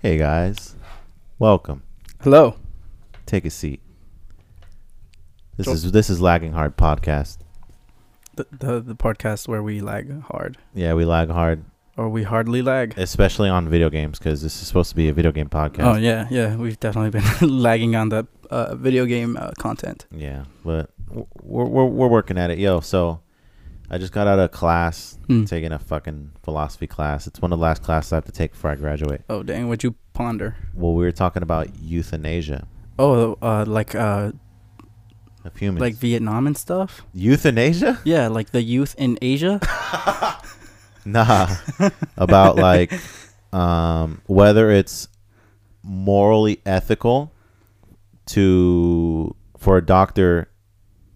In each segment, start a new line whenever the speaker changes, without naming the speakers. Hey guys, welcome.
Hello.
Take a seat. This is this is lagging hard podcast.
The, the the podcast where we lag hard
Yeah, we lag hard,
or we hardly lag.
especially on video games because this is supposed to be a video game podcast.
Oh yeah, yeah, we've definitely been lagging on the uh, video game uh, content.
yeah, but w- we're, we're we're working at it, yo. So I just got out of class,
Mm.
taking a fucking philosophy class. It's one of the last classes I have to take before I graduate.
Oh dang, what you ponder?
Well, we were talking about euthanasia
Oh, uh, like uh,
of humans.
like Vietnam and stuff.
euthanasia?
Yeah, like the youth in Asia.
Nah, about like um, whether it's morally ethical to for a doctor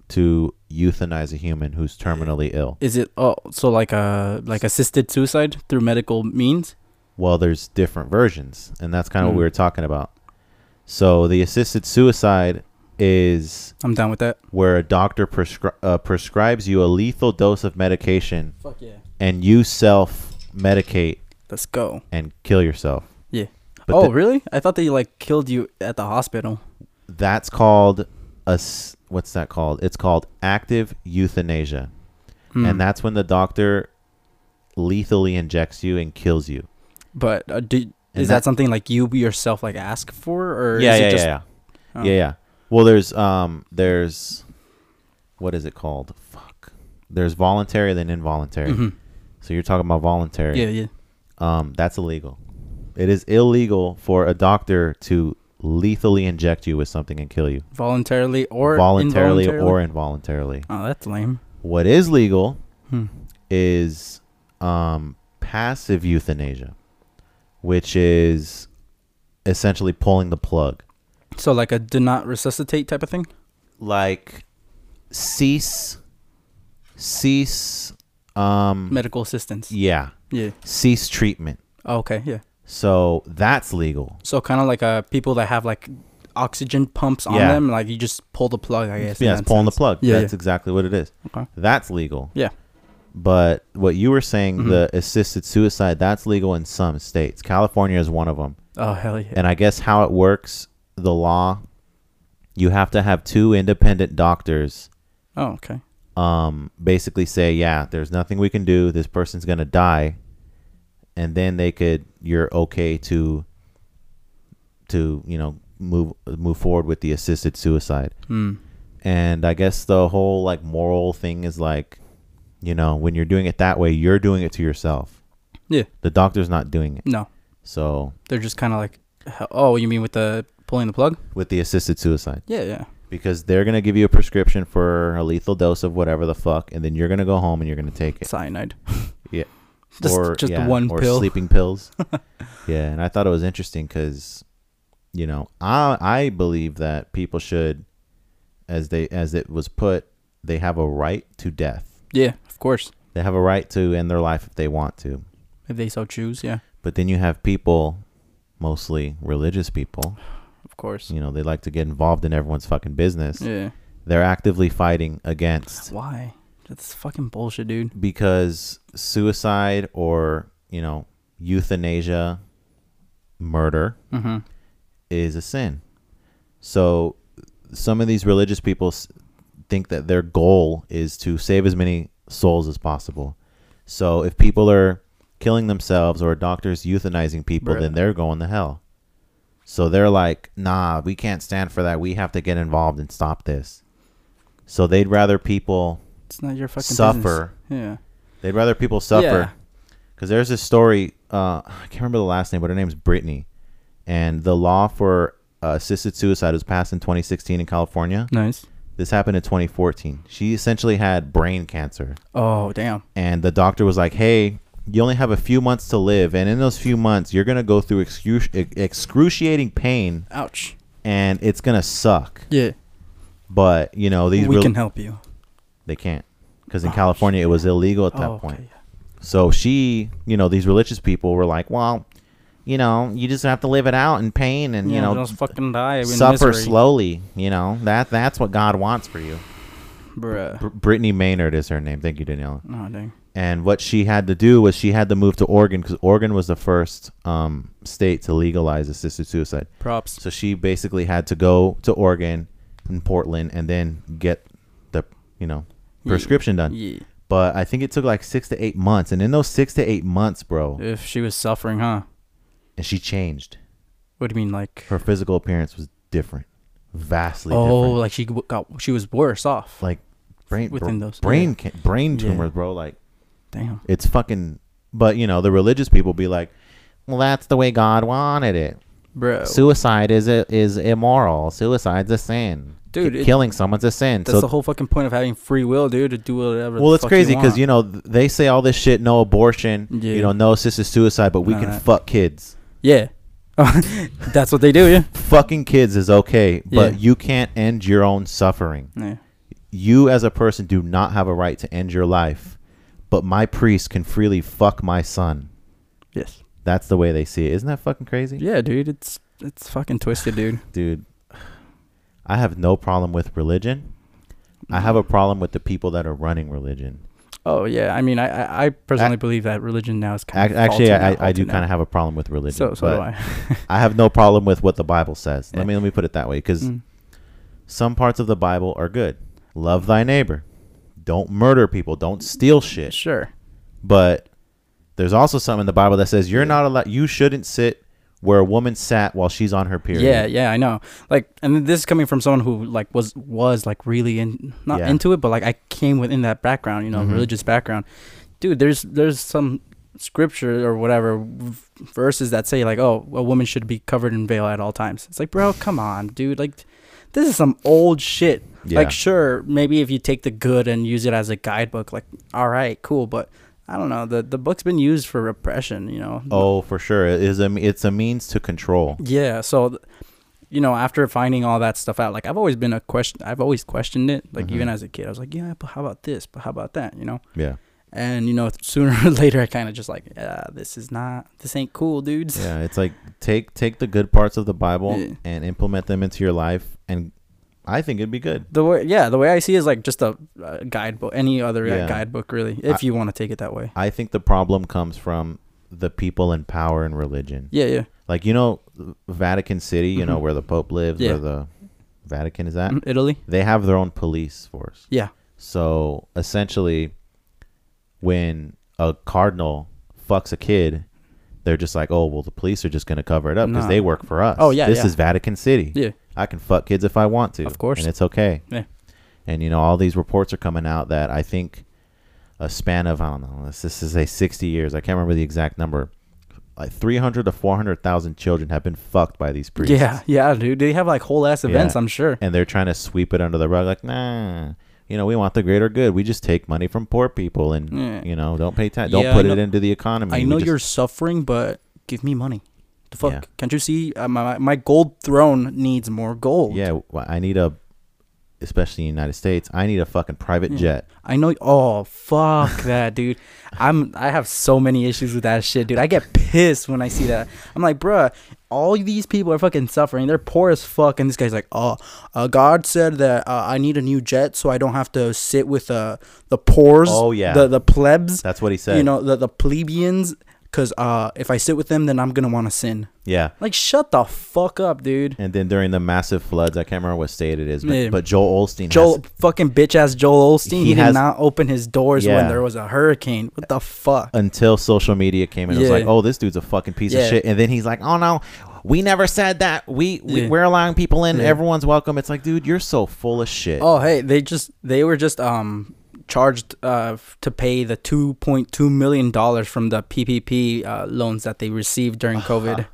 to euthanize a human who's terminally ill.
Is it oh so like uh like assisted suicide through medical means?
Well, there's different versions, and that's kind of what
Mm.
we were talking about. So the assisted suicide is
I'm down with that.
where a doctor prescri- uh, prescribes you a lethal dose of medication,
Fuck yeah.
and you self medicate
Let's go.
and kill yourself.
Yeah.
But
oh
the-
really? I thought they like killed you at the hospital.
that's called a s- what's that called? It's called active euthanasia,
Mm.
and that's when the doctor lethally injects you and kills you.
But uh, did,
And
is
that-
that, something like you yourself like ask for or
yeah,
is
yeah,
it
yeah,
just
yeah,
Oh.
yeah, yeah. Well, there's um, there's what is it called? Fuck. There's voluntary then involuntary.
Mhm.
So you're talking about voluntary.
Yeah, yeah.
Um, that's illegal. It is illegal for a doctor to lethally inject you with something and kill you
Voluntarily or
voluntarily or
involuntarily?
involuntarily.
Oh, that's lame.
What is legal
Hmm.
is um, passive euthanasia, which is essentially pulling the plug,
So like a do not resuscitate type of thing?
Mm-hmm. like cease, cease, um,
Medical assistance.
yeah,
Yeah.
cease treatment.
Oh, okay, yeah.
So that's legal.
So kind of like uh people that have like oxygen pumps on
Yeah.
them, like you just pull the plug, I guess. in
yeah, it's
that
pulling the
sense.
plug.
Yeah,
that's
yeah.
exactly what it is.
Okay.
That's legal.
Yeah.
But what you were saying,
Mhm.
the assisted suicide, that's legal in some states. California is one of them.
Oh hell yeah.
And I guess how it works, the law, you have to have two independent doctors
Oh, okay.
um, basically say, yeah, there's nothing we can do. This person's going to die. And then they could, you're okay to, to, you know, move, move forward with the assisted suicide.
Hmm.
And I guess the whole like moral thing is like, you know, when you're doing it that way, you're doing it to yourself.
Yeah.
The doctor's not doing it.
No.
So
They're just kind of like hell- Oh, you mean with the pulling the plug?
with the assisted suicide.
Yeah, yeah.
because they're gonna give you a prescription for a lethal dose of whatever the fuck, and then you're gonna go home and you're gonna take it.
Cyanide.
Yeah.
Just just the one
or
pill.
sleeping pills. yeah, and I thought it was interesting because, you know, I I believe that people should, as they as it was put, they have a right to death.
Yeah, of course.
They have a right to end their life if they want to.
If they so choose, yeah.
But then you have people, mostly religious people,
Of course.
you know, they like to get involved in everyone's fucking business.
Yeah.
They're actively fighting against
Why? That's fucking bullshit, dude.
because suicide or you know euthanasia murder
Mhm.
is a sin so some of these religious people s- think that their goal is to save as many souls as possible so if people are killing themselves or doctors euthanizing people
Bruh.
then they're going to hell so they're like nah we can't stand for that we have to get involved and stop this so they'd rather people
It's not your fucking
suffer
Business. Yeah.
They'd rather people
Yeah.
suffer. Because there's this story. Uh, I can't remember the last name, but her name's Brittany. And the law for uh, assisted suicide was passed in 2016 in California.
Nice.
This happened in 2014. She essentially had brain cancer.
Oh damn.
And the doctor was like, hey, you only have a few months to live. And in those few months, you're going to go through excru- ex- excruciating pain
Ouch.
and it's going to suck.
Yeah.
But, you know, these
we
real-
can help you.
they can't. Because in
Oh,
California, it was illegal at that
Oh, okay,
point.
yeah.
So she, you know, these religious people were like, well, you know, you just have to live it out in pain and, you
Yeah,
know,
just fucking die. in
suffer
misery.
slowly. You know, that that's what God wants for you.
Bruh.
Br- Brittany Maynard is her name. Thank you, Daniela.
Oh dang.
And what she had to do was she had to move to Oregon because Oregon was the first um, state to legalize assisted suicide.
Props.
So she basically had to go to Oregon and Portland and then get the you know
Ye-
prescription done.
Yeah.
But I think it took like six to eight months, and in those six to eight months, bro,
If she was suffering, huh?
and she changed.
What do you mean, like?
Her physical appearance was different, vastly
oh,
different.
like she w- got she was worse off.
Like brain
within
br-
those-
brain ca- brain
Yeah.
tumors, bro. Like
Damn.
it's fucking. But you know the religious people be like, well, that's the way God wanted it.
Bro.
Suicide is a, is immoral. Suicide's a sin.
Dude,
K-
it-
killing someone's a sin.
That's
so
the whole fucking point of having free will, dude, to do whatever. the
Well, it's
fuck
crazy
you
because you
want.
know th- they say all this shit, no abortion,
Yeah.
you know, no assisted suicide, but we
Nah,
can
that-
fuck kids.
yeah, that's what they do, yeah.
Fucking kids is okay, but
Yeah.
you can't end your own suffering.
yeah.
You as a person do not have a right to end your life, but my priest can freely fuck my son.
Yes.
That's the way they see it. Isn't that fucking crazy,
Yeah, dude, it's it's fucking twisted, dude.
dude? I have no problem with religion. I have a problem with the people that are running religion.
Oh yeah, I mean, I I, I personally believe that religion now is
Ac
kind of
actually, I, I, I do kind of have a problem with religion.
So so
but-
do I.
I have no problem with what the Bible says.
Yeah.
Let me let me put it that way because
Mm.
some parts of the Bible are good. Love thy neighbor. Don't murder people. Don't steal shit.
Sure.
But there's also something in the Bible that says you're not allowed. You shouldn't sit where a woman sat while she's on her period.
Yeah, yeah, I know. Like, and then this is coming from someone who like was was like really in not
Yeah.
into it, but like I came within that background, you know,
Mhm.
religious background. Dude, there's there's some scripture or whatever v- verses that say like, oh, a woman should be covered in veil at all times. It's like, bro, come on, dude. Like, this is some old shit.
Yeah.
Like, sure, maybe if you take the good and use it as a guidebook, like, all right, cool, but. I don't know. The the book's been used for repression, you know.
Oh, for sure. It is a it's a means to control.
Yeah, so th- you know, after finding all that stuff out, like I've always been a question I've always questioned it. Like
Mhm.
even as a kid, I was like, yeah, but how about this? But how about that, you know?
Yeah.
And you know, sooner or later I kind of just like, yeah, this is not this ain't cool, dudes.
Yeah. It's like take take the good parts of the Bible
Yeah.
and implement them into your life, and I think it'd be good.
The way yeah, the way I see it is like just a uh, guidebook, any other uh,
Yeah.
guidebook really, if
I-
you want to take it that way.
I think the problem comes from the people in power in religion.
Yeah, yeah.
Like you know, Vatican City. You know
Mhm.
where the Pope lives,
Yeah.
where the Vatican is at.
Mhm, Italy?
They have their own police force.
Yeah.
So essentially, when a cardinal fucks a kid, they're just like, "Oh, well, the police are just going to cover it up because
Nah.
they work for us."
Oh, yeah,
this
yeah.
is Vatican City.
Yeah.
I can fuck kids if I want to.
Of course.
and it's okay.
Yeah.
And you know, all these reports are coming out that I think a span of I don't know. This, this is a sixty years. I can't remember the exact number. Like three hundred to four hundred thousand children have been fucked by these priests.
Yeah, yeah, dude. They have like whole ass events,
Yeah.
I'm sure.
And they're trying to sweep it under the rug, like nah. You know, we want the greater good. We just take money from poor people, and
Yeah.
you know, don't pay tax. Don't
Yeah, I
put
know-
it into the economy.
I
We
know
just-
you're suffering, but give me money. The fuck?
Yeah.
Can't you see? Uh, my my gold throne needs more gold.
Yeah, w- I need a, especially in the United States, I need a fucking private
Yeah.
jet.
I know. Oh fuck that, dude. I'm. I have so many issues with that shit, dude. I get pissed when I see that. I'm like, bruh, all these people are fucking suffering. They're poor as fuck, and this guy's like, oh, uh, God said that uh, I need a new jet so I don't have to sit with uh, the poors.
Oh, yeah.
The the plebs.
That's what he said.
You know the the plebeians. Cause uh, if I sit with them, then I'm gonna want to sin.
yeah.
Like, shut the fuck up, dude.
And then during the massive floods, I can't remember what state it is, but,
Yeah.
but Joel Olstein.
Joel,
has,
fucking bitch ass Joel Olstein, he,
He
did
has-
not open his doors when
Yeah. Uh,
there was a hurricane. What the fuck?
until social media came in, it was
Yeah.
like, oh, this dude's a fucking piece
Yeah.
of shit. And then he's like, oh no, we never said that. We, we
Yeah.
we're allowing people in.
Yeah.
Everyone's welcome. It's like, dude, you're so full of shit.
Oh, hey, they just they were just um charged uh f- to pay the 2.2 million dollars from the PPP uh, loans that they received during COVID.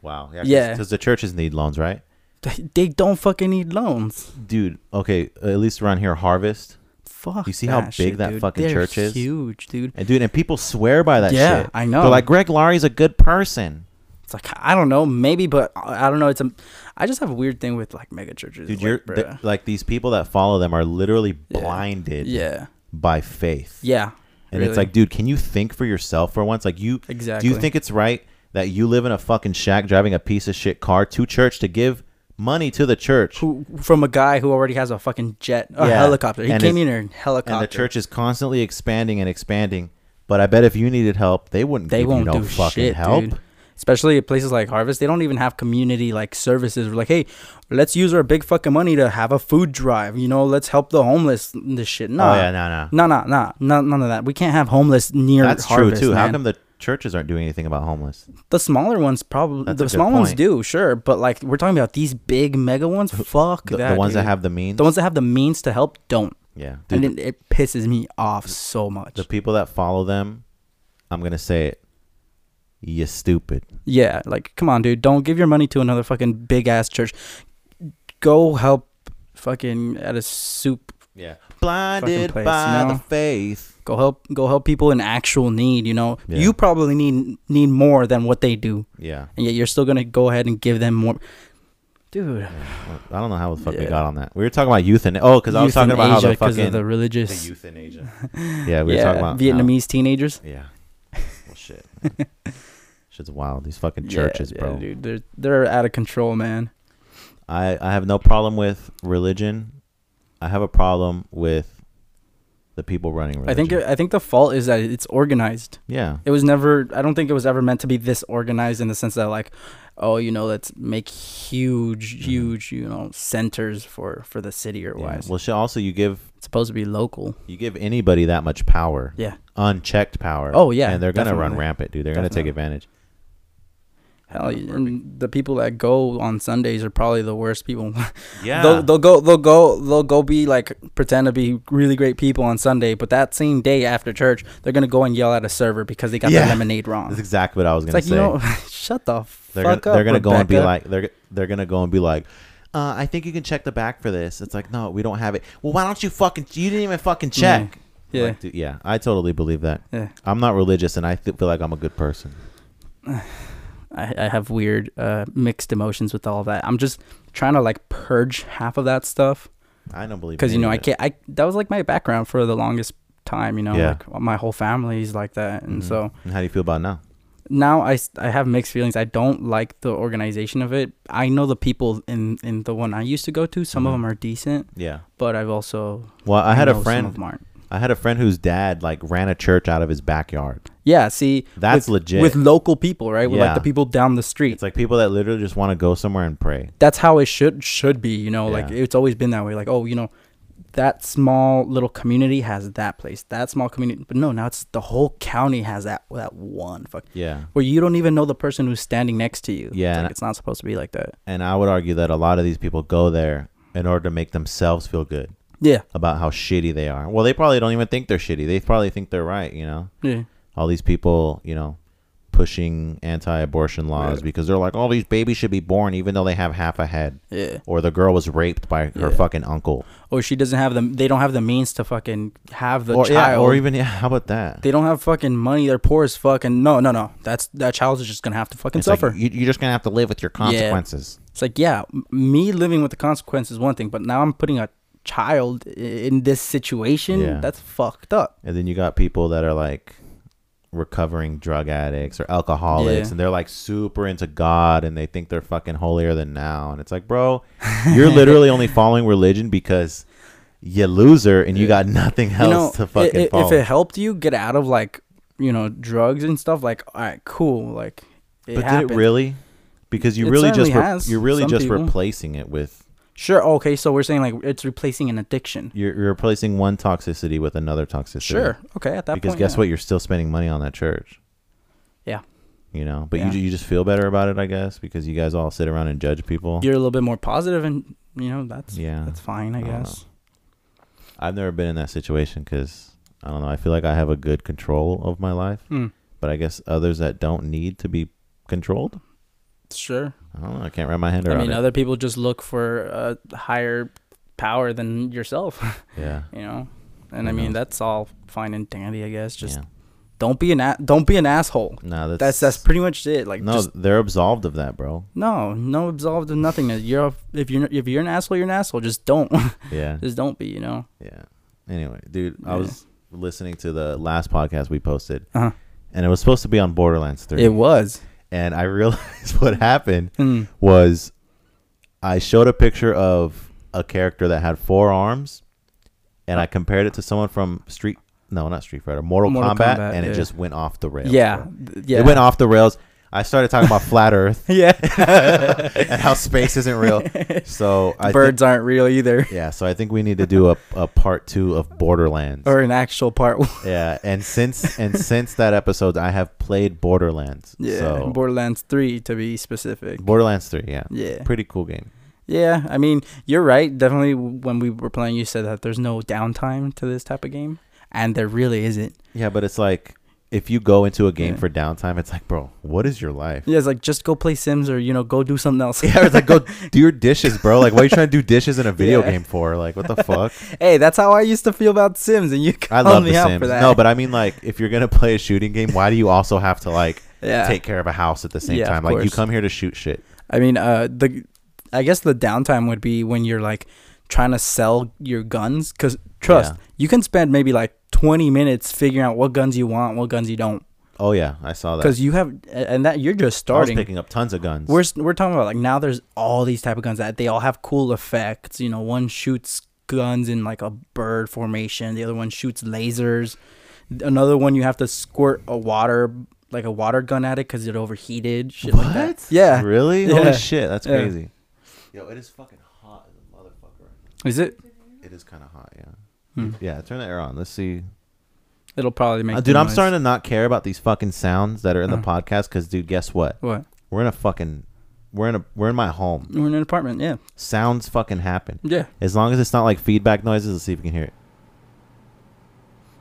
Wow.
Yeah.
Because the churches need loans, right?
They- they don't fucking need loans.
Dude. Okay. At least around here, Harvest.
Fuck.
You see how big
shit,
that
dude.
fucking
They're
church is?
Huge, dude.
And dude, and people swear by that
Yeah,
shit.
I know.
They're like, Greg Laurie's a good person.
It's like I don't know, maybe, but uh, I I don't know. It's a, I just have a weird thing with like mega churches.
Dude,
like,
you're
bruh.
th- like these people that follow them are literally
Yeah.
blinded
yeah,
by faith.
yeah.
And
really.
it's like, dude, can you think for yourself for once? Like, you
Exactly.
do you think it's right that you live in a fucking shack driving a piece of shit car to church to give money to the church,
who from a guy who already has a fucking jet, a
Yeah.
helicopter. He
And
came
it's-
in here in helicopter.
and the church is constantly expanding and expanding, But I bet if you needed help, they wouldn't
They
give
won't
you no
do
fucking
shit,
help.
dude. Especially at places like Harvest, they don't even have community like services. We're like, hey, let's use our big fucking money to have a food drive. You know, let's help the homeless. and This shit, no,
Oh yeah, no, no.
no, no, no, no, none of that. We can't have homeless near
That's
Harvest.
true too.
Man.
How come the churches aren't doing anything about homeless?
The smaller ones probably
That's a
the
good
small ones
point.
do, sure, but like we're talking about these big mega ones. Fuck
The,
that.
the ones that
dude.
have the means.
the ones that have the means to help don't,
yeah, dude.
and it, it pisses me off so much.
the people that follow them, I'm gonna say it. You stupid.
yeah, like come on, dude, don't give your money to another fucking big ass church. Go help fucking at a soup.
Yeah. Blinded
place,
by
you know?
the faith.
Go help go help people in actual need. You know,
Yeah.
you probably need need more than what they do,
Yeah.
and yet you're still gonna go ahead and give them more. Dude,
I don't know how the fuck we
Yeah.
got on that. We were talking about euthanasia. Oh, because I was talking about how the
because
fucking
of the religious.
euthanasia. yeah, we were
yeah,
talking about how-
Vietnamese teenagers.
Yeah. Well, shit. Shit's wild. These fucking
Yeah,
churches,
yeah,
bro.
dude, they're they're out of control, man.
I, I have no problem with religion. I have a problem with the people running religion.
I think I think the fault is that it's organized.
yeah.
It was never. I don't think it was ever meant to be this organized in the sense that like, oh, you know, let's make huge, huge, you know, centers for for the city or
Mm-hmm. yeah.
wise.
Well, shit, also you give
it's supposed to be local.
you give anybody that much power,
Yeah,
unchecked power.
Oh, yeah,
and they're gonna run
definitely.
rampant, dude. They're gonna
Definitely.
take advantage.
hell,
I'm
you- and the people that go on Sundays are probably the worst people.
Yeah,
they'll, they'll go they'll go they'll go be like pretend to be really great people on Sunday, but that same day after church, they're gonna go and yell at a server because they got
Yeah.
the lemonade wrong.
that's exactly what I was
It's
gonna
like
say.
you know, shut the
They're
fuck
gonna,
up.
they're gonna go and be
Rebecca.
like they're they're gonna go and be like, uh, I think you can check the back for this. It's like no, we don't have it. Well, why don't you fucking? You didn't even fucking check.
Mm-hmm. yeah,
Like, dude, yeah. I totally believe that.
yeah.
I'm not religious, and I th- feel like I'm a good person.
I, I have weird uh, mixed emotions with all of that. I'm just trying to like purge half of that stuff
I don't believe
because you
any
know
of
I
it.
can't. I that was like my background for the longest time. You know,
Yeah.
like my whole family's like that, and
Mhm.
so
And how do you feel about it now?
now I, s- I have mixed feelings. I don't like the organization of it. I know the people in, in the one I used to go to. Some of
Mhm.
them are decent,
Yeah.
but I've also
Well, I had
know
a
some of
friend.
'em aren't.
I had a friend whose dad like ran a church out of his backyard.
Yeah, see,
That's
with,
legit.
with local people, right? With like
Yeah.
the people down the street.
it's like people that literally just want to go somewhere and pray.
that's how it should should be you know like
Yeah.
it's always been that way like oh you know that small little community has that place that small community but no now it's the whole county has that that one fuck
Yeah.
where you don't even know the person who's standing next to you
Yeah,
it's,
and I-
like, it's not supposed to be like that
And I would argue that a lot of these people go there in order to make themselves feel good.
yeah
about how shitty they are. Well, they probably don't even think they're shitty. They probably think they're right, you know.
yeah
All these people, you know, pushing anti-abortion laws
Yeah.
because they're like, "All these babies should be born even though they have half a head."
yeah
Or the girl was raped by her
Yeah.
fucking uncle.
or she doesn't have the they don't have the means to fucking have the
or
child
yeah, or even yeah, how about that?
they don't have fucking money they're poor as fuck and no no no that's that child is just gonna have to fucking
It's like,
suffer
you, you're just gonna have to live with your consequences.
It's like, yeah, m- me living with the consequence is one thing, but now I'm putting a child i- in this situation.
Yeah.
That's fucked up.
And then you got people that are like recovering drug addicts or alcoholics
Yeah.
and they're like super into God and they think they're fucking holier than now. And it's like, bro, you're literally only following religion because you loser and you got nothing else
You know,
to
i- i-
fucking follow.
if it helped you get out of like, you know, drugs and stuff, like, all right, cool, like, it
but
happened.
did it really? Because you
It
really just
certainly
re-
has
you're really
some
just
people.
replacing it with
Sure. Okay, so we're saying like it's replacing an addiction.
you're, you're replacing one toxicity with another toxicity.
Sure. Okay. At that
Because
point,
guess
yeah.
what? You're still spending money on that church.
Yeah.
You know, but
Yeah.
you you just feel better about it, I guess, because you guys all sit around and judge people.
You're a little bit more positive, and you know that's
yeah.
that's fine, I,
I don't know.
guess.
I've never been in that situation because I don't know. I feel like I have a good control of my life,
Hmm.
but I guess others that don't need to be controlled.
Sure.
I don't know. I can't wrap my hand
I
around
mean,
it.
other people just look for a higher power than yourself.
yeah.
you know and i
Who
mean
knows?
that's all fine and dandy i guess just
yeah.
don't be an a- don't be an asshole
No,
that's that's pretty much it like
no.
just
they're absolved of that, bro.
no no absolved of nothing you're a- if you're if you're an asshole you're an asshole just don't
Yeah.
just don't be you know
yeah. Anyway, dude, I
Yeah.
was listening to the last podcast we posted,
Uh-huh.
and it was supposed to be on Borderlands Three,
it was
and I realized what happened
Mm.
was I showed a picture of a character that had four arms, and I compared it to someone from Street no, not Street Fighter, Mortal,
Mortal
Kombat,
Kombat,
and
yeah.
it just went off the rails.
yeah,
bro.
th- yeah.
It went off the rails. I started talking about flat Earth
yeah.
and how space isn't real. So I
Birds aren't real either,
Think, yeah, so I think we need to do a, a part two of Borderlands.
or an actual part. one.
yeah, and since and since that episode, I have played Borderlands.
yeah,
so,
Borderlands Three to be specific.
Borderlands Three. Yeah,
Yeah,
pretty cool game.
yeah. I mean, you're right. Definitely, when we were playing, you said that there's no downtime to this type of game, and there really isn't.
Yeah, but it's like if you go into a game
Yeah.
for downtime, it's like, bro, what is your life?
Yeah, it's like just go play Sims or you know go do something else.
Yeah, it's like go do your dishes, bro. Like, what are you trying to do dishes in a video
Yeah.
game for? Like, what the fuck?
Hey, that's how I used to feel about Sims, and you
I
called
love
me
The
out
Sims.
for that.
No, but I mean, like, if you're gonna play a shooting game, why do you also have to like
yeah,
take care of a house at the same
Yeah, of
time? Like, you
course.
come here to shoot shit.
I mean, uh, the I guess the downtime would be when you're like trying to sell your guns, because trust,
Yeah.
you can spend maybe like 20 minutes figuring out what guns you want, what guns you don't,
Oh yeah, I saw that.
because you have, and that you're just
I was
starting.
picking up tons of guns.
We're s- we're talking about like now there's all these type of guns that they all have cool effects. You know, one shoots guns in like a bird formation, the other one shoots lasers. Another one you have to squirt a water like a water gun at it because it overheated. Shit
what?
like that. Yeah.
Really?
Yeah.
Holy shit, that's
Yeah.
crazy. Yo, it is fucking hot, as a motherfucker.
Is it?
It is kind of hot, yeah.
Hmm.
Yeah, turn the air on. Let's see.
It'll probably make.
Uh,
the
dude, I'm
noise.
starting to not care about these fucking sounds that are in the
Uh.
podcast because, dude, guess what?
What?
We're in a fucking, we're in a, we're in my home.
We're in an apartment. Yeah.
Sounds fucking happen.
Yeah.
As long as it's not like feedback noises, let's see if we can hear it.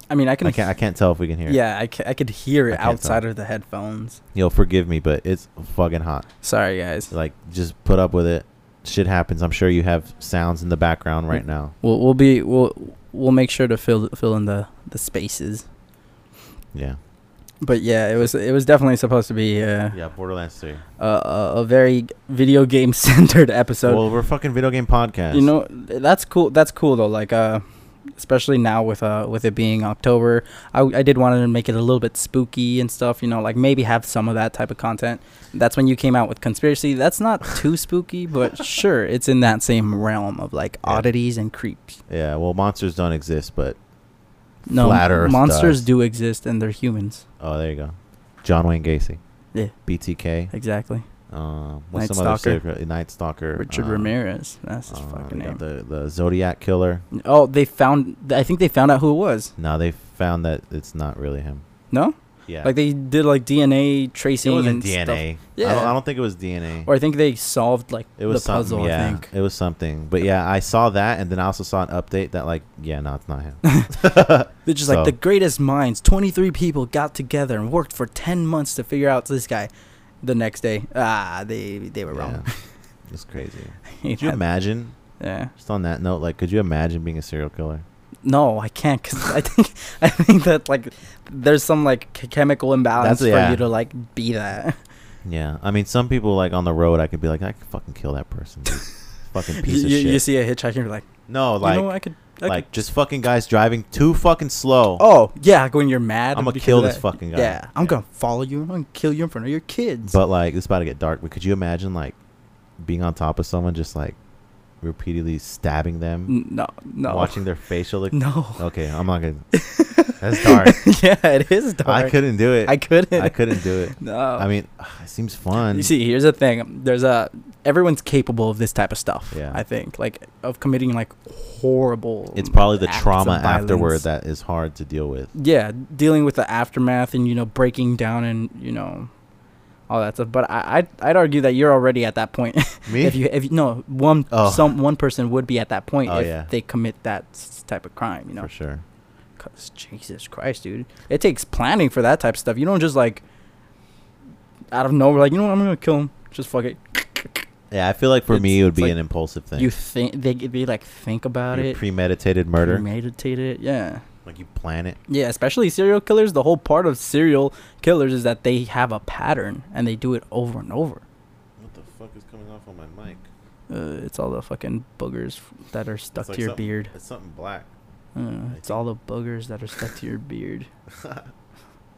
I mean, I can.
I can't, I can't tell if we can hear it.
Yeah, I, ca- I could hear
I
it
can't tell.
outside of the headphones.
Yo, forgive me, but it's fucking hot.
Sorry, guys.
Like, just put up with it. Shit happens. I'm sure you have sounds in the background right now.
We'll we'll be we'll we'll make sure to fill fill in the the spaces.
Yeah.
But yeah, it was it was definitely supposed to be uh,
Yeah, Borderlands 3.
a, a a very video game centered episode.
well, we're a fucking video game podcast.
You know, that's cool. That's cool though. Like uh, especially now with uh with it being October, I I did want to make it a little bit spooky and stuff. You know, like maybe have some of that type of content. That's when you came out with conspiracy. That's not too spooky, but sure, it's in that same realm of like
Yeah.
oddities and creeps.
Yeah, well, monsters don't exist, but
No,
Flat Earth
monsters
does.
do exist and they're humans.
oh, there you go. John Wayne Gacy.
Yeah.
BTK.
Exactly.
Um, what's
Night
some other
Stalker.
favorite- Night Stalker.
Richard
um,
Ramirez. That's his
uh,
fucking
they
name.
got The the Zodiac killer.
Oh, they found. I think they found out who it was.
No, they found that it's not really him.
No,
Yeah,
like they did like DNA
it
tracing.
wasn't
and stuff.
DNA. I, don't,
Yeah.
I don't think it was DNA.
Or I think they solved like
it was
the puzzle.
something. Yeah,
I think.
it was something. But yeah, I saw that, and then I also saw an update that like, yeah, no, it's not him.
They're just
So-
like the greatest minds. Twenty-three people got together and worked for ten months to figure out this guy. The next day, ah, they they were wrong.
Yeah. It's crazy.
Yeah.
Could you imagine? Just on that note, like, could you imagine being a serial killer?
No, I can't because I think I think that like there's some like ch- chemical imbalance
That's-
for
yeah.
you to like be that.
Yeah, I mean, some people like on the road, I could be like, I could fucking kill that person, dude. fucking piece
you,
of
you,
shit.
you see a hitchhiker, you're like,
no, like,
you know, I could, I
like just fucking guys driving too fucking slow.
could. Oh yeah, like when you're mad,
I'm gonna
because
kill
of
this
that.
fucking guy.
Yeah, I'm gonna follow you. I'm gonna kill you in front of your kids.
But like, it's about to get dark. But could you imagine like being on top of someone, just like repeatedly stabbing them,
N- no, no,
watching their facial? ex-
no.
Okay, I'm not gonna. That's dark.
yeah, it is dark.
I couldn't do it.
I couldn't.
I couldn't do it.
No.
I mean, it seems fun.
you see, here's the thing. There's a everyone's capable of this type of stuff.
Yeah.
I think like of committing like horrible.
it's probably the
acts of
trauma
violence.
afterward that is hard to deal with.
Yeah, dealing with the aftermath and you know breaking down and you know all that stuff. But I I'd, I'd argue that you're already at that point.
Me?
if you if you no one
Oh.
some one person would be at that point
Oh,
if
yeah.
they commit that s- type of crime. You know.
For sure.
Cause Jesus Christ, dude, it takes planning for that type of stuff. You don't just like out of nowhere, like you know what, I'm gonna kill him. Just fuck it.
Yeah, I feel like for me
It's-
it would
it's
be
like
an impulsive thing.
You think they they like think about
Your
it,
premeditated murder,
premeditate it, yeah,
like you plan it.
yeah. Especially serial killers. The whole part of serial killers is that they have a pattern and they do it over and over.
What the fuck is coming off on my mic?
Uh, it's all the fucking boogers f- that are stuck
like
to your
something-
beard.
It's something black.
Uh,
I
it's all the boogers that are stuck to your beard.
All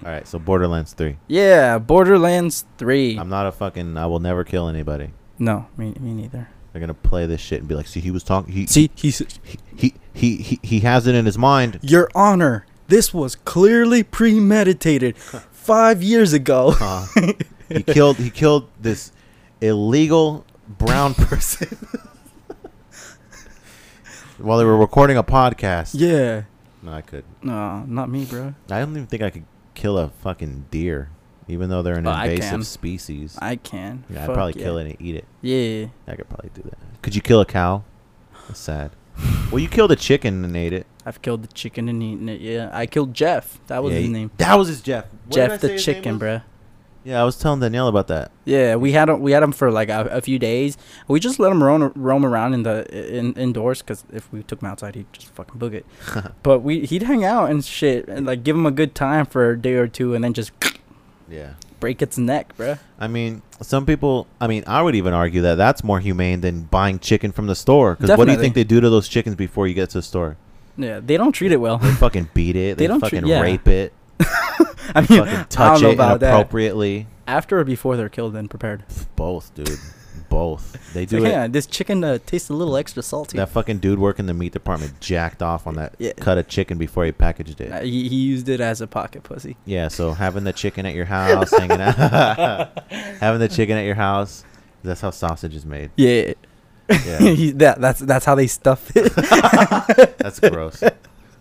right, so Borderlands 3.
Yeah, Borderlands 3
I'm not a fucking. I will never kill anybody.
no, me me neither.
They're gonna play this shit and be like, "See, he was talking. He,
See, he's
he, he, he, he, he has it in his mind."
Your Honor, This was clearly premeditated five years ago.
Uh, he killed he killed this illegal brown person while they were recording a podcast.
yeah.
No, I could.
No, not me, bro.
I don't even think I could kill a fucking deer, even though they're an
Oh, I can.
invasive species.
I can.
yeah, I'd
Fuck
probably
yeah.
kill it and eat it.
Yeah.
I could probably do that. Could you kill a cow? That's sad. Well, you killed a chicken and ate it.
I've killed the chicken and eaten it. Yeah. I killed Jeff. That was
Yeah,
his
you-
name.
That was his Jeff. What did I
Jeff
say
the
his name
chicken,
was?
bro.
Yeah, I was telling Danielle about that.
Yeah, we had him. We had him for like a, a few days. We just let him roam, roam around in the in, indoors because if we took him outside, he'd just fucking book it. but we he'd hang out and shit and like give him a good time for a day or two and then just
Yeah.
break its neck, bruh.
I mean, some people. I mean, I would even argue that that's more humane than buying chicken from the store. Because what do you
Definitely.
think they do to those chickens before you get to the store?
Yeah, they don't treat it well.
They fucking beat it.
They
They,
don't treat-
fucking
yeah.
rape it.
I mean,
Fucking
I don't
touch
know
it
about that.
inappropriately.
After or before they're killed and prepared.
Both, dude. Both. They
It's
do
like,
it.
yeah, this chicken uh, tastes a little extra salty.
That fucking dude working the meat department jacked off on that
Yeah.
cut of chicken before he packaged it.
Uh, he, he used it as a pocket pussy.
Yeah, so having the chicken at your house, hanging out, having the chicken at your house. That's how sausage is made.
Yeah,
Yeah,
He- that that's that's how they stuff it.
that's gross.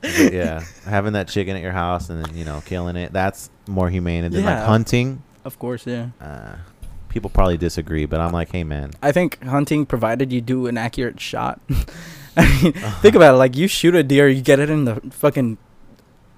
But yeah, having that chicken at your house and then you know killing it—that's more humane than like
Yeah.
hunting.
of course, yeah.
Uh, people probably disagree, but I'm like, hey man,
I think hunting, provided you do an accurate shot. I mean,
Uh-huh.
think about it. Like you shoot a deer, you get it in the fucking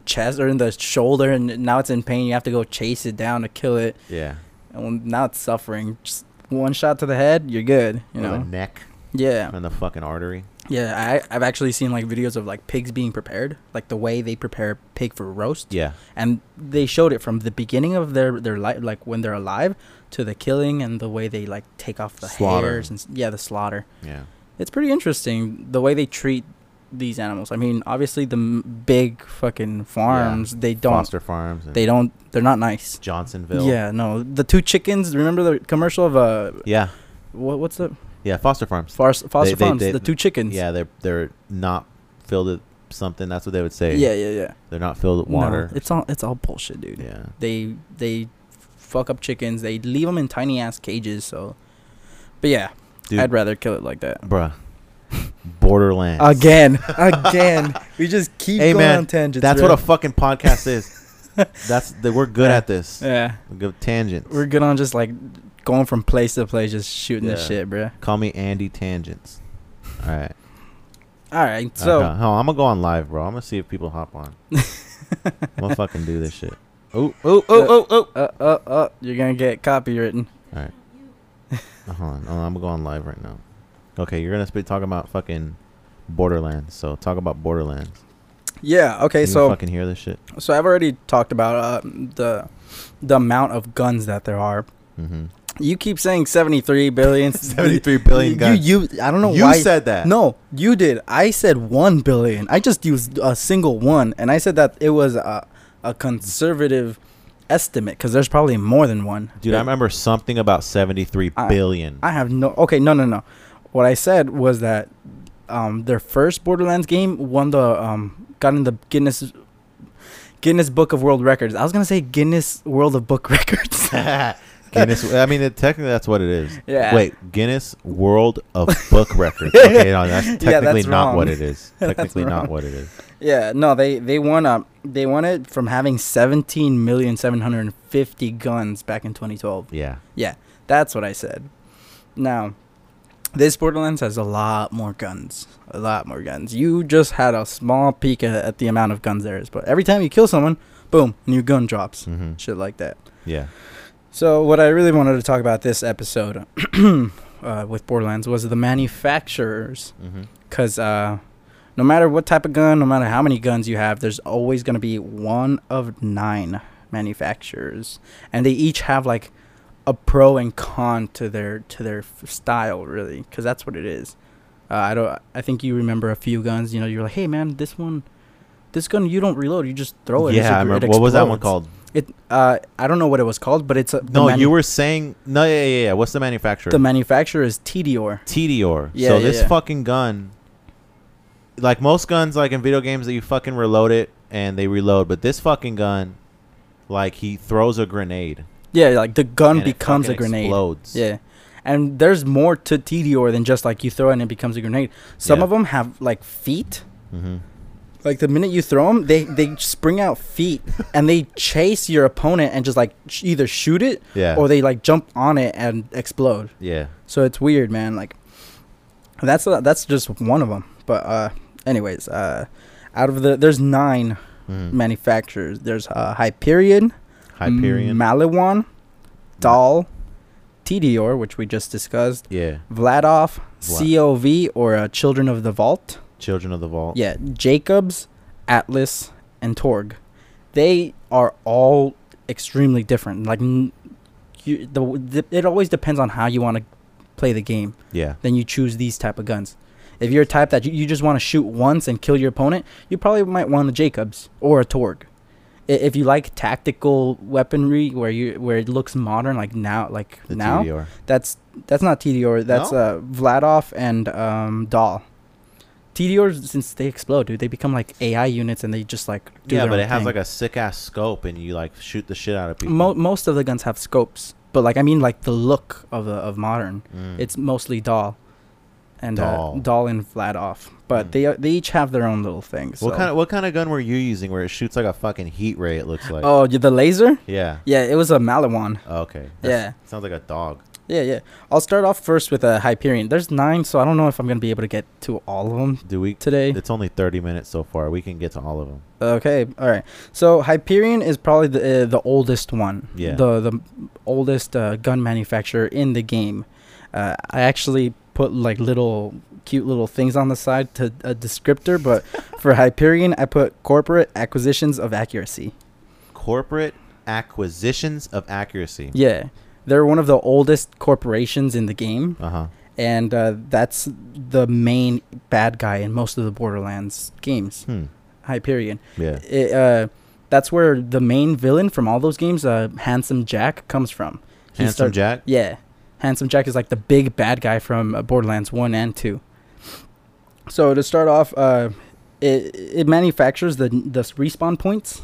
chest or in the shoulder, and now it's in pain. You have to go chase it down to kill it,
yeah,
and when- now it's suffering. Just one shot to the head, you're good. You
Or the
know?
neck
Yeah,
and the fucking artery.
yeah. I I've actually seen like videos of like pigs being prepared, like the way they prepare pig for roast,
Yeah,
and they showed it from the beginning of their their life, like when they're alive, to the killing and the way they like take off the
Slaughter.
hairs and s- yeah, the slaughter
yeah,
it's pretty interesting the way they treat these animals. I mean, obviously the m- big fucking farms they don't
Foster Farms. And
they don't they're not nice.
Johnsonville.
Yeah, no. The two chickens. Remember the commercial of uh,
yeah,
what, what's the
yeah. Foster Farms.
Far- Foster
they-
Farms?
they-
the two chickens.
Yeah, they're they're not filled with something. That's what they would say.
yeah, yeah, yeah.
they're not filled with
No,
water.
it's all it's all bullshit, dude.
yeah.
They they fuck up chickens. They leave them in tiny ass cages. So, but yeah,
Dude.
I'd rather kill it like that.
bruh. Borderlands.
Again, again. we just keep
Hey,
going
man,
on tangents.
That's
bro.
what a fucking podcast is. That's the, we're good at this.
yeah.
We're good at tangents.
We're good on just like going from place to place, just shooting this
Yeah.
shit, bruh.
Call me Andy Tangents. All right.
All right, so
Okay. Oh, I'm gonna go on live, bro. I'm gonna see if people hop on. I'm gonna fucking do this shit. Oh, oh, oh, oh, oh.
uh, uh, uh, you're gonna get copywritten.
All right. Hold on. Oh, I'm gonna go on live right now. Okay, you're gonna speak talking about fucking Borderlands. So talk about Borderlands.
Yeah.
Can
Okay.
you
So,
fucking hear this shit.
so I've already talked about uh, the the amount of guns that there are.
Mm-hmm.
You keep saying 73 billion.
73 billion
you,
guns.
You, you, I don't know
you
why.
said that.
no, you did. I said one billion. I just used a single one, and I said that it was a a conservative estimate because there's probably more than one.
Dude, I remember something about seventy-three
I-
billion.
I have no. Okay, no, no, no. What I said was that um, their first Borderlands game won the um, got in the Guinness Guinness Book of World Records. I was gonna say Guinness World of Book Records.
Guinness. I mean, it, technically, that's what it is.
Yeah.
Wait, Guinness World of Book Records. Okay, no, that's
Yeah,
technically
that's
not
wrong.
what it is.
That's
Technically
wrong.
not what it is.
yeah, no, they they won um they won it from having seventeen million seven hundred fifty guns back in 2012.
Yeah.
Yeah, that's what I said. Now, this Borderlands has a lot more guns. A lot more guns. You just had a small peek at, at the amount of guns there is, but every time you kill someone, boom, new gun drops.
hmm
Shit like that.
Yeah.
So, what I really wanted to talk about this episode uh, with Borderlands was the manufacturers.
Mm-hmm.
Because uh, no matter what type of gun, no matter how many guns you have, there's always going to be one of nine manufacturers, and they each have like a pro and con to their to their f- style, really, because that's what it is. Uh, I don't. I think you remember a few guns. You know, you're like, hey man, this one, this gun, you don't reload. You just throw it. It's
yeah,
a-
I remember.
it
What was that one
explodes."
called?
It. Uh, I don't know what it was called, but it's a, the
No,
manu-
you were saying. No, yeah, yeah, yeah. What's the manufacturer?
the manufacturer is TDR.
TDR.
Yeah,
so
yeah,
this
yeah.
fucking gun, like most guns, like in video games, that you fucking reload it and they reload. But this fucking gun, like he throws a grenade.
Yeah, like the gun
and it
becomes a
fucking
grenade.
Explodes.
Yeah. And there's more to TDR than just like you throw it and it becomes a grenade. Some
Yeah.
of 'em of them have like feet.
hmm
Like the minute you throw them, they they spring out feet and they chase your opponent and just like sh- either shoot it
Yeah.
or they like jump on it and explode.
yeah.
So it's weird, man. Like that's uh, that's just one of them. But uh, anyways, uh, out of the there's nine
Mhm.
manufacturers. There's uh, Hyperion,
Hyperion.
Malawan, Dahl, TDR, which we just discussed,
yeah.
Vladoff,
Vla-
COV, or uh, Children of the Vault.
Children of the Vault.
Yeah, Jacobs, Atlas, and Torg. They are all extremely different. Like, n- you, the, the, it always depends on how you want to play the game.
Yeah.
Then you choose these type of guns. If you're a type that you, you just want to shoot once and kill your opponent, you probably might want a Jacobs or a Torg. I- If you like tactical weaponry where you where it looks modern, like now, like
The
now,
TDR.
that's that's not TDR. That's
No?
uh, Vladov and um, Dahl. TDRs since they explode, dude, they become like AI units and they just like do
yeah,
their
but
own
it has
thing.
like a sick ass scope, and you like shoot the shit out of people.
Mo- most of the guns have scopes, but like I mean like the look of the of modern.
Mm.
It's mostly Dahl and Dahl,
Dahl.
uh, Dahl and Vladov, but
Mm.
they uh, they each have their own little things.
what kind of what kind of gun were you using? Where it shoots like a fucking heat ray? It looks like.
Oh, y- the laser?
Yeah.
Yeah, it was a Malawan.
Oh, okay.
Yeah.
Sounds like a dog.
Yeah, yeah. I'll start off first with a Hyperion. There's nine, so I don't know if I'm gonna be able to get to all of them
Do we?
today.
It's only thirty minutes so far. We can get to all of them.
Okay, all right. So Hyperion is probably the uh, the oldest one.
Yeah.
The the oldest uh, gun manufacturer in the game. Uh, I actually put like little cute little things on the side to a descriptor, but for Hyperion, I put corporate acquisitions of accuracy.
Corporate acquisitions of accuracy.
Yeah, they're one of the oldest corporations in the game,
Uh huh.
and uh, that's the main bad guy in most of the Borderlands games.
Hmm.
Hyperion.
Yeah.
it, uh, that's where the main villain from all those games, uh, Handsome Jack, comes from. He
Handsome
start-
Jack.
Yeah, Handsome Jack is like the big bad guy from uh, Borderlands One and Two. So to start off, uh, it it manufactures the the respawn points.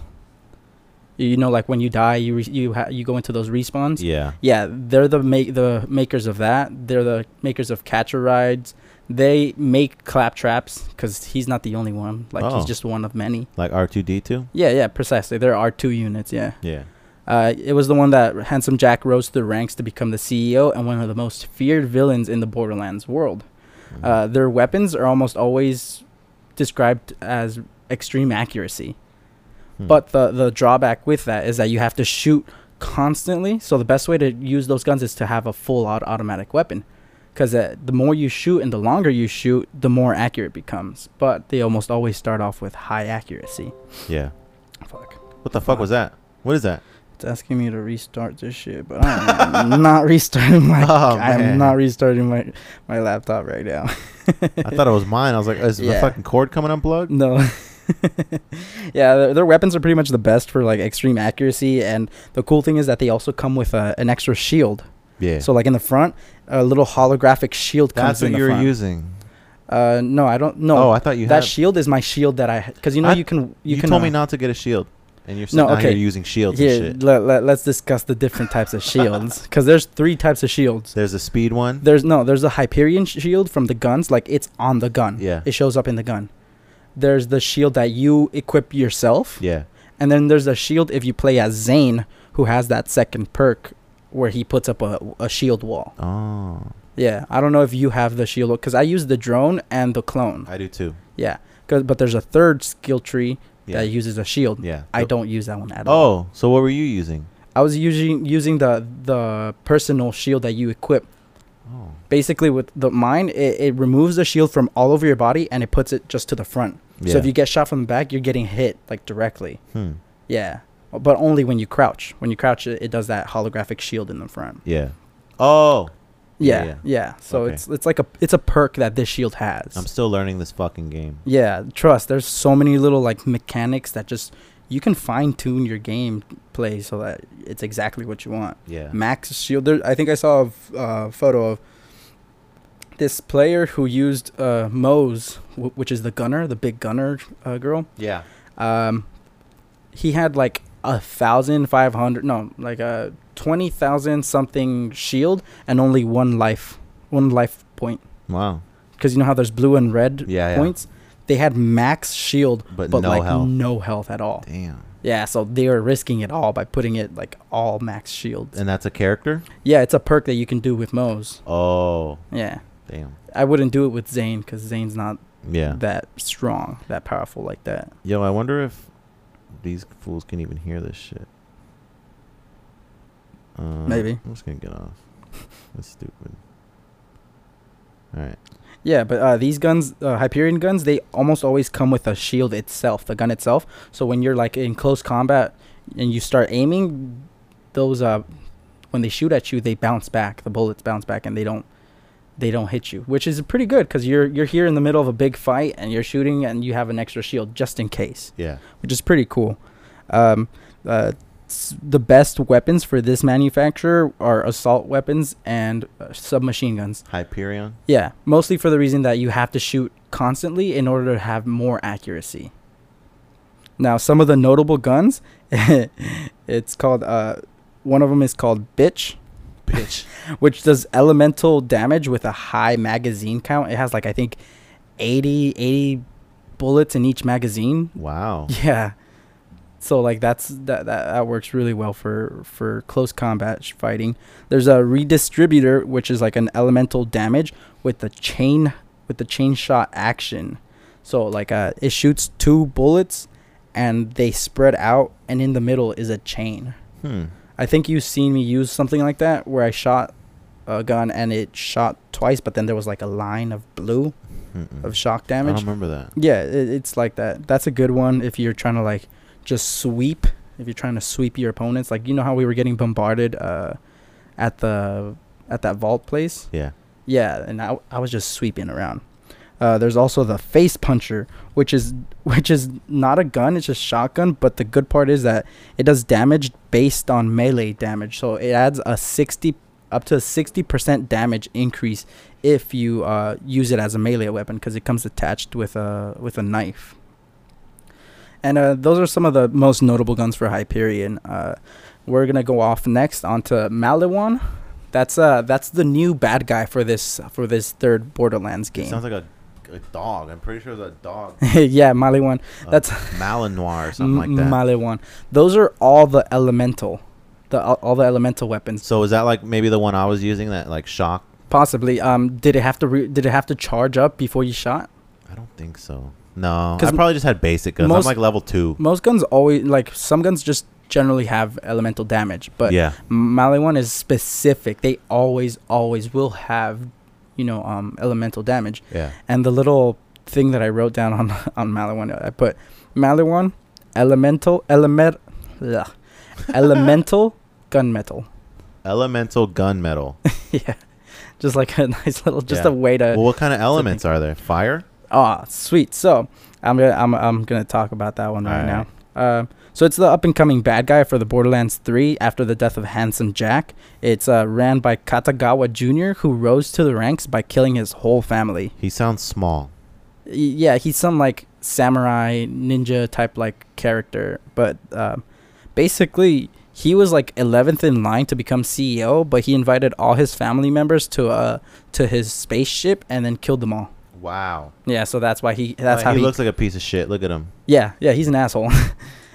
You know, like when you die, you re- you ha- you go into those respawns.
Yeah.
Yeah, they're the make the makers of that. They're the makers of catcher rides. They make claptraps because he's not the only one. Like
Oh.
he's just one of many.
Like R two D two.
Yeah, yeah, precisely. There are two units. Yeah,
Yeah.
uh, it was the one that Handsome Jack rose through the ranks to become the CEO and one of the most feared villains in the Borderlands world.
Mhm.
Uh, their weapons are almost always described as extreme accuracy,
Hmm.
but the the drawback with that is that you have to shoot constantly. So the best way to use those guns is to have a full out automatic weapon, because uh, the more you shoot and the longer you shoot, the more accurate it becomes. But they almost always start off with high accuracy.
yeah.
Fuck.
What the fuck was that? What is that?
It's asking me to restart this shit, but I'm not restarting my.
Oh,
I'm
man.
not restarting my my laptop right now.
I thought it was mine. I was like, is the
Yeah.
fucking cord coming unplugged?
No. yeah, their, their weapons are pretty much the best for like extreme accuracy, and the cool thing is that they also come with uh, an extra shield.
Yeah.
So like in the front, a little holographic shield comes
that's
in
what you
the
were
front.
using.
Uh, no, I don't. No,
oh, I thought you
that
had.
shield is my shield that I because you know
I-
you can you,
you
can
told
uh,
me not to get a shield, and you're
No,
sitting out here
okay.
using shields
Here,
and shit.
let, let, let's discuss the different types of shields because there's three types of shields.
There's a speed one.
There's no, there's a Hyperion sh- shield from the guns, like it's on the gun.
Yeah.
It shows up in the gun. There's the shield that you equip yourself,
Yeah.
and then there's a shield if you play as Zane, who has that second perk where he puts up a, a shield wall.
Oh,
Yeah, I don't know if you have the shield because I use the drone and the clone.
I do too.
Yeah, 'Cause- but there's a third skill tree
Yeah.
that uses a shield.
yeah.
I don't use that one at all.
Oh, so what were you using?
I was using using the the personal shield that you equip
Oh.
basically with the mine it, it removes the shield from all over your body and it puts it just to the front
Yeah.
so if you get shot from the back you're getting hit like directly
hmm.
yeah but only when you crouch when you crouch it, it does that holographic shield in the front
Yeah. Oh,
yeah
Yeah,
yeah,
yeah.
so
Okay.
it's it's like a it's a perk that this shield has
I'm still learning this fucking game.
yeah trust there's so many little like mechanics that just you can fine tune your game play so that it's exactly what you want
Yeah.
Max Shield. There, I think I saw a v- uh, photo of this player who used uh, Mose, w- which is the gunner, the big gunner uh, girl,
Yeah.
um, he had like a thousand five hundred no like a twenty thousand something shield and only one life one life point
Wow.
because you know how there's blue and red
Yeah, yeah.
points they had max shield
But
but,
no
like
health.
no health at all
Damn.
yeah so they were risking it all by putting it like all max shields
And that's a character?
yeah it's a perk that you can do with Moe's
Oh,
yeah
damn.
I wouldn't do it with Zane because Zane's not
Yeah.
that strong that powerful like that
Yo, I wonder if these fools can even hear this shit. Uh,
Maybe.
I'm just gonna get off. That's stupid. All right.
Yeah, but uh, these guns, uh, Hyperion guns, they almost always come with a shield itself, the gun itself. So when you're like in close combat and you start aiming, those uh, when they shoot at you, they bounce back. The bullets bounce back, and they don't, they don't hit you, which is pretty good because you're you're here in the middle of a big fight and you're shooting and you have an extra shield just in case,
Yeah.
which is pretty cool. Um, uh, s- the best weapons for this manufacturer are assault weapons and uh, submachine guns.
Hyperion.
Yeah, mostly for the reason that you have to shoot constantly in order to have more accuracy. Now, some of the notable guns, it's called uh, one of them is called Bitch,
Bitch.
which does elemental damage with a high magazine count. It has like I think 80 80 bullets in each magazine.
wow.
Yeah. So like that's that, that that works really well for for close combat sh- fighting. There's a redistributor which is like an elemental damage with the chain with the chain shot action. So like uh it shoots two bullets and they spread out and in the middle is a chain.
Hmm.
I think you've seen me use something like that where I shot a gun and it shot twice but then there was like a line of blue
Mm-mm.
of shock
I
damage.
don't remember that.
Yeah, it, it's like that. That's a good one if you're trying to like just sweep. If you're trying to sweep your opponents, like you know how we were getting bombarded uh, at the at that vault place.
Yeah.
Yeah, and I, I was just sweeping around. Uh, there's also the face puncher, which is which is not a gun; it's a shotgun. But the good part is that it does damage based on melee damage, so it adds a sixty up to a sixty percent damage increase if you uh, use it as a melee weapon because it comes attached with a with a knife. And uh, those are some of the most notable guns for Hyperion. Uh, we're gonna go off next onto Malawan. That's uh that's the new bad guy for this for this third Borderlands
It
game.
sounds like a, a dog. I'm pretty sure it's a dog.
yeah, Malawan.
A
That's-
Malinois or something like that.
Malawan. Those are all the elemental, the all, all the elemental weapons.
so is that like maybe the one I was using that like shock?
Possibly. Um, did it have to re- did it have to charge up before you shot?
I don't think so. No, I
'Cause
probably just had basic guns. I'm
most-
like level two.
Most guns always like some guns just generally have elemental damage, but
yeah.
Malawan is specific. They always always will have, you know, um, elemental damage.
Yeah.
And the little thing that I wrote down on on Malawan, I put Malawan, elemental, element, ugh, elemental, gunmetal.
Elemental gunmetal.
Uh, yeah, just like a nice little, just
Yeah.
a way
well,
to.
what kind of elements are there? Fire.
Ah, sweet. So I'm gonna I'm I'm gonna talk about that one right,
Alright.
now. Um, so it's the up and coming bad guy for the Borderlands 3 after the death of Handsome Jack. It's uh, ran by Katagawa Jr., who rose to the ranks by killing his whole family.
He sounds small.
Y- yeah, he's some like samurai ninja type like character, but um, basically he was like 11th in line to become CEO, but he invited all his family members to uh to his spaceship and then killed them all.
Wow.
Yeah, so that's why he that's
Like,
how
he,
he,
looks like a piece of shit. Look at him.
Yeah, yeah, he's an asshole.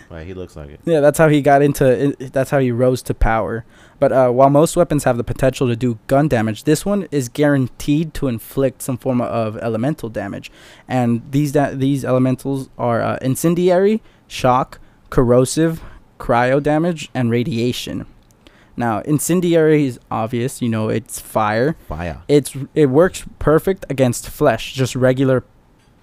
Like, he looks like it.
Yeah, that's how he got into. i- That's how he rose to power. But uh, while most weapons have the potential to do gun damage, this one is guaranteed to inflict some form of elemental damage. And these da- these elementals are uh, incendiary, shock, corrosive, cryo damage, and radiation. Now, incendiary is obvious. You know, it's fire
Fire.
it's it works perfect against flesh, just regular,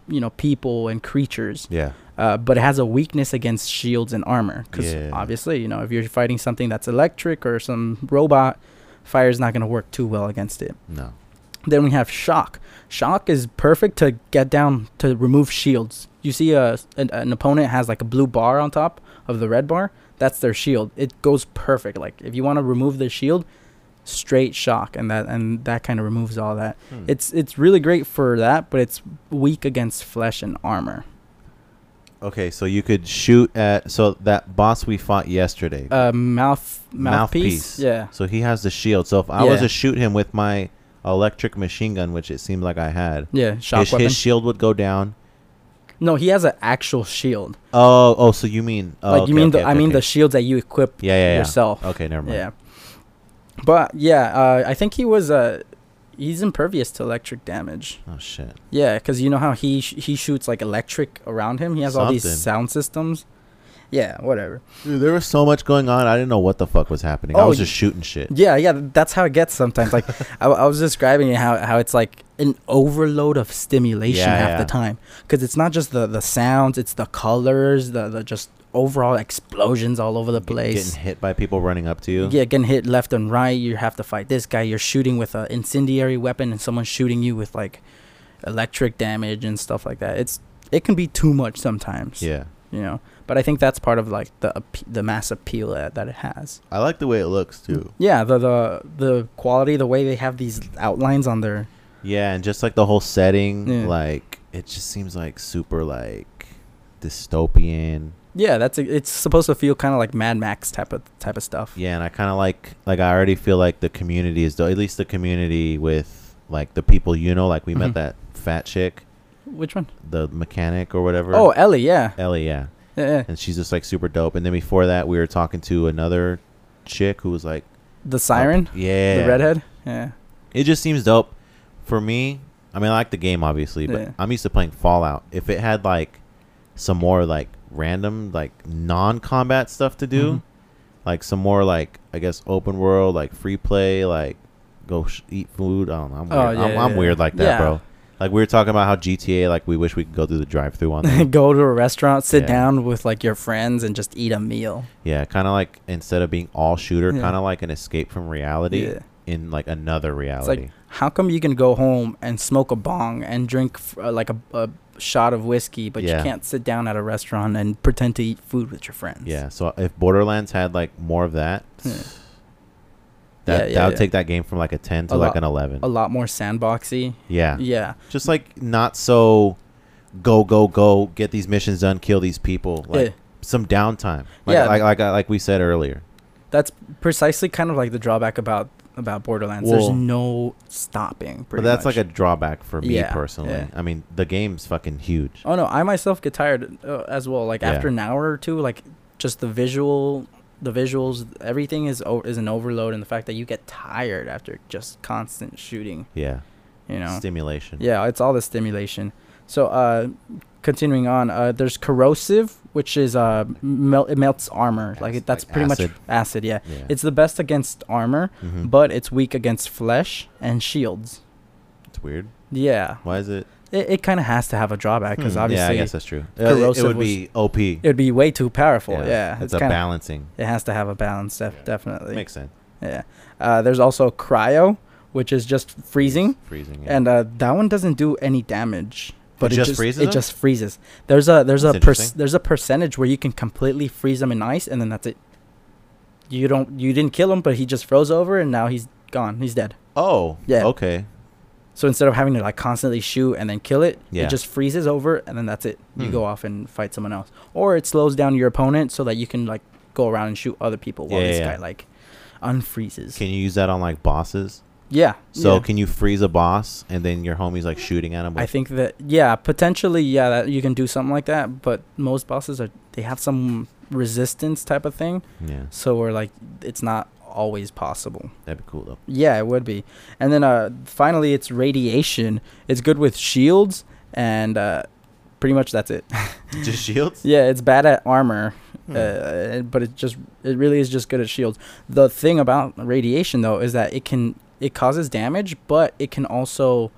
you know, people and creatures.
Yeah.
Uh, but it has a weakness against shields and armor because
Yeah.
obviously, you know, if you're fighting something that's electric or some robot, fire's not going to work too well against it.
No.
Then we have shock. Shock is perfect to get down to remove shields. You see, a an, an opponent has like a blue bar on top of the red bar. That's their shield. It goes perfect. Like if you want to remove the shield, straight shock, and that and that kind of removes all that.
Hmm.
It's it's really great for that, but it's weak against flesh and armor.
Okay, so you could shoot at so that boss we fought yesterday.
Uh, mouth mouthpiece.
Mouthpiece.
Yeah.
so he has the shield. So if I was
Yeah.
to shoot him with my electric machine gun, which it seemed like I had,
Yeah. Shock
his,
weapon.
his shield would go down.
no, he has an actual shield.
Oh, oh, so you mean oh,
like
okay,
you mean the
okay,
I
okay,
mean
okay.
the shields that you equip
yeah, yeah, yeah.
yourself.
Okay, never mind.
Yeah. But yeah, uh, I think he was uh he's impervious to electric damage.
Oh shit.
Yeah, because you know how he sh- he shoots like electric around him. He has all these
Something.
sound systems. Yeah, whatever.
Dude, there was so much going on. I didn't know what the fuck was happening. I
Oh,
was
you-
just shooting shit.
Yeah, yeah, that's how it gets sometimes. Like I, I was describing it how how it's like an overload of stimulation
Yeah,
half
yeah.
the time because it's not just the the sounds, it's the colors, the the just overall explosions all over the place.
Getting hit by people running up to you.
yeah, getting hit left and right. You have to fight this guy. You're shooting with an incendiary weapon, and someone's shooting you with like electric damage and stuff like that. It's it can be too much sometimes.
Yeah.
you know. But I think that's part of like the ap- the mass appeal uh, that, that it has.
I like the way it looks too.
Yeah, the the the quality, the way they have these outlines on their
Yeah, and just like the whole setting,
Yeah.
like it just seems like super like dystopian.
yeah, that's a, it's supposed to feel kind of like Mad Max type of type of stuff.
Yeah, and I kind of like like I already feel like the community is though at least the community with like the people you know. Like we
Mhm.
met that fat chick,
Which one?
the mechanic or whatever.
Oh, Ellie, yeah,
Ellie, yeah,
yeah, yeah.
and she's just like super dope. And then before that, we were talking to another chick who was like
the siren,
Oh, yeah,
the redhead, yeah,
It just seems dope for me. I mean, I like the game obviously, but
Yeah.
I'm used to playing Fallout. If it had like some more like random like non-combat stuff to do,
Mhm.
like some more like I guess open world, like free play, like go sh- eat food. I don't know. I'm weird.
Oh, yeah,
I'm, I'm
yeah,
weird like that,
yeah.
bro. Like we were talking about how GTA, like we wish we could go through the drive-through on that.
Go to a restaurant, sit
Uh-huh. Yeah.
down with like your friends, and just eat a meal.
yeah, kind of like instead of being all shooter,
Yeah.
kind of like an escape from reality
Yeah.
in like another
It's
reality.
like, how come you can go home and smoke a bong and drink f- uh, like a, a shot of whiskey, but
Yeah.
you can't sit down at a restaurant and pretend to eat food with your friends?
Yeah, so if Borderlands had like more of that,
Hmm. Yeah.
that
Yeah, yeah,
that would
yeah.
take that game from like a ten to
A
like
lot-
an eleven.
a lot more sandboxy.
yeah.
Yeah,
just like not so go go go get these missions done, kill these people, like
Yeah.
some downtime. Like,
Yeah.
like like like we said earlier.
that's precisely kind of like the drawback about about Borderlands. There's
Well-
no stopping.
but that's like a drawback for me
Yeah,
personally.
yeah.
I mean, the game's fucking huge.
Oh no, I myself get tired uh, as well. Like
Yeah.
after an hour or two, like just the visual, the visuals, everything is o- is an overload, and the fact that you get tired after just constant shooting.
Yeah,
You know.
stimulation.
Yeah, it's all the stimulation. So, uh, continuing on, uh, there's corrosive, which is uh, mel- it melts armor. Like
Acid-
it, that's
like
pretty
acid.
much acid. Yeah.
Yeah.
it's the best against armor,
Mhm.
but it's weak against flesh and shields.
it's weird.
Yeah,
Why is it?
it, it kind of has to have a drawback because
Hmm, yeah, I
obviously
guess that's true. Uh, it- it,
corrosive
would
was-
be OP.
it would be way too powerful. Yeah,
it's,
it's
a
kinda,
balancing.
it has to have a balance. Def-
Yeah.
Definitely.
Makes sense.
yeah. Uh, there's also cryo, which is just freezing.
Freezing.
and uh, that one doesn't do any damage. But it,
just
just,
freezes
It
them?
just freezes. There's a there's
That's
a per-
interesting.
there's a percentage where you can completely freeze them in ice, and then that's it. You don't you didn't kill him, but he just froze over, and now he's gone. He's dead.
oh,
Yeah.
Okay.
So instead of having to like constantly shoot and then kill it,
Yeah.
it just freezes over, and then that's it. You
Hmm.
go off and fight someone else, or it slows down your opponent so that you can like go around and shoot other people while
Yeah,
this
yeah, yeah.
guy like unfreezes.
Can you use that on like bosses?
yeah.
So
yeah.
can you freeze a boss and then your homie's like shooting at him?
I
With,
think that yeah, potentially yeah, that you can do something like that. But most bosses are they have some resistance type of thing,
yeah,
so we're like it's not always possible.
that'd be cool though.
Yeah, it would be. And then uh, finally, it's radiation. It's good with shields and uh, pretty much that's it.
Just shields.
yeah, it's bad at armor,
Hmm.
uh, but it just it really is just good at shields. The thing about radiation though is that it can it causes damage, but it can also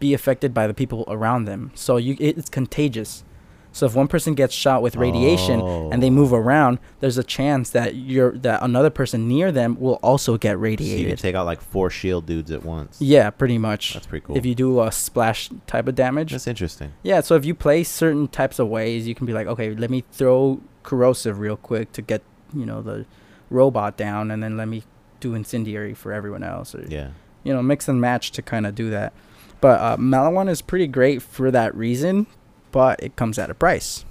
be affected by the people around them. So you it- it's contagious. So if one person gets shot with radiation and they
Oh.
move around, there's a chance that you're that another person near them will also get
So you can
radiated.
take out like four shield dudes at once.
yeah, pretty much.
That's pretty cool.
If you do a splash type of damage,
That's interesting.
yeah, so if you play certain types of ways, you can be like, okay, let me throw corrosive real quick to get you know the robot down, and then let me do incendiary for everyone else, or
Yeah.
you know mix and match to kind of do that. But uh, Malawan is pretty great for that reason, but it comes at a price.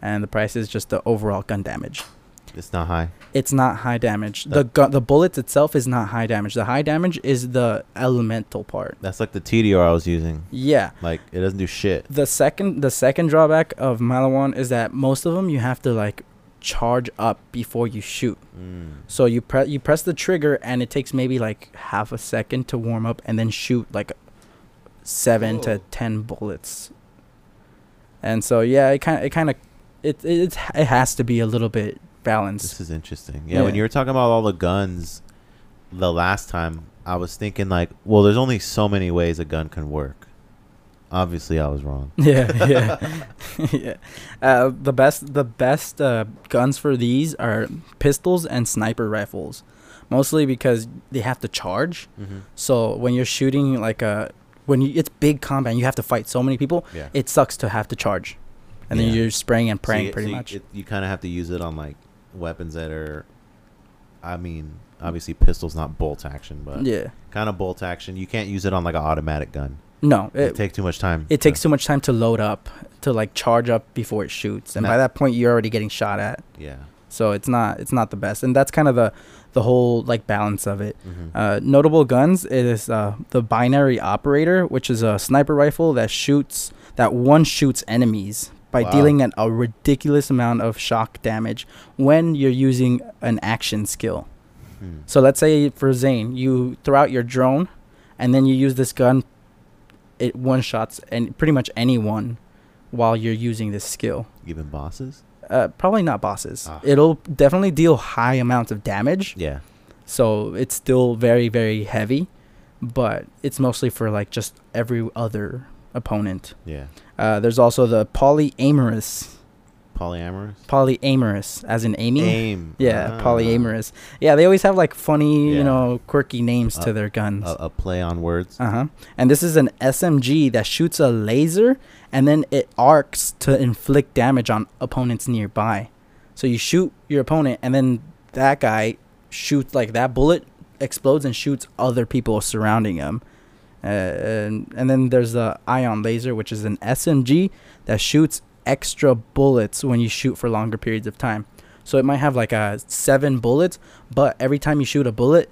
and the price is just the overall gun damage.
It's not high.
It's not high damage. The gun, the bullets itself is not high damage. The high damage is the elemental part.
That's like the TDR I was using.
Yeah.
Like it doesn't do shit.
The second the second drawback of Malawan is that most of them you have to like charge up before you shoot.
Mm.
So you press you press the trigger and it takes maybe like half a second to warm up and then shoot like seven to
Whoa.
ten bullets. And so yeah, it kind it kind of it, it it's- it has to be a little bit balanced.
This is interesting. Yeah, when
Yeah.
you were talking about all the guns the last time, I was thinking like, well, there's only so many ways a gun can work. Obviously, I was wrong.
yeah, yeah, yeah. Uh, the best the best uh, guns for these are pistols and sniper rifles, mostly because they have to charge.
Mm-hmm.
So when you're shooting like a when you, it's big combat, and you have to fight so many people.
Yeah.
It sucks to have to charge, and
Yeah.
then you're spraying and praying
So you-
pretty
so you-
much.
it- you kind of have to use it on like weapons that are, I mean, obviously pistols, not bolt action, but
yeah.
kind of bolt action. You can't use it on like an automatic gun.
No,
It,
it,
take too much time.
it
to-
takes too much time to load up to like charge up before it shoots, and
No.
by that point you're already getting shot at.
Yeah.
So it's not it's not the best, and that's kind of the the whole like balance of it.
Mm-hmm.
Uh, notable guns is uh, the binary operator, which is a sniper rifle that shoots that one shoots enemies by
Wow.
dealing an, a ridiculous amount of shock damage when you're using an action skill.
Hmm.
So let's say for Zane, you throw out your drone, and then you use this gun. It one shots and pretty much anyone while you're using this skill.
Even bosses.
Uh, probably not bosses.
Ah.
It'll definitely deal high amounts of damage
Yeah.
so it's still very very heavy but it's mostly for like just every other opponent
Yeah.
uh, there's also the polyamorous
Polyamorous.
polyamorous as in aiming
Aim.
yeah
Ah.
polyamorous yeah they always have like funny
Yeah.
you know quirky names to
Uh,
their guns
A, a play on words.
uh-huh and this is an smg that shoots a laser and then it arcs to inflict damage on opponents nearby so you shoot your opponent and then that guy shoots like that bullet explodes and shoots other people surrounding him uh, and, and then there's the ion laser which is an smg that shoots extra bullets when you shoot for longer periods of time so it might have like a seven bullets but every time you shoot a bullet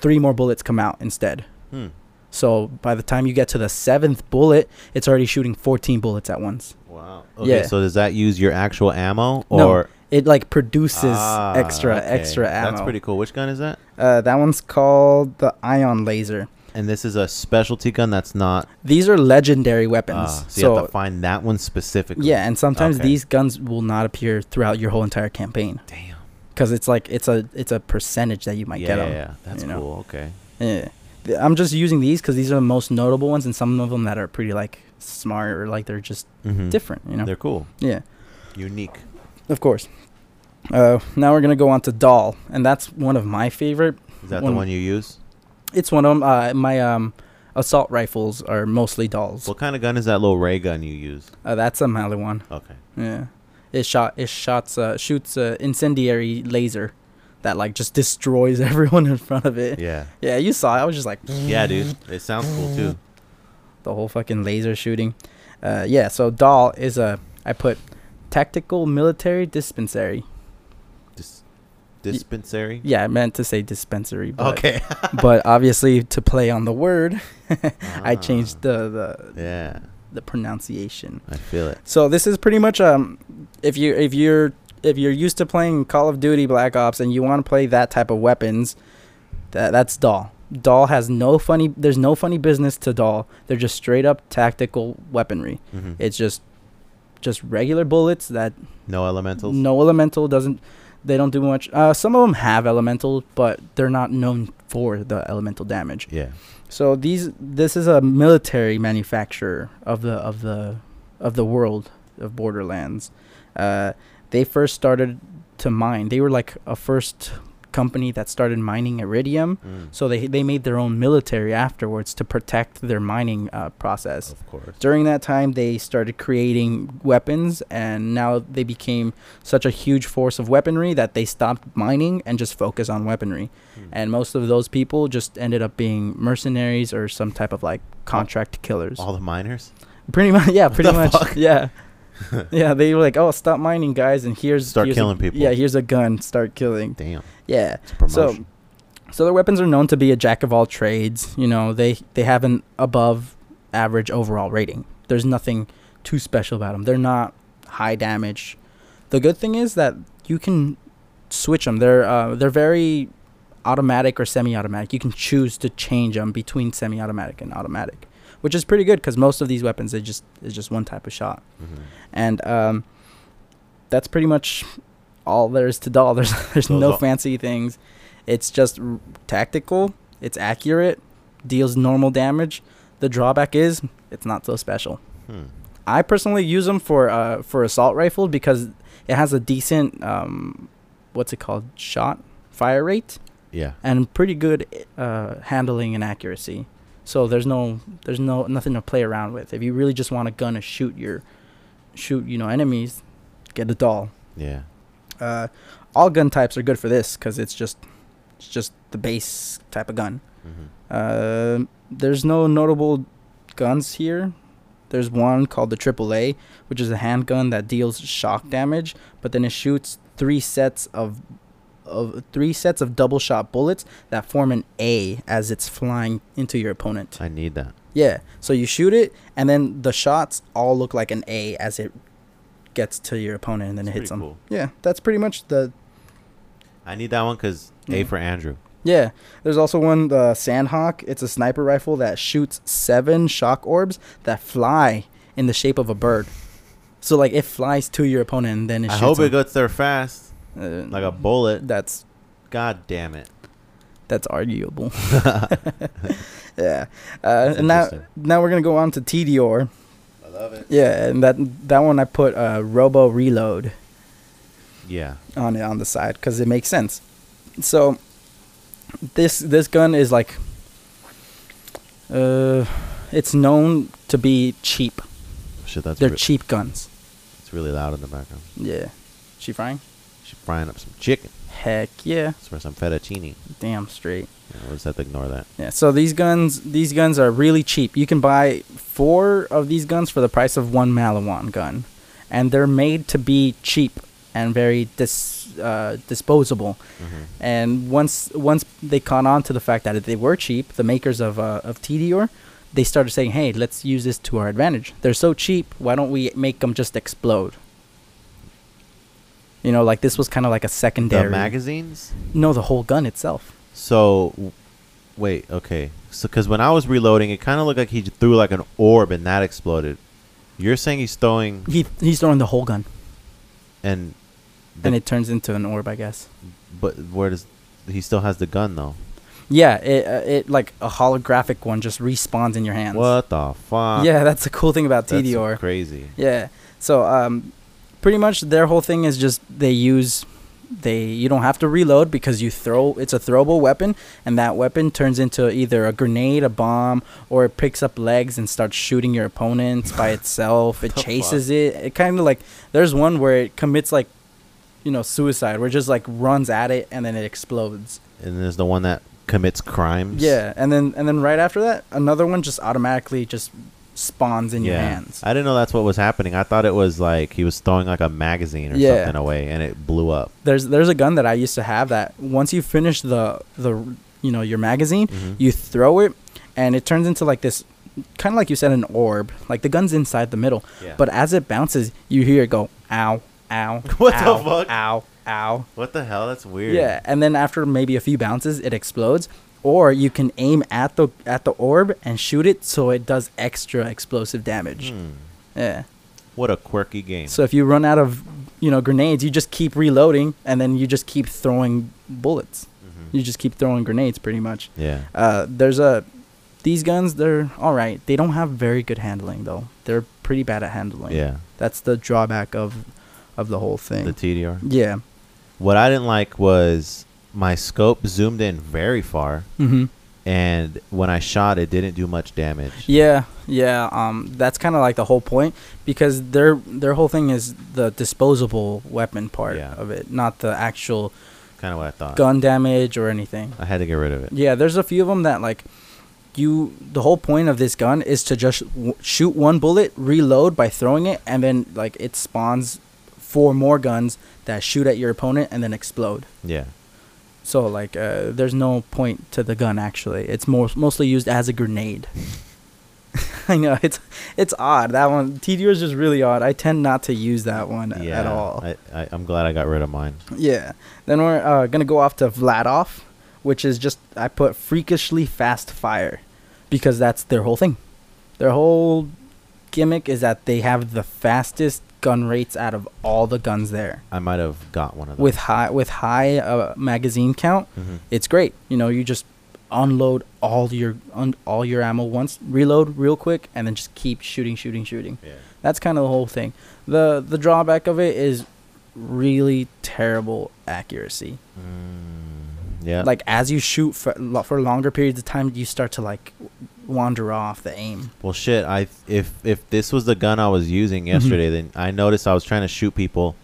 three more bullets come out instead
Hmm.
so by the time you get to the seventh bullet, it's already shooting 14 bullets at once.
Wow. Okay,
Yeah.
so does that use your actual ammo
No,
or
It like produces
Ah,
extra
okay.
extra ammo.
That's pretty cool. Which gun is that?
Uh, that one's called the ion laser.
And this is a specialty gun that's not
These are legendary weapons.
uh, so, you have
so
to find that one specifically.
yeah, and sometimes
Okay.
these guns will not appear throughout your whole entire campaign
Damn.
because it's like it's a it's a percentage that you might
yeah,
get
yeah,
them.
yeah. That's
you
cool.
know.
Okay.
Yeah. Th- I'm just using these because these are the most notable ones, and some of them that are pretty like smart or like they're just
Mhm.
different. You know.
They're cool.
yeah.
Unique.
Of course. Uh, now we're gonna go on to doll, and that's one of my favorite.
Is that
One-
the one you use?
It's one of 'em, uh, my um, assault rifles are mostly dolls.
What kind of gun is that little ray gun you use?
Uh, that's a Malawan.
Okay.
Yeah, it shot it shots uh, shoots uh, incendiary laser that like just destroys everyone in front of it. Yeah,
Yeah.
you saw. it. I was just like
Yeah, dude. It sounds cool too.
the whole fucking laser shooting. Uh, yeah. So doll is a I put tactical military dispensary.
Dis- dispensary.
Yeah, I meant to say dispensary. But,
Okay.
but obviously to play on the word. I
Ah.
changed the the,
Yeah.
the pronunciation.
I feel it.
So this is pretty much um if you if you're if you're used to playing Call of Duty Black Ops and you want to play that type of weapons, that that's Doll. Doll has no funny there's no funny business to Doll. They're just straight up tactical weaponry.
Mhm.
It's just just regular bullets that
no elementals.
no elemental doesn't they don't do much. Uh, some of them have elemental, but they're not known for the elemental damage.
Yeah.
So these this is a military manufacturer of the of the of the world of Borderlands. Uh, they first started to mine. They were like a first company that started mining iridium.
Mm.
So they they made their own military afterwards to protect their mining uh, process.
Of course.
During that time, they started creating weapons, and now they became such a huge force of weaponry that they stopped mining and just focus on weaponry
Hmm.
and most of those people just ended up being mercenaries or some type of like contract killers.
all the miners.
Pretty much, yeah, pretty
the
much,
fuck?
yeah. yeah, they were like, "Oh, stop mining, guys!" And here's
Start
here's a-
killing people.
Yeah, here's a gun. Start killing.
Damn.
Yeah.
It's promotion.
So, so their weapons are known to be a jack of all trades. You know, they they have an above average overall rating. There's nothing too special about them. They're not high damage. The good thing is that you can switch them. They're uh, they're very automatic or semi-automatic. You can choose to change them between semi-automatic and automatic, which is pretty good because most of these weapons they just is just one type of shot
Mhm.
and um, that's pretty much all there is to doll. There's there's
Those
no
are-
fancy things. It's just r- tactical. It's accurate. Deals normal damage. The drawback is it's not so special.
Hmm.
I personally use them for uh, for assault rifle because it has a decent um, what's it called shot fire rate
Yeah.
and pretty good uh, handling and accuracy. So there's no there's no nothing to play around with. If you really just want a gun to shoot your shoot you know enemies, get a doll.
Yeah.
Uh, all gun types are good for this because it's just it's just the base type of gun.
Mhm.
Uh, there's no notable guns here. There's one called the AAA, which is a handgun that deals shock damage, but then it shoots three sets of of three sets of double shot bullets that form an A as it's flying into your opponent.
I need that.
Yeah. So you shoot it and then the shots all look like an A as it gets to your opponent and then
It's
it hits them.
pretty cool.
Yeah, that's pretty much the
I need that one because A
Yeah.
for Andrew.
Yeah, there's also one, the Sandhawk. It's a sniper rifle that shoots seven shock orbs that fly in the shape of a bird. So like it flies to your opponent and then it
I
shoots.
hope it
him.
gets there fast,
Uh,
like a bullet.
that's
God damn it.
that's arguable. yeah, uh, and now
interesting.
now we're gonna go on to TDR.
I love it.
Yeah, and that that one I put uh, Robo Reload.
Yeah.
on it on the side because it makes sense. So this this gun is like uh it's known to be cheap.
Shit, that's
They're
re-
cheap guns.
it's really loud in the background.
Yeah. She frying?
She's frying up some chicken.
Heck yeah.
It's for some fettuccine.
Damn straight.
Yeah, we'll just have to ignore that.
Yeah, so these guns these guns are really cheap. You can buy four of these guns for the price of one Malawan gun. And they're made to be cheap and very dis uh, disposable.
Mm-hmm.
And once once they caught on to the fact that they were cheap, the makers of uh, of TDR, they started saying, "Hey, let's use this to our advantage. They're so cheap. Why don't we make them just explode?" You know, like this was kind of like a secondary.
The magazines?
no, the whole gun itself.
So, w- wait, okay. So, because when I was reloading, it kind of looked like he j- threw like an orb and that exploded. You're saying he's throwing
He he's throwing the whole gun,
and,
and it turns into an orb, I guess.
but where does he still has the gun though?
Yeah, it uh, it like a holographic one just respawns in your hands.
What the fuck?
Yeah, that's the cool thing about
That's
TDR.
crazy.
Yeah. So um, pretty much their whole thing is just they use they you don't have to reload because you throw it's a throwable weapon and that weapon turns into either a grenade, a bomb, or it picks up legs and starts shooting your opponents by itself. it
The fuck?
chases it. It kind of like there's one where it commits like you know suicide where it just like runs at it and then it explodes.
And there's the one that commits crimes.
Yeah, and then and then right after that another one just automatically just spawns in your
Yeah.
hands.
I didn't know that's what was happening. I thought it was like he was throwing like a magazine or
Yeah.
something away and it blew up.
there's there's a gun that I used to have that once you finish the the you know your magazine,
Mhm.
you throw it, and it turns into like this, kind of like you said, an orb. Like the gun's inside the middle,
Yeah.
but as it bounces, you hear it go ow ow
What the
ow,
fuck?
ow ow.
What the hell? That's weird.
Yeah, and then after maybe a few bounces, it explodes. Or you can aim at the at the orb and shoot it so it does extra explosive damage.
Hmm.
Yeah.
What a quirky game.
So if you run out of, you know, grenades, you just keep reloading, and then you just keep throwing bullets.
Mhm.
You just keep throwing grenades, pretty much.
yeah.
Uh, there's a, these guns, they're all right. They don't have very good handling though. They're pretty bad at handling.
Yeah.
That's the drawback of, of the whole thing.
The TDR.
yeah.
What I didn't like was my scope zoomed in very far,
Mm-hmm.
and when I shot, it didn't do much damage.
Yeah, yeah. Um, that's kind of like the whole point because their their whole thing is the disposable weapon part
Yeah. Uh,
of it, not the actual
Kind of what I thought.
gun damage or anything.
I had to get rid of it.
Yeah, there's a few of them that like you the whole point of this gun is to just w- shoot one bullet, reload by throwing it, and then like it spawns four more guns that shoot at your opponent and then explode.
Yeah.
So like, uh, there's no point to the gun actually. It's more mostly used as a grenade. I know it's it's odd that one. TDR is just really odd. I tend not to use that one a-
yeah.
at all.
I, I, I'm glad I got rid of mine.
yeah. Then we're uh, gonna go off to Vladov, which is just I put freakishly fast fire, because that's their whole thing. Their whole gimmick is that they have the fastest gun rates out of all the guns there,
I might have got one of those.
with high with high uh, magazine count
hmm
it's great. You know, you just unload all your un- all your ammo once, reload real quick, and then just keep shooting, shooting, shooting.
Yeah.
That's kind of the whole thing. the The drawback of it is really terrible accuracy.
Mm, yeah.
Like as you shoot for lo- for longer periods of time, you start to like w- wander off the aim.
Well, shit. I if if this was the gun I was using
Mm-hmm.
yesterday, then I noticed I was trying to shoot people,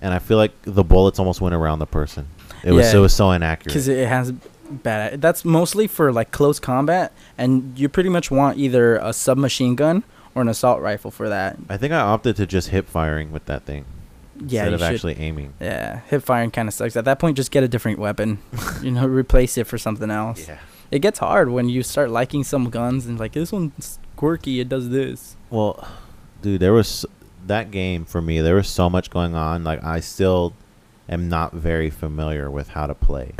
and I feel like the bullets almost went around the person. It was
Yeah.
it was so inaccurate.
because it has bad. That's mostly for like close combat, and you pretty much want either a submachine gun or an assault rifle for that.
I think I opted to just hip firing with that thing
Yeah,
instead
you
of
should-
actually aiming.
Yeah, hip firing kind of sucks. At that point, just get a different weapon. you know, replace it for something else.
Yeah.
It gets hard when you start liking some guns and like this one's quirky. It does this.
Well, dude, there was that game for me. There was so much going on. Like I still am not very familiar with how to play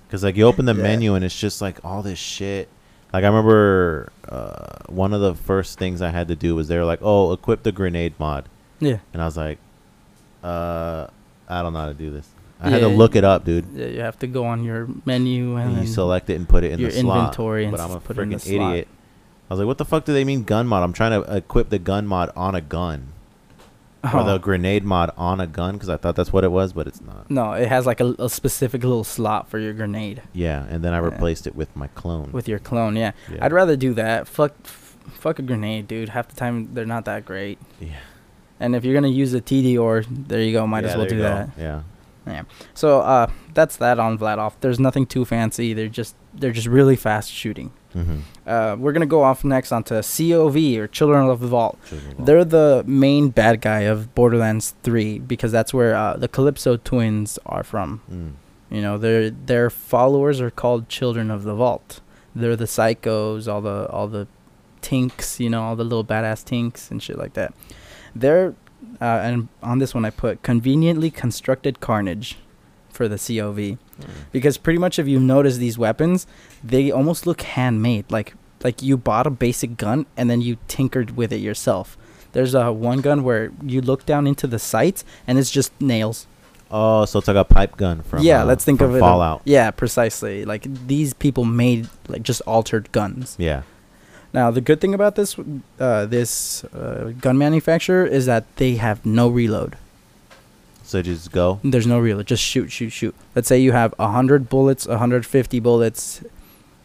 because like you open the
Yeah.
menu and it's just like all this shit. Like I remember uh, one of the first things I had to do was they were like, "Oh, equip the grenade mod,"
Yeah,
and I was like, "Uh, I don't know how to do this." I had to
Yeah.
look it up, dude.
yeah. You have to go on your menu and
And you
then-
select it and put it in
your
the slot.
inventory and
but I'm a
put it in the
freaking
slot.
idiot. I was like, "What the fuck do they mean gun mod?" I'm trying to equip the gun mod on a gun
Oh.
or the grenade mod on a gun because I thought that's what it was, but it's not.
no, it has like a, a specific little slot for your grenade
Yeah, and then I
Yeah.
replaced it with my clone.
with your clone. Yeah,
yeah.
I'd rather do that. Fuck, f- fuck a grenade, dude. Half the time they're not that great.
Yeah.
And if you're gonna use a TD or there you go, might
Yeah,
as well
there
do
you go.
that.
Yeah,
So uh, that's that on Vladov. There's nothing too fancy. They're just they're just really fast shooting.
mm-hmm.
Uh, we're gonna go off next onto COV or Children of the Vault. They're the main bad guy of Borderlands 3 because that's where uh, the Calypso twins are from.
Mm.
You know, their their followers are called Children of the Vault. They're the psychos, all the all the tinks, you know, all the little badass tinks and shit like that. They're uh, and on this one I put conveniently constructed carnage for the COV because pretty much if you notice these weapons they almost look handmade like like you bought a basic gun and then you tinkered with it yourself there's a one gun where you look down into the sights and it's just nails
Oh, so it's like a pipe gun from
yeah
uh,
let's think
from
of it
Fallout.
yeah precisely like these people made like just altered guns
Yeah,
now the good thing about this uh, this uh, gun manufacturer is that they have no reload
so just go.
There's no reload. Just shoot, shoot, shoot. Let's say you have 100 bullets, 150 bullets.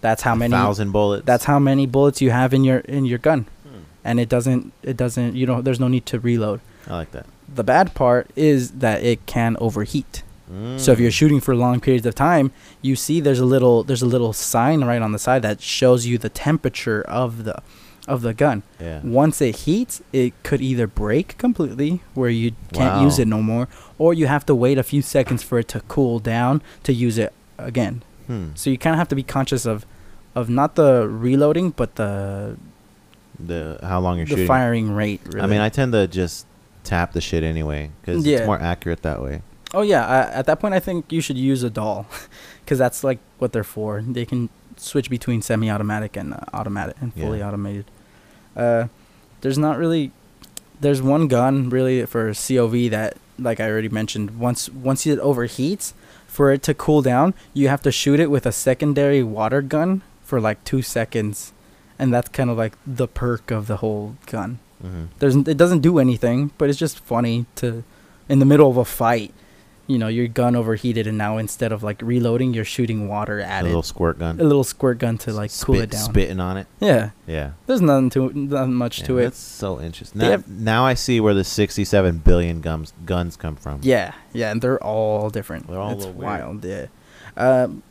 That's how
a
many
thousand bullets?
that's how many bullets you have in your in your gun.
Hmm.
And it doesn't it doesn't you know there's no need to reload.
I like that.
The bad part is that it can overheat. So if you're
Mm.
shooting for long periods of time, you see there's a little there's a little sign right on the side that shows you the temperature of the of the gun.
yeah.
Once it heats, it could either break completely, where you can't
Wow.
use it no more, or you have to wait a few seconds for it to cool down to use it again.
Hmm.
So you kind of have to be conscious of, of not the reloading, but the
the how long you're
the
shooting.
firing rate. Really.
I mean, I tend to just tap the shit anyway because
Yeah.
it's more accurate that way.
oh yeah, I, at that point, I think you should use a doll, because that's like what they're for. They can switch between semi-automatic and uh, automatic and fully
Yeah.
automated. Uh, there's not really there's one gun really for COV that like I already mentioned once once it overheats for it to cool down you have to shoot it with a secondary water gun for like 2 seconds and that's kind of like the perk of the whole gun.
Mm-hmm.
There's it doesn't do anything but it's just funny to in the middle of a fight you know your gun overheated and now instead of like reloading you're shooting water
A
at it
little squirt gun
a little squirt gun to like cool
Spit-
it down.
Spitting on it.
Yeah,
Yeah.
there's nothing to nothing much
Yeah,
to it.
That's so interesting.
They
Now,
have-
now I see where the 67 billion gums, guns come from.
Yeah, yeah, and they're all different.
They're all a
it's
little weird.
wild. Yeah, um,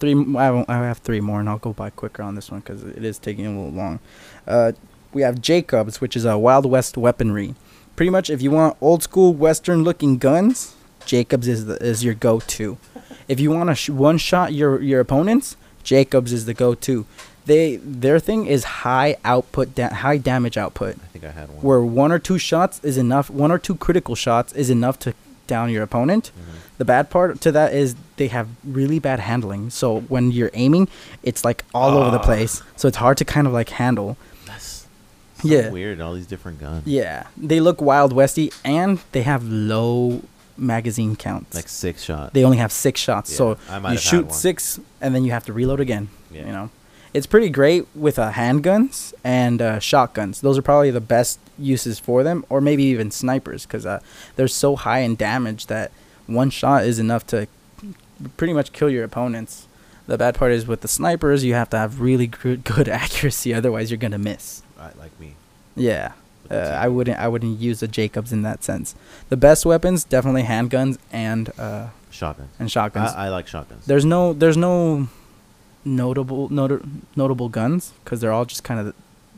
three. m- I have, I have three more, and I'll go by quicker on this one because it is taking a little long. Uh, we have Jacobs, which is a Wild West weaponry. Pretty much, if you want old school Western looking guns, Jacobs is the, is your go to. If you want to sh- one shot your your opponents, Jacobs is the go to. They their thing is high output, da- high damage output
I think I had one.
where one or two shots is enough, one or two critical shots is enough to down your opponent.
Mm-hmm.
The bad part to that is they have really bad handling. So when you're aiming, it's like all over the
Ah.
place. So it's hard to kind of like handle.
That's so
Yeah.
weird. All these different guns.
Yeah. They look wild westy and they have low magazine counts.
Like six shot.
they only have six shots.
Yeah,
so
I might
you
have had
shoot
one.
six and then you have to reload again.
Yeah.
You know, it's pretty great with uh, handguns and uh, shotguns. Those are probably the best uses for them, or maybe even snipers, because uh, they're so high in damage that one shot is enough to pretty much kill your opponents. The bad part is with the snipers, you have to have really good, good accuracy, otherwise you're gonna miss.
Right, like me.
Yeah.
But
Uh,
that's
I wouldn't. I wouldn't use a Jacobs in that sense. The best weapons, definitely handguns and uh,
Shotguns.
and shotguns.
I, I like shotguns.
There's no there's no notable not- notable guns because they're all just kind of the,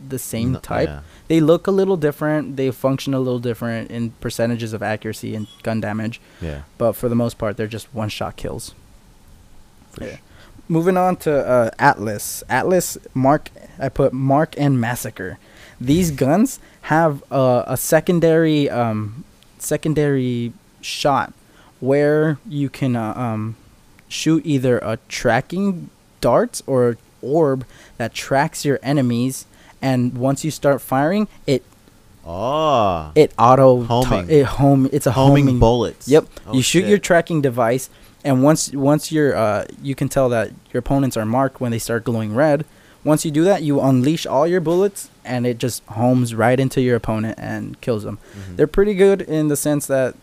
the same
No-
type.
yeah.
They look a little different. They function a little different in percentages of accuracy and gun damage,
Yeah.
but for the most part, they're just one shot kills.
For
Yeah.
sure.
Moving on to uh, Atlas. Atlas Mark. I put Mark and Massacre.
Hmm.
These guns have uh, a secondary um, secondary shot where you can uh, um, shoot either a tracking dart or orb that tracks your enemies. And once you start firing, it
Oh.
it auto
Homing.
it home. It's a
homing,
homing
bullets.
Yep.
Oh,
you shoot your
shit.
tracking device, and once once you're uh, you can tell that your opponents are marked when they start glowing red. Once you do that, you unleash all your bullets, and it just homes right into your opponent and kills them.
Mhm.
They're pretty good in the sense that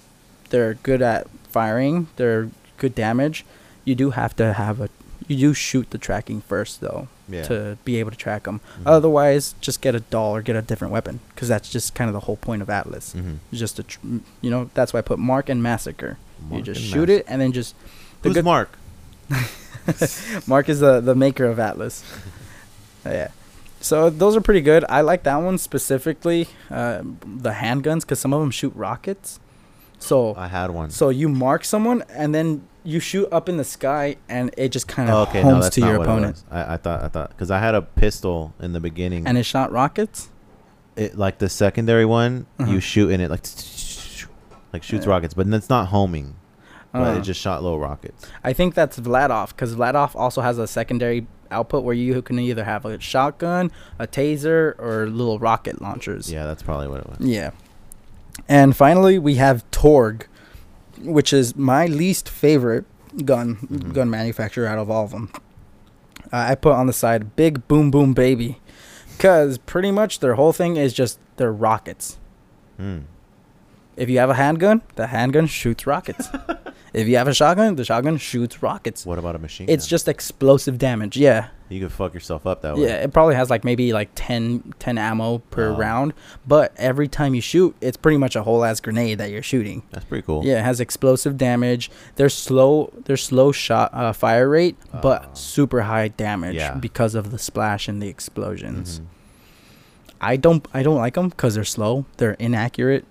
they're good at firing. They're good damage. You do have to have a you do shoot the tracking first though
Yeah.
to be able to track them.
Mhm.
Otherwise, just get a doll or get a different weapon because that's just kind of the whole point of Atlas
Mhm.
just a tr- you know that's why I put mark and massacre. you
Mark
just
and
shoot
Massacre.
it and then just the
Who's
good-
Mark?
Mark is the the maker of Atlas. Uh, yeah. So those are pretty good. I like that one specifically, uh, the handguns, because some of them shoot rockets. So
I had one.
so you mark someone and then you shoot up in the sky and it just kind
Oh,
of
okay, no,
homes
that's
to
not
your
what it
opponent.
was. I, I thought I thought because I had a pistol in the beginning,
And it shot rockets.
it, like the secondary one,
Uh-huh.
you shoot and it like like shoots
Yeah.
rockets, but that's not homing. But
Uh.
it just shot low rockets.
I think that's Vladov because Vladov also has a secondary output where you can either have a shotgun, a taser, or little rocket launchers.
Yeah, that's probably what it was.
Yeah. And finally, we have Torg, which is my least favorite gun
Mhm.
gun manufacturer out of all of them. Uh, I put on the side Big Boom Boom Baby, because pretty much their whole thing is just their rockets.
Hmm.
If you have a handgun, the handgun shoots rockets. if you have a shotgun, the shotgun shoots rockets.
What about a machine?
It's
gun?
just explosive damage. Yeah.
you could fuck yourself up that way.
Yeah, it probably has like maybe like 10, 10 ammo per
Oh.
round, but every time you shoot, it's pretty much a whole ass grenade that you're shooting.
that's pretty cool.
Yeah, it has explosive damage. They're slow. They're slow shot uh, fire rate,
Oh.
but super high damage
Yeah.
because of the splash and the explosions.
Mhm.
I don't. I don't like them because they're slow. They're inaccurate,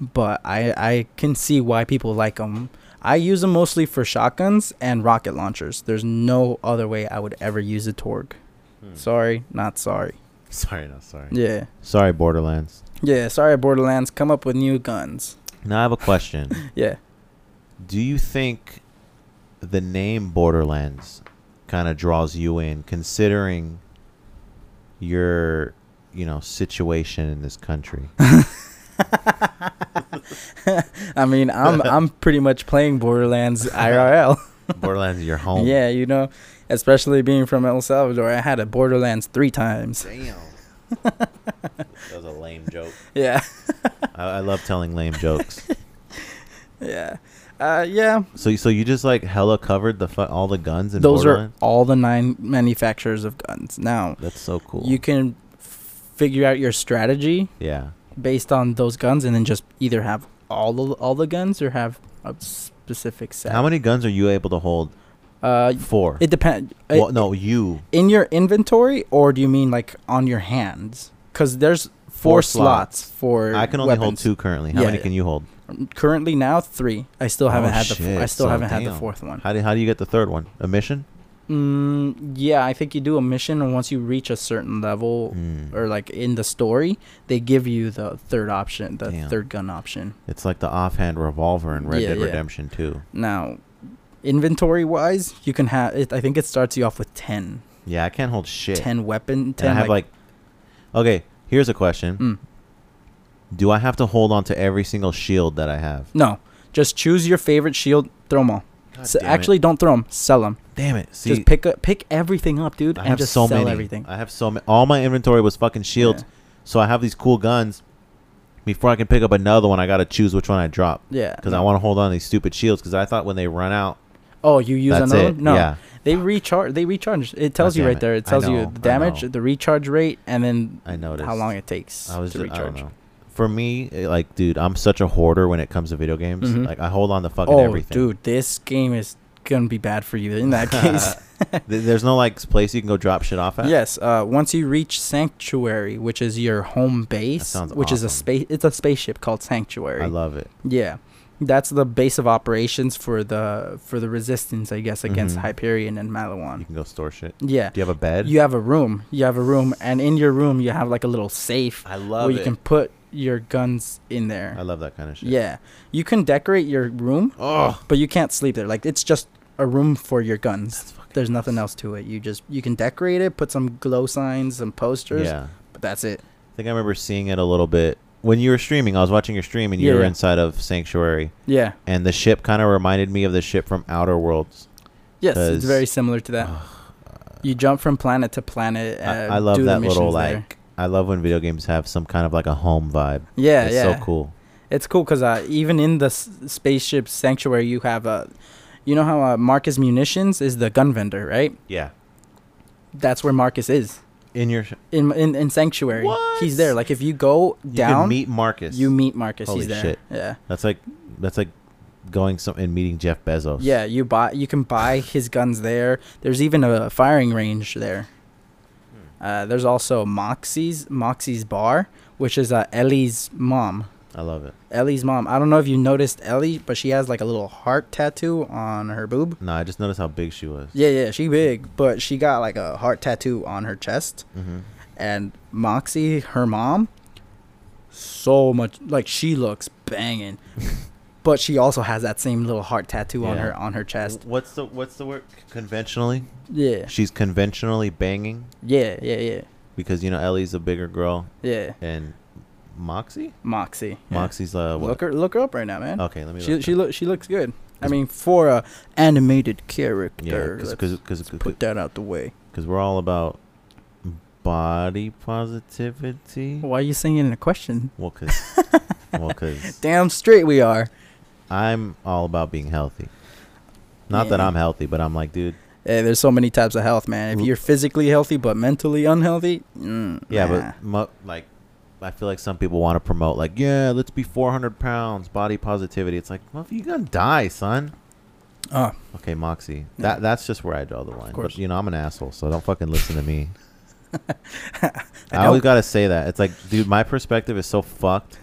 but I I can see why people like them. I use them mostly for shotguns and rocket launchers. There's no other way I would ever use a Torg.
Hmm.
Sorry, not sorry.
Sorry, not sorry.
Yeah,
Sorry, Borderlands.
yeah. Sorry, Borderlands. Come up with new guns.
Now I have a question.
Yeah.
Do you think the name Borderlands kind of draws you in, considering your, you know, situation in this country?
I mean, I'm I'm pretty much playing Borderlands IRL.
Borderlands is your home.
Yeah, you know, especially being from El Salvador, I had a Borderlands three times.
Damn. that was a lame joke.
Yeah,
I, I love telling lame jokes.
yeah, uh, yeah.
So, you- so you just like hella covered the fu- all the guns in
Those are
Borderlands?
all the nine manufacturers of guns. Now
That's so cool.
you can f- figure out your strategy
yeah.
based on those guns, and then just either have all the all the guns or have a specific set.
How many guns are you able to hold
Uh,
Four.
it depends.
well, no, you.
in your inventory, or do you mean like on your hands? Because there's four,
Four
slots. for
I can only hold
weapons.
two currently. How
Yeah,
many
yeah.
can you hold?
Currently now three. I still haven't
Oh,
had the.
shit,
I still
so
haven't had the
damn.
fourth one.
How do how do you get the third one? A mission?
Mm, yeah, I think you do a mission, and once you reach a certain level,
Mm.
or like in the story, they give you the third option, the
Damn.
third gun option.
It's like the offhand revolver in Red
Yeah,
Dead
yeah.
Redemption 2.
Now, inventory wise, you can have. It, I think it starts you off with 10.
Yeah, I can't hold shit.
10 weapon. 10
and I have like, okay, here's a question.
Mm.
Do I have to hold on to every single shield that I have?
no, just choose your favorite shield. Throw them all.
God
So
damn it.
actually, don't throw them. Sell them.
damn it! See,
just pick up, pick everything up, dude,
I
and
have
just
so
sell
many.
everything.
I have so many. All my inventory was fucking shields,
Yeah.
so I have these cool guns. Before I can pick up another one, I gotta choose which one I drop
Yeah.
because I want to hold on to these stupid shields. Because I thought when they run out,
Oh, you use
that's
another
it.
one? No.
Yeah,
They recharge. They recharge. It tells you
damn
right
it.
there. It
I
tells
know,
you
I
the damage,
know.
the recharge rate, and then
I noticed.
how long it takes
I was
to
just, I don't
recharge.
know. For me, eh, like, dude, I'm such a hoarder when it comes to video games.
Mhm.
Like, I hold on to fucking
Oh,
everything.
dude, this game is gonna be bad for you in that case.
Th- There's no like place you can go drop shit off at.
yes. Uh, once you reach Sanctuary, which is your home base,
sounds
which is a
awesome.
space. It's a spaceship called Sanctuary.
I love it.
Yeah, that's the base of operations for the for the Resistance, I guess, against
Mhm.
Hyperion and
You
Malawan.
can go store shit.
Yeah,
Do you have a bed?
you have a room. You have a room, and in your room you have like a little safe
I
where
love
you
it.
can put your guns in there.
I love that kind of shit.
yeah, you can decorate your room,
Oh,
but you can't sleep there. Like it's just a room for your guns.
that's fucking.
There's nothing else to it. You just you can decorate it, put some glow signs, some posters,
Yeah.
but that's it.
I think I remember seeing it a little bit when you were streaming. I was watching your stream and you
Yeah,
were
yeah.
inside of Sanctuary,
Yeah.
and the ship kind of reminded me of the ship from Outer Worlds.
Yes, it's
'Cause-
very similar to that. you jump from planet to planet. Uh,
I, I love
do the
that little
missions there.
like. I love when video games have some kind of like a home vibe.
Yeah,
it's
yeah.
so cool.
It's cool because uh, even in the s- spaceship sanctuary, you have Uh, you know how uh, Marcus Munitions is the gun vendor, right?
Yeah,
That's where Marcus is
in your sh-
in in, in sanctuary.
What?
He's there. Like if you go
you can
down,
meet Marcus.
you meet Marcus.
Holy
He's there.
shit.
Yeah,
that's like that's like going some and meeting Jeff Bezos.
yeah. You buy. You can buy his guns there. There's even a firing range there. Uh, there's also Moxie's Moxie's bar, which is uh, Ellie's mom.
I love it.
Ellie's mom. I don't know if you noticed Ellie, but she has like a little heart tattoo on her boob.
No, I just noticed how big she was.
Yeah, yeah, she big, but she got like a heart tattoo on her chest.
Mm-hmm.
And Moxie, her mom, so much like she looks banging, but she also has that same little heart tattoo on
Yeah.
her on her chest.
What's the what's the word? Conventionally,
Yeah,
she's conventionally banging
yeah, yeah, yeah,
because you know Ellie's a bigger girl
yeah.
and Moxie.
Moxie, yeah.
Moxie's uh what?
look her look her up right now, man.
Okay, let me.
she
look
she
that.
look she looks good. I
Is-
mean, for a animated character,
yeah,
let's
because because
put that out the way.
because we're all about body positivity.
Why are you singing in a question?
Well, because well, because
Damn straight we are.
I'm all about being healthy. Not that
Yeah.
I'm healthy, but I'm like, dude.
Hey, there's so many types of health, man. If
Mm.
you're physically healthy but mentally unhealthy, mm,
Yeah,
nah.
but mo- like, I feel like some people want to promote like, yeah, let's be 400 pounds, body positivity. It's like, well, you're gonna die, son.
oh,
Okay, Moxie.
Yeah.
That that's just where I draw the line.
course.
But you know, I'm an asshole, so don't fucking listen to me. I,
don't.
always gotta say that. It's like, dude, my perspective is so fucked.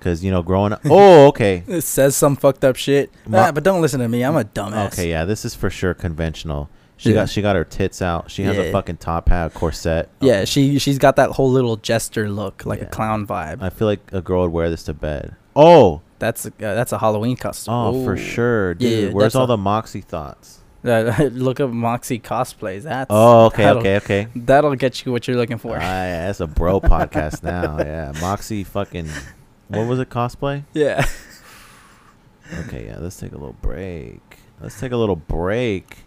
Cause you know, growing up. Oh, okay.
it says some fucked up shit.
Ma-
Ah, but don't listen to me. I'm a dumbass.
Okay, yeah, this is for sure conventional. She
Yeah.
got she got her tits out. She has
Yeah.
a fucking top hat, corset. Um,
Yeah, she she's got that whole little jester look, like a
Yeah.
clown vibe.
I feel like a girl would wear this to bed. Oh,
that's a, uh, that's a Halloween costume.
oh,
Ooh.
for sure,
Yeah,
dude.
yeah, that's
Where's all
a-
the Moxie thoughts?
Uh, look up Moxie cosplays. That's
Oh, okay,
that'll-
okay, okay.
That'll get you what you're looking for.
Ah, yeah, that's a bro podcast now. Yeah, Moxie fucking. What was it? Cosplay.
yeah.
Okay, yeah, let's take a little break. Let's take a little break.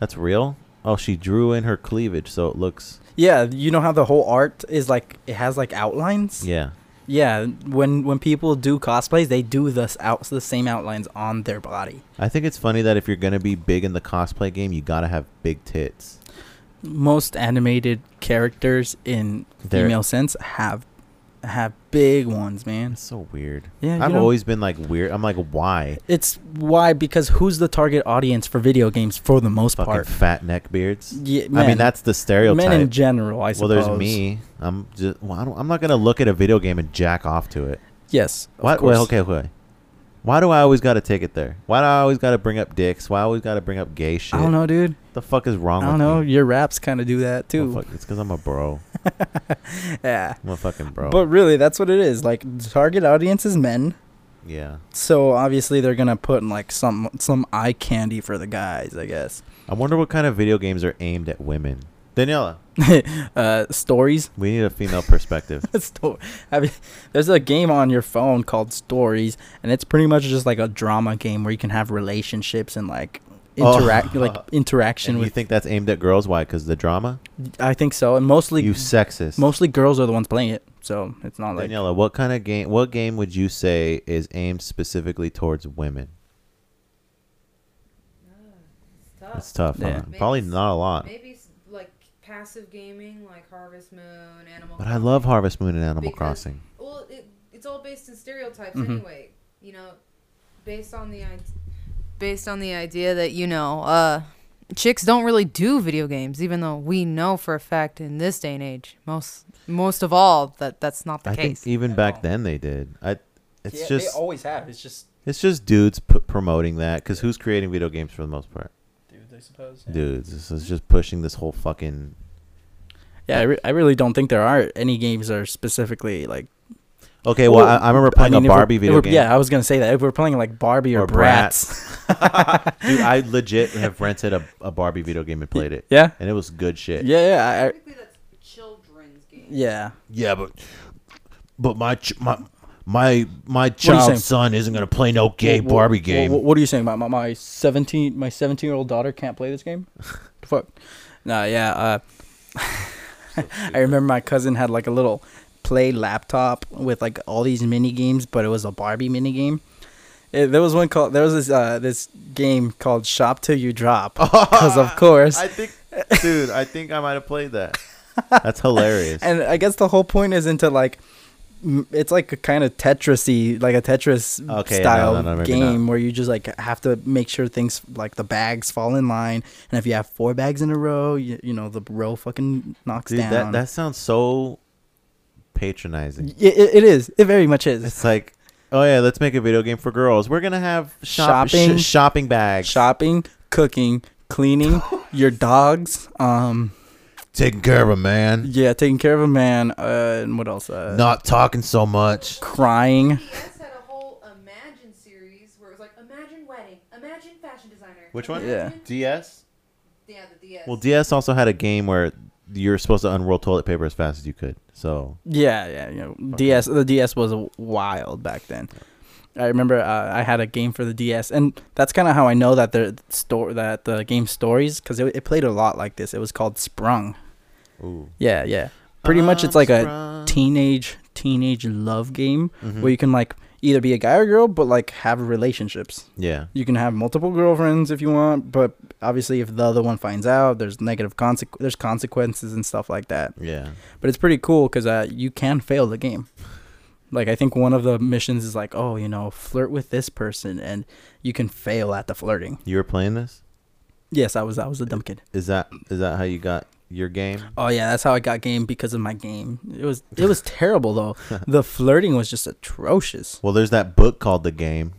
That's real? Oh, she drew in her cleavage so it looks
Yeah, you know how the whole art is like it has like outlines?
yeah.
Yeah, when when people do cosplays, they do this out the same outlines on their body.
I think it's funny that if you're going to be big in the cosplay game, you got to have big tits.
Most animated characters in
They're-
female sense have have big ones, man.
It's so weird.
Yeah, you
I've
know-
always been like weird. I'm like, why?
It's why because who's the target audience for video games for the most
Fucking
part?
fat neck beards.
Yeah,
I mean,
men.
that's the stereotype.
men in general. I
well,
suppose.
there's me. I'm just. Well, I don't, I'm not gonna look at a video game and jack off to it.
Yes. of
Why?
course.
Well, okay, okay. Why do I always gotta take it there? Why do I always gotta bring up dicks? Why I always gotta bring up gay shit?
I don't know, dude.
The fuck is wrong
I don't
with
know.
me?
Your raps kind of do that too.
Well, fuck, it's because I'm a bro.
yeah.
I'm a fucking bro.
But really, that's what it is. Like, the target audience is men,
yeah.
so obviously they're gonna put in, like some some eye candy for the guys, I guess.
I wonder what kind of video games are aimed at women. Daniela,
uh, stories.
we need a female perspective.
Sto- I mean, there's a game on your phone called Stories, and it's pretty much just like a drama game where you can have relationships and like
Oh.
interact, like interaction
and you
with.
think that's aimed at girls? Why? Because the drama?
I think so, and mostly
you sexist.
mostly girls are the ones playing it, so it's not like
Daniela, what kind of game? What game would you say is aimed specifically towards women? It's tough.
Yeah.
Huh? Probably not a lot.
Maybe s- like passive gaming, like Harvest Moon, Animal.
But I love
Crossing.
Harvest Moon and Animal
Because-
Crossing.
Well, it, it's all based in stereotypes
Mm-hmm.
Mhm.
anyway. You know, based on the id- based on the idea that you know, uh, chicks don't really do video games, even though we know for a fact in this day and age, most most of all that that's not the
I
case.
think even
At all.
back then they did. I. It's just
always have. It's just
it's just dudes p- promoting that because who's creating video games for the most part?
dudes, I suppose.
Dudes. This is just pushing this whole fucking.
Yeah, I, re- I really don't think there are any games that are specifically like.
Okay, well, I, I remember playing
I mean,
a
if we're-
Barbie
if
video
we're-
game.
Yeah, I was gonna say that if we're playing like Barbie or,
Or
Bratz.
Dude, I legit have rented a, a Barbie video game and played it,
yeah,
and it was good shit.
yeah, yeah, I, I-
Technically, that's children's games.
yeah.
Yeah, but but my ch- my my my
you saying?
child son isn't gonna play no gay
Wha- wha-
Barbie
wha-
game.
wha- What, are you saying? My my- my seventeen my seventeen year old daughter can't play this game. Fuck. Nah, yeah. Uh, I remember my cousin had like a little play laptop with like all these mini games, but it was a Barbie mini game. It, there was one called there was this uh, this game called Shop Till You Drop
Oh.
because of course.
I think, dude, I think I might have played that. That's hilarious.
and I guess the whole point is into like m- it's like a kind of Tetrisy, like a Tetris
Okay, no,
style
no, no, maybe
game
not.
where you just like have to make sure things like the bags fall in line, and if you have four bags in a row, you, you know the row fucking knocks
dude,
down.
that that sounds so patronizing.
Y- it, it is. It very much is.
It's like, oh yeah, let's make a video game for girls. We're gonna have shop-
Shopping.
sh- shopping bags,
Shopping, cooking, cleaning, your dogs. Um,
taking care of a man,
yeah, taking care of a man. Uh, and what else? Uh,
not talking so much.
crying.
PS had a whole Imagine series where it was like Imagine wedding, Imagine fashion designer.
Which one?
Yeah.
Imagine-
DS.
Yeah, the DS.
Well, DS also had a game where you're supposed to unroll toilet paper as fast as you could. So
Yeah, yeah, you know, DS. The DS was wild back then. I remember uh, I had a game for the DS, and that's kind of how I know that the store that the game stories because it, it played a lot like this. It was called Sprung.
ooh.
Yeah, yeah. Pretty much,
Um,
it's like a teenage teenage love game where you can like either be a guy or girl, but like have relationships.
Mm-hmm. Yeah.
You can have multiple girlfriends if you want, but obviously, if the other one finds out, there's negative consequ- there's consequences and stuff like that
Yeah.
but it's pretty cool because uh, you can fail the game. Like I think one of the missions is like, oh, you know, flirt with this person, and you can fail at the flirting.
You were playing this?
Yes, I was. I was a dumb kid.
Is that is that how you got your game?
Oh yeah, that's how I got game because of my game. It was it was terrible though. The flirting was just atrocious.
Well, there's that book called The Game,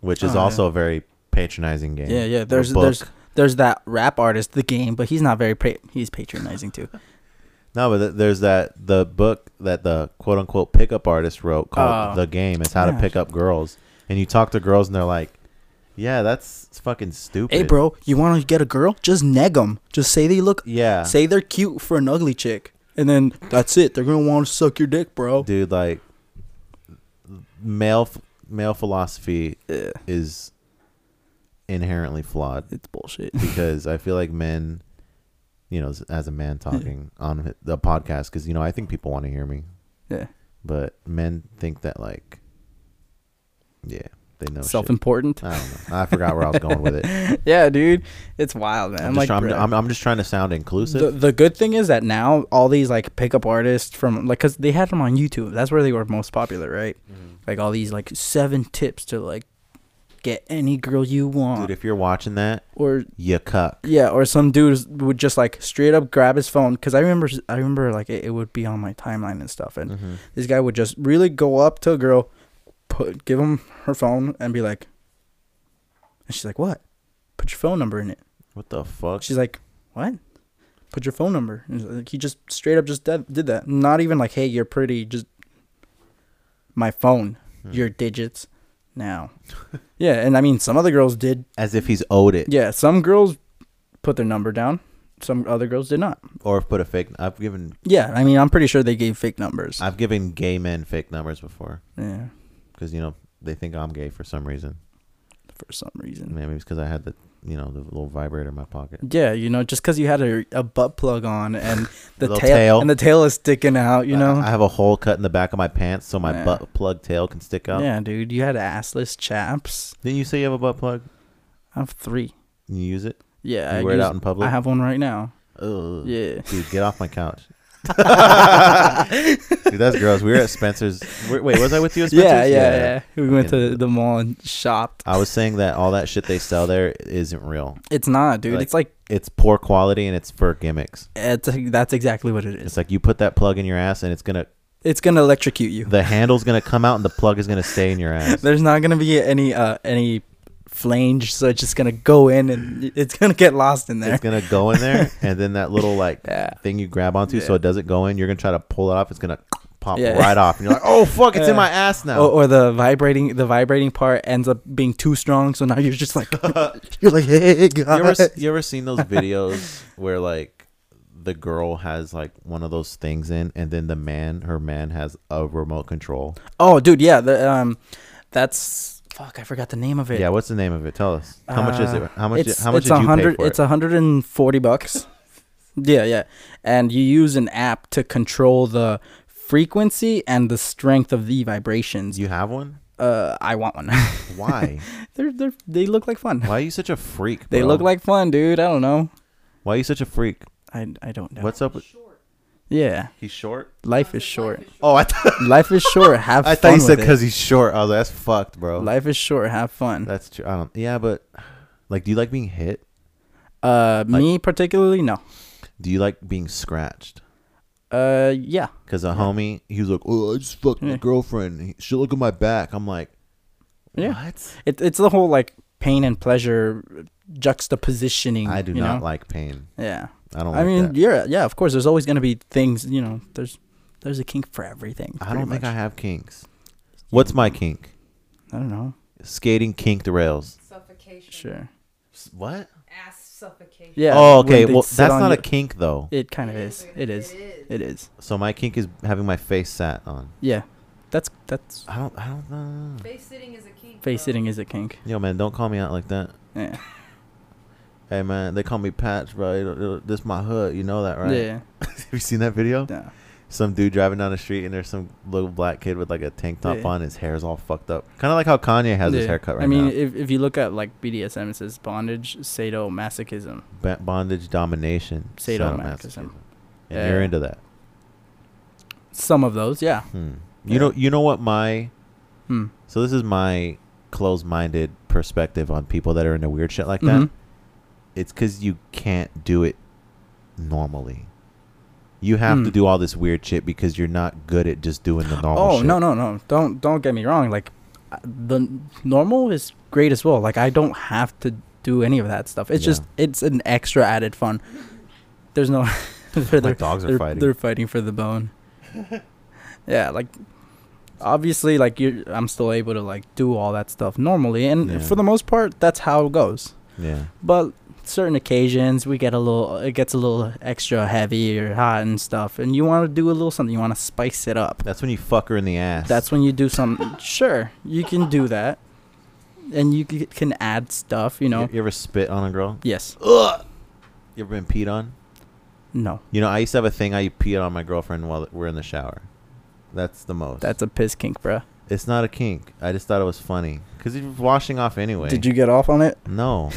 which is
Oh, yeah.
also a very patronizing game.
Yeah, yeah.
Or
There's
book.
there's there's that rap artist, the game, but he's not very pra- he's patronizing too.
no, but th- there's that the book that the quote unquote pickup artist wrote called
Oh.
The Game. It's how
Yeah.
to pick up girls, and you talk to girls and they're like, "Yeah, that's fucking stupid."
Hey, bro, you want to get a girl? Just neg them. Just say they look,
Yeah,
say they're cute for an ugly chick, and then that's it. They're gonna want to suck your dick, bro.
dude. Like male f- male philosophy
Ugh.
is inherently flawed.
It's bullshit.
because I feel like men, you know, as- as a man talking on the podcast, because you know I think people want to hear me,
Yeah.
but men think that like, yeah, they know. shit.
self-important.
I don't know. I forgot where I was going with it. I'm,
yeah, dude, it's wild, man.
just,
like,
trying-
bruh.
I'm, I'm just trying to sound inclusive.
the, the good thing is that now all these like pickup artists from like because they had them on YouTube. That's where they were most popular, right?
Mm-hmm.
Like all these like seven tips to like get any girl you want,
Dude, if you're watching that,
or
you cuck.
yeah, or some dudes would just like straight up grab his phone because I remember I remember like it, it would be on my timeline and stuff, and
Mhm.
this guy would just really go up to a girl, put give him her phone and be like, and she's like, what? Put your phone number in it.
What the fuck?
She's like, "What? Put your phone number." And he's like- he just straight up just did, did that. Not even like, "Hey, you're pretty." Just my phone,
Hmm.
your digits, now. yeah, and I mean, some other girls did.
As if he's owed it,
Yeah, some girls put their number down. Some other girls did not.
or put a fake. I've given
Yeah, I mean, I'm pretty sure they gave fake numbers.
I've given gay men fake numbers before
yeah,
because you know they think I'm gay for some reason.
for some reason.
Maybe it's because I had the you know the little vibrator in my pocket.
Yeah, you know, just because you had a, a butt plug on and the
Little
tail,
tail.
and the tail is sticking out, you
I-
know.
I, have a hole cut in the back of my pants so my
Yeah.
butt plug tail can stick out.
yeah, dude, you had assless chaps.
Didn't you say you have a butt plug?
I have three.
You use it?
Yeah,
You
I
wear it
use-
out in public?
I have one right now.
Ugh.
Yeah.
Dude, get off my couch. Dude, that's gross. We were at Spencer's. Wait, wait, was I with you at Spencer's?
Yeah, yeah, yeah, We went
Fucking-
to the mall and shopped.
I was saying that all that shit they sell there isn't real.
It's not, dude.
Like-
it's like
It's poor quality and it's for gimmicks.
it's that's exactly what it
It's
is.
like you put that plug in your ass and it's gonna
It's gonna electrocute you.
the handle's gonna come out and the plug is gonna stay in your ass.
There's not gonna be any uh any flange, so it's just gonna go in and it's gonna get lost in there.
It's gonna go in there and then that little like
Yeah.
thing you grab onto so
Yeah.
it doesn't go in, you're gonna try to pull it off, it's gonna pop
Yeah.
right off and you're like, Oh fuck, it's
Yeah.
in my ass now.
Or, or the vibrating the vibrating part ends up being too strong, so now you're just like you're like hey
oh. you ever
guys.
you ever seen those videos where like the girl has like one of those things in and then the man her man has a remote control
Oh, dude, yeah. The, um, that's fuck. I forgot the name of it.
yeah what's the name of it tell us how much is
Uh,
it how much
it's,
how much
it's
did
a
you
hundred,
pay for
It's
it
a hundred and forty bucks. yeah, yeah. And you use an app to control the frequency and the strength of the vibrations.
you have one
Uh, I want one.
why
they're they are they look like fun.
why are you such a freak
They
bro?
look like fun, dude. I don't know.
why are you such a freak
I I don't know.
what's up with
Yeah,
he's short
life is short.
oh i, th-
life is short. Have
I
fun
thought you said
with it.
because he's short i was like that's fucked bro
life is short. Have fun.
that's true i don't yeah but like do you like being hit
Uh, me particularly, no.
do you like being scratched
Uh, yeah.
Cause a homie, he was like, "Oh, I just fucked my
Yeah.
girlfriend. She look at my back." I'm like, "What?"
Yeah. It, it's the whole like pain and pleasure juxtapositioning.
I do
you
not
know?
like pain.
Yeah.
I don't.
I
like
mean,
that.
yeah, yeah. Of course, there's always gonna be things. You know, there's there's a kink for everything.
I
pretty
don't think I
much.
have kinks. What's my kink?
I don't know.
Skating kinked rails.
Suffocation.
Sure.
What?
Ass suffocation.
Yeah.
oh,
when
okay.
they
Well,
sit
that's
on
not a
you-
kink though.
It kind of is. It is.
It is.
It is.
So my kink is having my face sat on.
Yeah. That's that's
I don't. I don't know.
Face sitting is a kink.
face
bro.
sitting is a kink.
Yo, man, don't call me out like that.
Yeah.
Hey, man, they call me Patch, bro. It'll- it'll- this my hood. You know that, right?
Yeah.
have you seen that video?
Yeah.
some dude driving down the street and there's some little black kid with like a tank top
Yeah.
on. His hair's all fucked up. Kind of like how Kanye has his
Yeah.
haircut right
I mean,
now.
if if you look at like BDSM, it says bondage, sadomasochism.
Ba- bondage, domination,
Sadomasochism.
sadomasochism. And you're
Yeah.
into that.
Some of those, yeah.
Hmm. You
Yeah.
know, you know what my.
Hmm.
So this is my closed-minded perspective on people that are into weird shit like that.
Mhm.
It's because you can't do it normally. You have to
Hmm.
do all this weird shit because you're not good at just doing the normal.
oh
shit.
no no no don't don't get me wrong like uh, the n- normal is great as well like i don't have to do any of that stuff it's
Yeah.
just it's an extra added fun there's no they're,
My
they're,
dogs are
they're,
fighting.
they're fighting for the bone yeah like obviously like you i'm still able to like do all that stuff normally and
Yeah.
for the most part that's how it goes
yeah.
but certain occasions we get a little it gets a little extra heavy or hot and stuff and you want to do a little something you want to spice it up
That's when you fuck her in the ass.
that's when you do some. sure, you can do that, and you c- can add stuff. You know.
You, you ever spit on a girl?
Yes.
You ever been peed on?
No.
You know, I used to have a thing. I peed on my girlfriend while we're in the shower. That's the most.
That's a piss kink, bruh.
It's not a kink. I just thought it was funny because he was washing off anyway.
Did you get off on it?
No,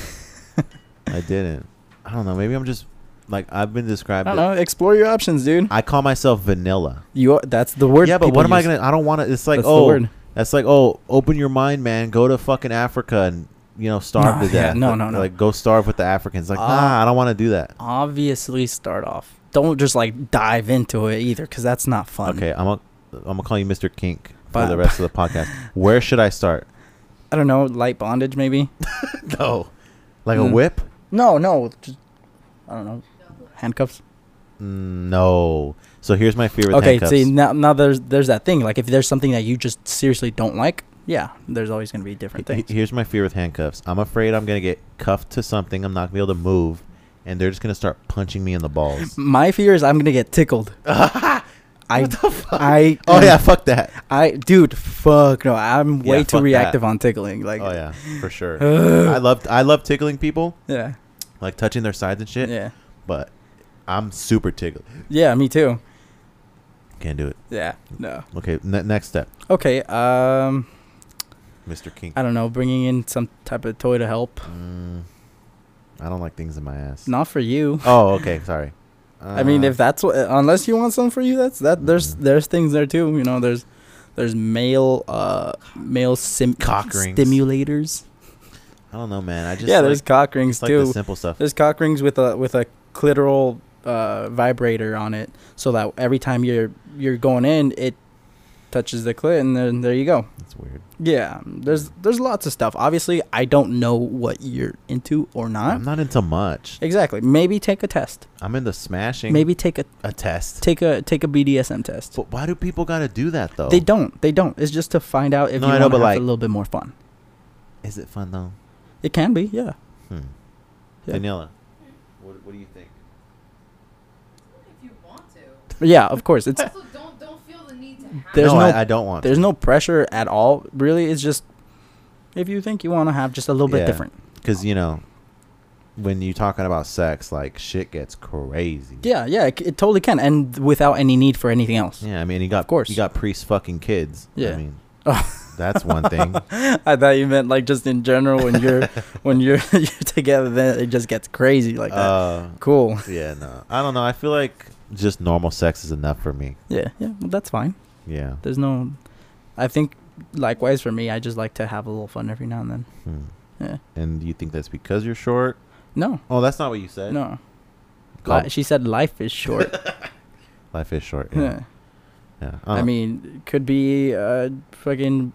I didn't. I don't know. Maybe I'm just like I've been
I
described.
don't
it-
know. Explore your options, dude.
I call myself vanilla.
You are, that's the word.
yeah, but
people
what am I
use.
gonna? I don't want to. It's like
That's the
oh,
word.
that's like oh, open your mind, man. Go to fucking Africa and you know starve
No,
to
yeah,
death.
no,
Like-
no, no.
Like go starve with the Africans. Like
Ah.
nah, I don't want to do that.
Obviously, start off. Don't just like dive into it either, because that's not fun.
Okay, I'm gonna I'm gonna call you Mr. Kink for
But-
the rest of the podcast. Where should I start?
I don't know. Light bondage, maybe.
No, Hmm. like a
Mm.
whip.
No, no. Just, I don't know. Handcuffs.
Mm, No. So here's my fear with
okay,
handcuffs.
see now, now there's there's that thing. Like if there's something that you just seriously don't like, yeah, there's always gonna be different
He-
things.
Here's my fear with handcuffs. I'm afraid I'm gonna get cuffed to something. I'm not gonna be able to move, and they're just gonna start punching me in the balls.
My fear is I'm gonna get tickled. I I
Oh yeah, fuck that.
I dude fuck no I'm
Yeah,
way too
fuck that.
reactive on tickling like
Oh yeah, for sure. I love I love tickling people,
yeah
like touching their sides and shit.
yeah
But I'm super tickled.
yeah me too
Can't do it.
yeah no
Okay, ne- next step,
okay um
Mr. Kink.
I don't know bringing in some type of toy to help
Mm, I don't like things in my ass.
not for you
Oh, okay. Sorry. Uh,
I mean, if that's what, unless you want some for you, that's that. There's
Mhm.
there's things there too. You know, there's there's male uh male sim
Cock rings.
stimulators.
I don't know, man. I just
yeah,
like,
there's cock rings
it's like
too.
the simple stuff.
there's cock rings with a with a clitoral uh, vibrator on it, so that every time you're you're going in, it touches the clit, and then there you go.
It's weird.
Yeah, there's there's lots of stuff. Obviously, I don't know what you're into or not.
I'm not into much.
Exactly. Maybe take a test.
I'm into smashing.
Maybe take a
a test.
take a take a BDSM test.
But why do people gotta do that though?
They don't. They don't. It's just to find out if
No, I
you want
know,
to have
but like-
a little bit more fun.
Is it fun though?
It can be, yeah.
Hmm.
Yeah.
Daniela, what, what do you think?
If you want to.
Yeah, of course. It's
Also, don't don't feel the need to have.
There's
no,
no-
I, I don't want.
there's
to.
no pressure at all. Really, it's just if you think you want to have just a little bit
Yeah.
different.
because you know when you're talking about sex, like shit gets crazy.
Yeah, yeah, it, c- it totally can, and without any need for anything else.
Yeah, I mean, you got
Of course.
you got priests fucking kids. I
Yeah.
mean,
Oh.
that's one thing.
I thought you meant like just in general when you're when you're you're together, then it just gets crazy like that.
uh,
cool.
yeah, no, I don't know. I feel like just normal sex is enough for me.
Yeah, yeah, well, that's fine.
Yeah.
There's no. I think likewise for me, I just like to have a little fun every now and then.
Hmm.
Yeah.
And you think that's because you're short?
No,
Oh, that's not what you said.
no.
Call-
Li- she said life is short.
life is short. Yeah. Uh-huh.
Yeah.
yeah.
I
don't-
mean, could be uh, fucking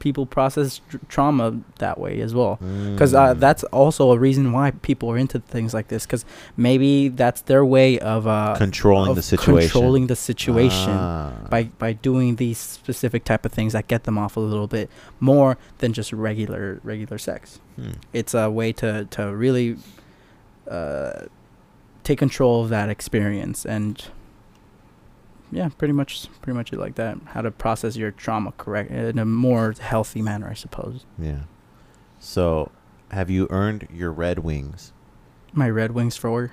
people process tr- trauma that way as well. Because uh,
Mm.
that's also a reason why people are into things like this. Because maybe that's their way of uh,
controlling
of
the situation.
controlling the situation
Ah.
by by doing these specific type of things that get them off a little bit more than just regular regular sex.
Hmm.
It's a way to to really uh, take control of that experience and yeah, pretty much pretty much it like that. How to process your trauma correct in a more healthy manner, I suppose.
Yeah. So, have you earned your red wings?
My Red Wings for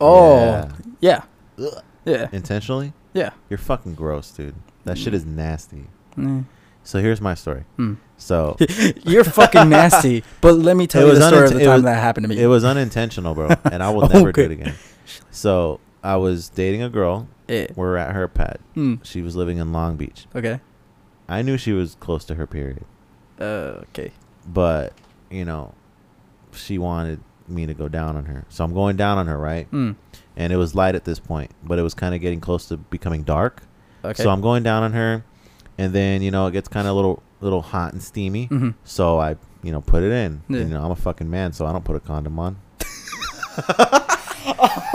Oh yeah.
Yeah.
Yeah.
Ugh.
Yeah.
Intentionally?
Yeah.
You're fucking gross, dude. That shit is nasty.
Mm.
So here's my story.
Hmm.
So
You're fucking nasty. But let me tell
It
you
was
the story of
unint-
the
it
time
was-
that happened to me.
it was unintentional, bro, and I will never do
Okay.
it again. So I was dating a girl.
Eh.
We're at her pad.
Hmm.
She was living in Long Beach.
Okay.
I knew she was close to her period,
Uh, okay.
but you know, she wanted me to go down on her. So I'm going down on her, right?
Hmm.
And it was light at this point, but it was kind of getting close to becoming dark.
Okay.
So I'm going down on her, and then you know it gets kind of little little hot and steamy.
hmm
So I you know put it in.
Yeah.
You know I'm a fucking man, so I don't put a condom on.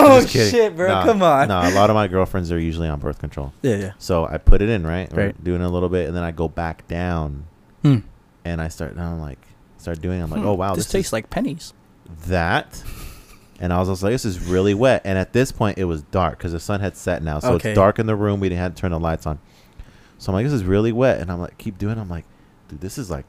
Oh
Just kidding.
shit, bro!
Nah,
come on.
nah, a lot of my girlfriends are usually on birth control.
Yeah, yeah.
So I put it in, right? We're
Right.
Doing it a little bit, and then I go back down,
Hmm.
and I start. And I'm like, start doing. it. I'm like,
Hmm.
oh wow,
this,
this,
tastes
is
like pennies.
that. And I was also like, this is really wet. And at this point, it was dark because the sun had set now, so
Okay.
it's dark in the room. We didn't have to turn the lights on. So I'm like, this is really wet. And I'm like, keep doing. it. I'm like, dude, this is like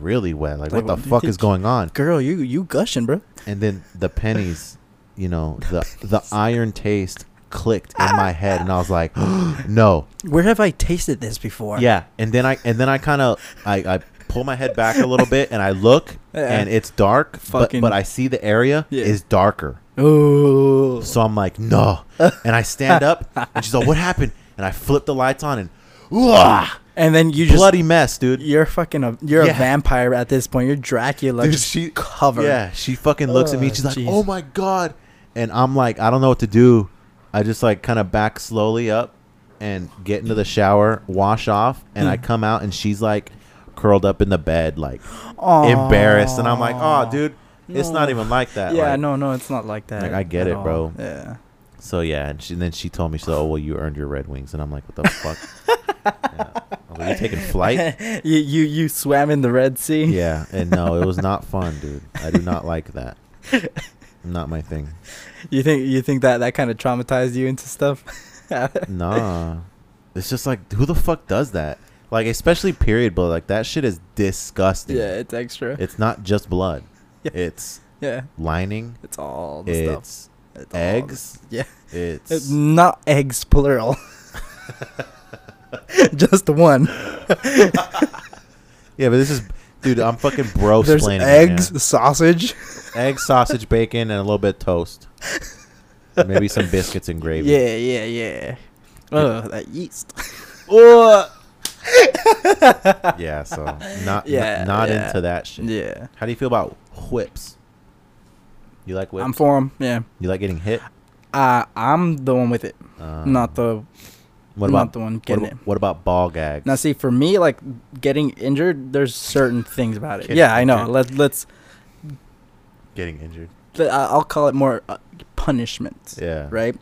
really wet. Like,
Like,
what
what-
the fuck is going on?
Girl, you you gushing, bro?
And then the pennies, you know, the the iron taste clicked in my head, and I was like, no,
Where have I tasted this before?
yeah. And then I and then I kind of I, I pull my head back a little bit, and I look,
Yeah.
and it's dark, but,
Fucking-
but I see the area
Yeah.
is darker.
Ooh.
So I'm like, no. And I stand up, and she's like, what happened? And I flip the lights on, and Wah!
And then you just
bloody mess, dude.
you're fucking a you're
Yeah.
a vampire at this point. You're Dracula
Dude,
just
she-
covered.
Yeah, she fucking looks at me.
Ugh,
She's like,
jeez.
"Oh my god," and I'm like, I don't know what to do. I just like kind of back slowly up and get into the shower, wash off, and
Hmm.
I come out and she's like curled up in the bed, like embarrassed, and I'm like, "Oh, dude, it's not
No.
even like that."
Yeah,
like-
no, no, it's not like that.
Like, I get
at
it,
all.
bro.
Yeah.
So yeah, and, she, and then she told me, she's like, "Oh, well, you earned your red wings," and I'm like, "What the fuck? yeah. I'm like, you taking flight?"
you, you you swam in the Red Sea.
yeah, and no, it was not fun, dude. I do not like that. Not my thing.
You think you think that that kind of traumatized you into stuff?
Nah. It's just like who the fuck does that? Like especially period blood. Like that shit is disgusting.
yeah, it's extra.
It's not just blood.
Yeah.
It's
yeah,
lining.
it's all the stuff.
It's
It's all
eggs.
the- yeah,
It's
It's not eggs plural. Just one.
Yeah, but this is dude, I'm fucking bro
There's
splaining.
eggs, sausage.
Egg, sausage, bacon, and a little bit of toast. Maybe some biscuits and gravy.
Yeah, yeah, yeah. Oh, that yeast.
Yeah, so not
Yeah,
not
yeah.
into that shit.
yeah,
How do you feel about whips? You like whips?
I'm for 'em, Yeah,
you like getting hit?
uh, I'm the one with it,
Um,
not the
What
not
about
the one
What,
getting it.
ab- what about ball gags?
Now, see, for me, like getting injured, there's certain things about it.
Kidding,
Yeah, I know.
okay.
Let let's.
Getting injured.
let- I- I'll call it more uh, punishment,
Yeah.
right?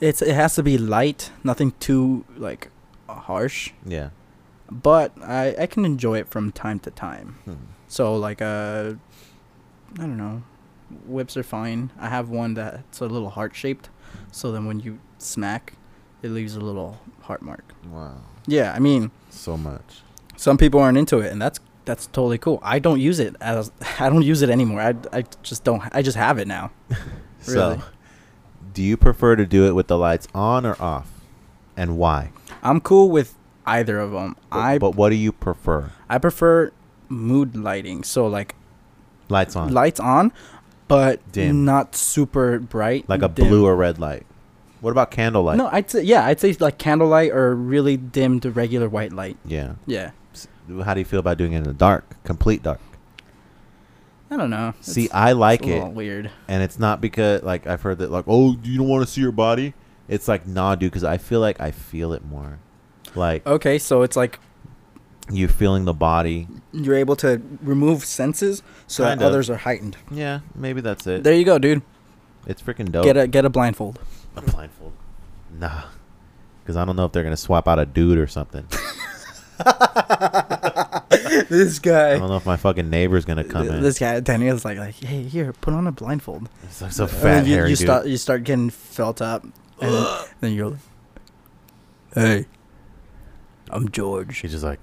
It's it has to be light, nothing too like harsh,
Yeah.
but I I can enjoy it from time to time.
Hmm.
So like uh, I don't know, whips are fine. I have one that's a little heart shaped, so then when you smack, it leaves a little heart mark.
Wow.
Yeah, I mean,
So much.
some people aren't into it, and that's that's totally cool. I don't use it as I don't use it anymore. I I just don't. I just have it now.
So,
Really.
do you prefer to do it with the lights on or off, and why?
I'm cool with either of them.
But,
I
but what do you prefer?
I prefer mood lighting, so like
Lights on,
lights on, but
Dim.
not super bright.
like a
dim.
blue or red light. What about candlelight?
No, I'd say yeah, I'd say like candlelight or really dim to regular white light.
Yeah.
Yeah,
S- How do you feel about doing it in the dark? Complete dark.
I don't know. It's-
See, I like
it's a
it,
little weird.
and it's not because like I've heard that like oh you don't want to see your body. It's like nah, dude, because I feel like I feel it more. Like
Okay, so it's like
you feeling the body.
you're able to remove senses so
Kind
that
of.
others are heightened.
Yeah, maybe that's it.
There you go, dude.
It's freaking dope.
Get a get a blindfold.
a blindfold. Nah, because I don't know if they're gonna swap out a dude or something.
this
I
guy.
don't know if my fucking neighbor's gonna come in.
This guy Daniel's like like, hey, here, put on a blindfold.
it's like some
And
fat
then you,
hairy
you
dude.
start you start getting felt up, and then, then you're like, hey, I'm George.
She's just like,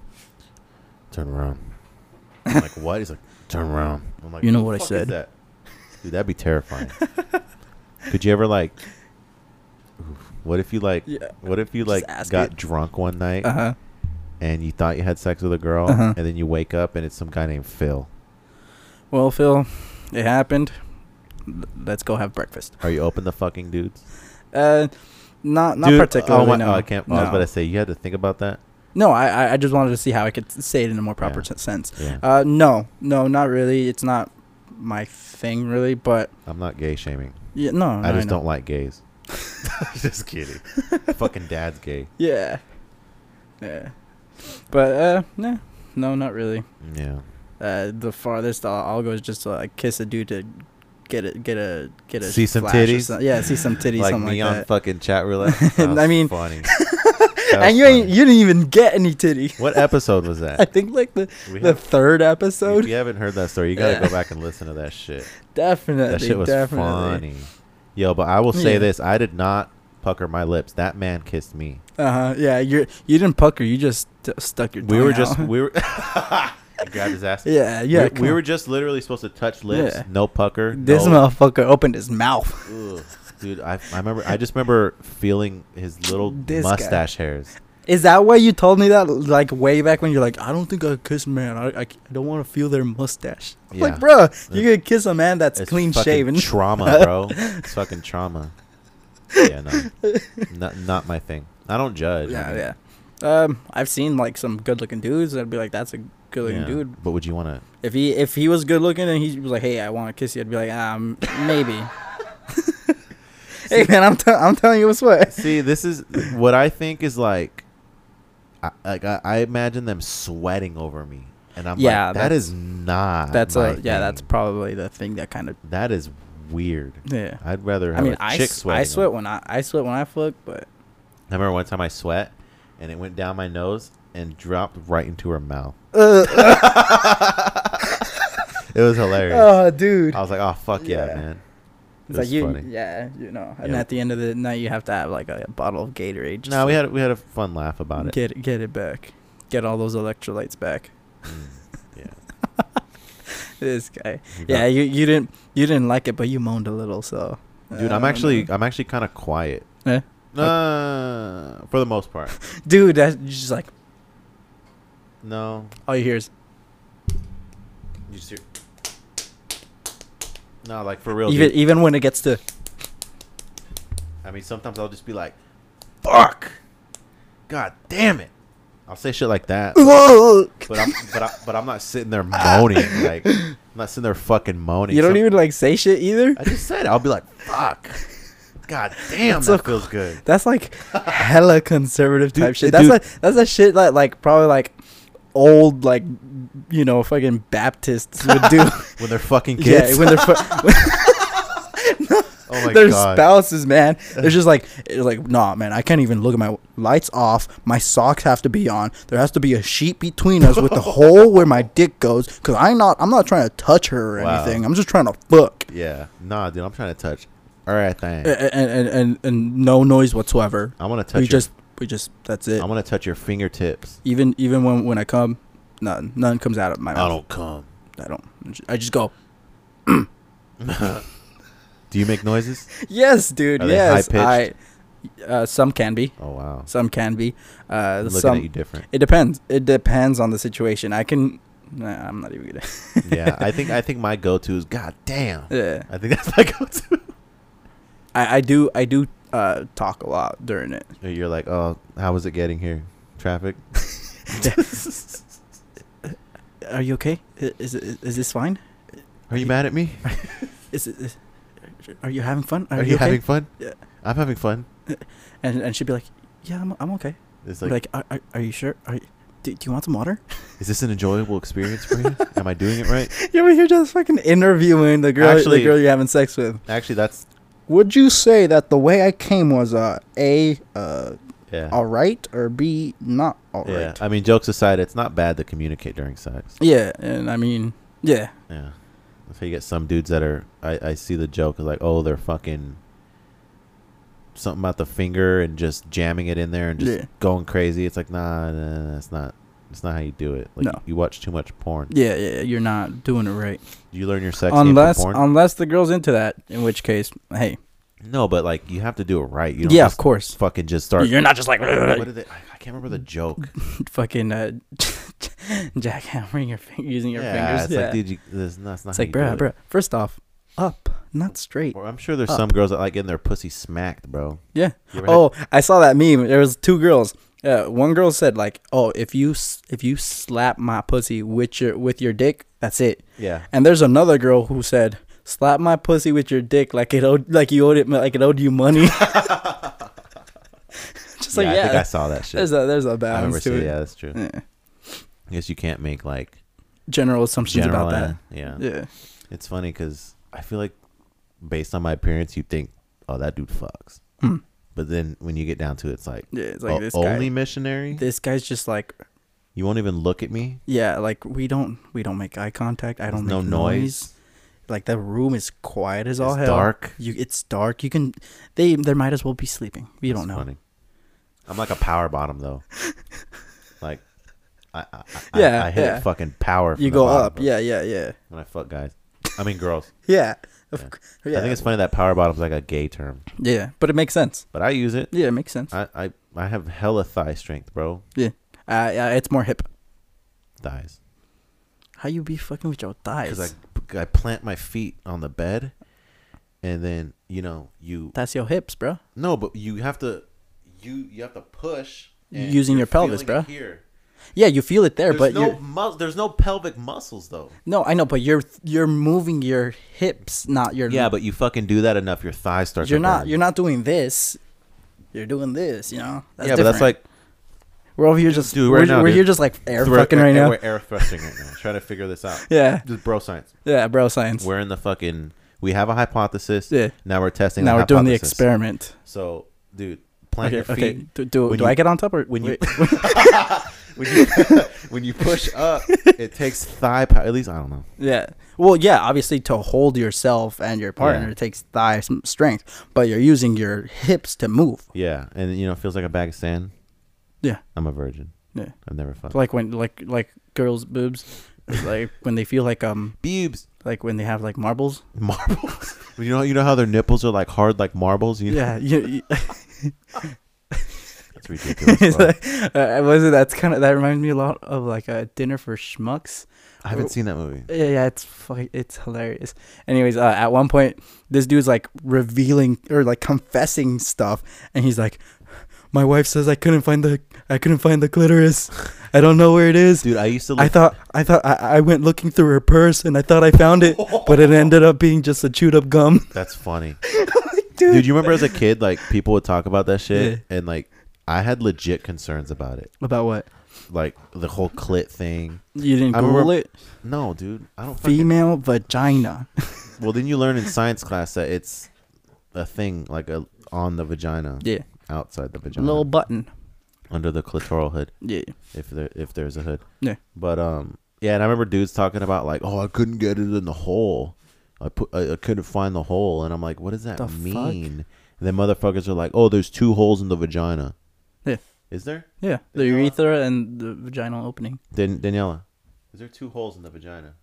turn around. I'm like what? He's like, turn around. I'm like,
You know
"Who
what I
the fuck is
said."
that? Dude, that'd be terrifying. Could you ever like? oof, What if you like?
Yeah.
What if you
Just
like
ask
got
it.
drunk one night
Uh huh.
and you thought you had sex with a girl
Uh-huh.
and then you wake up and it's some guy named Phil?
Well, Phil, it happened. L- Let's go have breakfast.
Are you open the fucking dudes?
Uh, not not
Dude,
particularly.
Oh, my,
no.
oh, I can't.
No,
I was about to say you had to think about that.
no I, I I just wanted to see how I could say it in a more proper
Yeah.
s- sense.
Yeah,
Uh, no, no, not really. It's not my thing really, but
I'm not gay shaming.
yeah, no,
I
no,
just
Oh, know.
don't like gays. just kidding. Fucking dad's gay.
Yeah. Yeah. But uh, nah, no, not really.
Yeah.
Uh, the farthest I'll, I'll go is just to, like kiss a dude to get it, get a, get a
See some
flash or
titties?
some- yeah, see some titties,
like
something
neon
like that.
fucking chat roulette. That was
I mean-
funny.
and you ain't, you didn't even get any titty.
What episode was
I
that?
think like the
We
the
have,
third
if
episode.
you haven't heard that story, you gotta
Yeah.
go back and listen to that shit.
Definitely,
That shit was
definitely.
funny. Yo, but I will say
Yeah.
this: I did not pucker my lips. That man kissed me.
Uh huh. Yeah, you you didn't pucker. You just t- stuck your.
We
tongue
were
out.
just we were. grabbed his ass.
yeah, yeah.
we, we were just literally supposed to touch lips,
Yeah.
no pucker.
This
no,
motherfucker opened his mouth.
Ugh. Dude, I, I remember. I just remember feeling his little
This guy.
mustache hairs.
Is that why you told me that like way back when you're like, I don't think I kiss man. I, I, I don't want to feel their mustache. I'm
Yeah.
Like, bro, you could kiss a man that's clean
fucking
shaven.
Trauma, bro. it's fucking trauma. Yeah, no, not not my thing. I don't judge. I mean,
yeah, yeah. Um, I've seen like some good looking dudes that'd be like, that's a good looking
yeah.
dude.
But would you want to?
If he if he was good looking and he was like, hey, I want to kiss you, I'd be like, um, maybe. hey man, I'm t- I'm telling you what's what.
See, this is what I think is like. I, like I, I imagine them sweating over me, and I'm
Yeah,
like, that
that's-
is not.
That's
my
a yeah. That's
thing.
probably the thing that kind of
that is weird.
yeah.
I'd rather
I
have
mean,
a
I,
chick
s-
sweating.
I
on-
sweat when I I sweat when I fuck, but
I remember one time I sweat, and it went down my nose and dropped right into her mouth. it was hilarious.
oh, dude.
I was like, oh fuck yeah,
Yeah.
man.
It's
That's
like you,
funny.
yeah, you know. And
Yeah.
at the end of the night, you have to have like a, bottle of Gatorade. just
No, we
to
had we had a fun laugh about it.
get get it back, get all those electrolytes back.
Mm, yeah.
This guy,
We
yeah,
got-
you you didn't you didn't like it, but you moaned a little. So, uh,
dude,
I
I'm
don't
actually
know. Eh?
I'm actually kind of quiet.
Yeah?
Uh, for the most part.
dude. That's just like
No,
all you hear is
you just hear. No, like for real.
even
dude.
even when it gets to
I mean, sometimes I'll just be like, "Fuck, god damn it." I'll say shit like that.
whoa.
but I'm but I, but I'm not sitting there moaning like I'm not sitting there fucking moaning.
You don't
Some-
even like say shit either.
I just said it. I'll be like, fuck, god damn,
That's
that
so
feels good.
That's like hella conservative
Dude,
type shit.
it-
That's
dude.
a that's a shit that like probably like old like you know fucking Baptists would do.
When they're fucking
yeah,
kids.
when they're fu-
oh my
their
god.
spouses, man. They're just like it's like nah, man. I can't even look at my lights off. My socks have to be on. There has to be a sheet between us with the hole where my dick goes. Cause I'm not I'm not trying to touch her or
Wow.
anything. I'm just trying to fuck.
yeah, nah, dude, I'm trying to touch everything.
A- a- And and and, and no noise whatsoever.
I want to touch.
We
Your,
just we just that's it.
I want to touch your fingertips.
even even when when I come, none none comes out of my
I
mouth.
don't come.
I don't. I don't. I just go.
Do you make noises?
Yes, dude.
Are they
yes. I.
high-pitched?
Uh, some can be.
Oh wow,
Some can be. Uh,
I'm looking
some.
at you different.
It depends. It depends on the situation. I can. Nah, I'm not even gonna.
Yeah, I think I think my go-to is god damn.
Yeah.
I think that's my go-to.
I I do I do uh talk a lot during it.
You're like, oh, how was it getting here? Traffic.
Are you okay? I- Is is, is this fine?
Are you mad at me?
Is, it? is- are you having fun?
Are, you,
okay?
having fun?
Yeah.
I'm having fun.
And and she'd be like, yeah, I'm I'm okay.
It's
Like,
like,
like are, are are you sure? Are you, do, do you want some water?
is this an enjoyable experience for you? Am I doing it right?
You ever hear just fucking interviewing the girl,
Actually-
the girl you're having sex with?
Actually, that's
Would you say that the way I came was uh, a uh,
yeah.
all right or b not all
yeah.
right?
I mean, jokes aside, it's not bad to communicate during sex.
Yeah, and I mean, yeah,
Yeah. So you get some dudes that are I, I see the joke is like, oh, they're fucking something about the finger and just jamming it in there and just
Yeah.
going crazy. It's like, nah, nah, nah, that's not that's not how you do it. Like
No.
you, you watch too much porn.
yeah, yeah. You're not doing it right
You learn your sex game from
unless
porn.
unless the girl's into that, in which case, hey,
no, but like you have to do it right. You don't
yeah,
just
of course.
fucking just start
You're not just like
what did they, I, I can't remember the joke.
fucking uh, jackhammering your fing- using your
yeah,
fingers.
it's
yeah,
like, dude, you, that's not, that's not
it's
how
like,
you do
bruh,
it.
bruh. First off, up, not straight.
Or I'm sure there's
Up.
some girls that like getting their pussy smacked, bro.
Yeah.
You ever had-
Oh, I saw that meme. There was two girls. Uh, one girl said like, "Oh, if you s- if you slap my pussy with your with your dick, that's it."
yeah.
And there's another girl who said, "Slap my pussy with your dick like it owed like you owed it like it owed you money." Just like
yeah,
yeah,
I think I saw that shit.
there's a there's a
I remember
balance to
seeing-
it.
yeah, that's true.
Yeah.
I guess you can't make like
General assumptions
general.
about that.
uh, Yeah.
Yeah.
it's funny because I feel like based on my appearance, you think, oh, that dude fucks,
Hmm.
but then when you get down to it, it's like,
Yeah, it's like
"Oh,
this guy.
only missionary.
This guy's just like
you won't even look at me.
yeah, like we don't we don't make eye contact. I
There's
don't
no
make
noise.
noise. Like the room is quiet as
It's
all hell.
dark.
You, it's dark. You can. They there might as well be sleeping. You
It's
don't know.
funny. I'm like a power bottom though. like, I, I, I
Yeah,
I hit it
yeah.
fucking power. from
You
the
go
bottom,
up.
bro,
Yeah, yeah, yeah,
when I fuck guys, I mean girls.
yeah. Of
Yeah.
cou-
I think it's funny that power bottom's like a gay term,
yeah, but it makes sense.
but I use it.
Yeah, it makes sense.
I, I I have hella thigh strength, bro.
Uh, uh, it's more hip.
Thighs.
How you be fucking with your thighs?
Because I I plant my feet on the bed, and then you know you
That's your hips, bro.
no, but you have to you you have to push and
Using
you're
your pelvis,
feeling it
bro.
Here.
Yeah, you feel it there,
There's
but
no
you're,
mus- there's no pelvic muscles though.
no, I know, but you're you're moving your hips, not your
Yeah, but you fucking do that enough, your thighs start.
you're not you're not doing this. You're doing this, you know.
yeah, but that's
different.
like
we're over here just
do it
we're,
right now,
we're
dude.
here just like air
We're-
fucking right now.
We're air thrusting right now, trying to figure this out.
Yeah,
Just bro science.
yeah, bro, science.
We're in the fucking. We have a hypothesis.
Yeah.
Now we're testing.
now we're doing the
hypothesis.
experiment.
So, dude, plant
Okay,
your feet.
okay. Do do,
When
do
you-
I get on top or
when you-
wait.
When you when you push up, it takes thigh power. At least I don't know.
Yeah. Well, yeah, obviously to hold yourself and your partner
Yeah.
it takes thigh s- strength, but you're using your hips to move.
Yeah, and you know, it feels like a bag of sand.
Yeah.
I'm a virgin.
Yeah.
I've never fucked.
Like when like like girls boobs like when they feel like um
Boobs,
like when they have like marbles.
marbles. you know, you know how their nipples are like hard, like marbles. You know?
Yeah. You, you,
that's ridiculous. bro.
uh, was it that's kind of that reminds me a lot of like a dinner for schmucks.
I haven't seen that movie.
Yeah, yeah, it's fucking, it's hilarious. Anyways, uh, at one point, this dude's like revealing or like confessing stuff, and he's like, "My wife says I couldn't find the, I couldn't find the clitoris. I don't know where it is.
Dude, I used to. Look,
I thought, I thought, I, I went looking through her purse, and I thought I found it, but it ended up being just a chewed up gum.
that's funny,
Like,
dude. You remember as a kid, like people would talk about that shit,
Yeah.
and like I had legit concerns about it,
about what?
like the whole clit thing.
You didn't
I
Google
remember-
it?
No, dude, I don't. Fucking,
Female vagina.
well, then you learn in science class that it's a thing, like a on the vagina,
Yeah,
outside the vagina,
little button.
under the clitoral hood.
Yeah,
if there if there's a hood.
Yeah.
But um, yeah, and I remember dudes talking about like, oh, I couldn't get it in the hole. I put I, I couldn't find the hole, and I'm like, what does that
The fuck?
mean? And then motherfuckers are like, oh, there's two holes in the vagina.
Yeah.
Is there
yeah. The
Yeah.
urethra and the vaginal opening.
Dan- Daniela? Is there two holes in the vagina?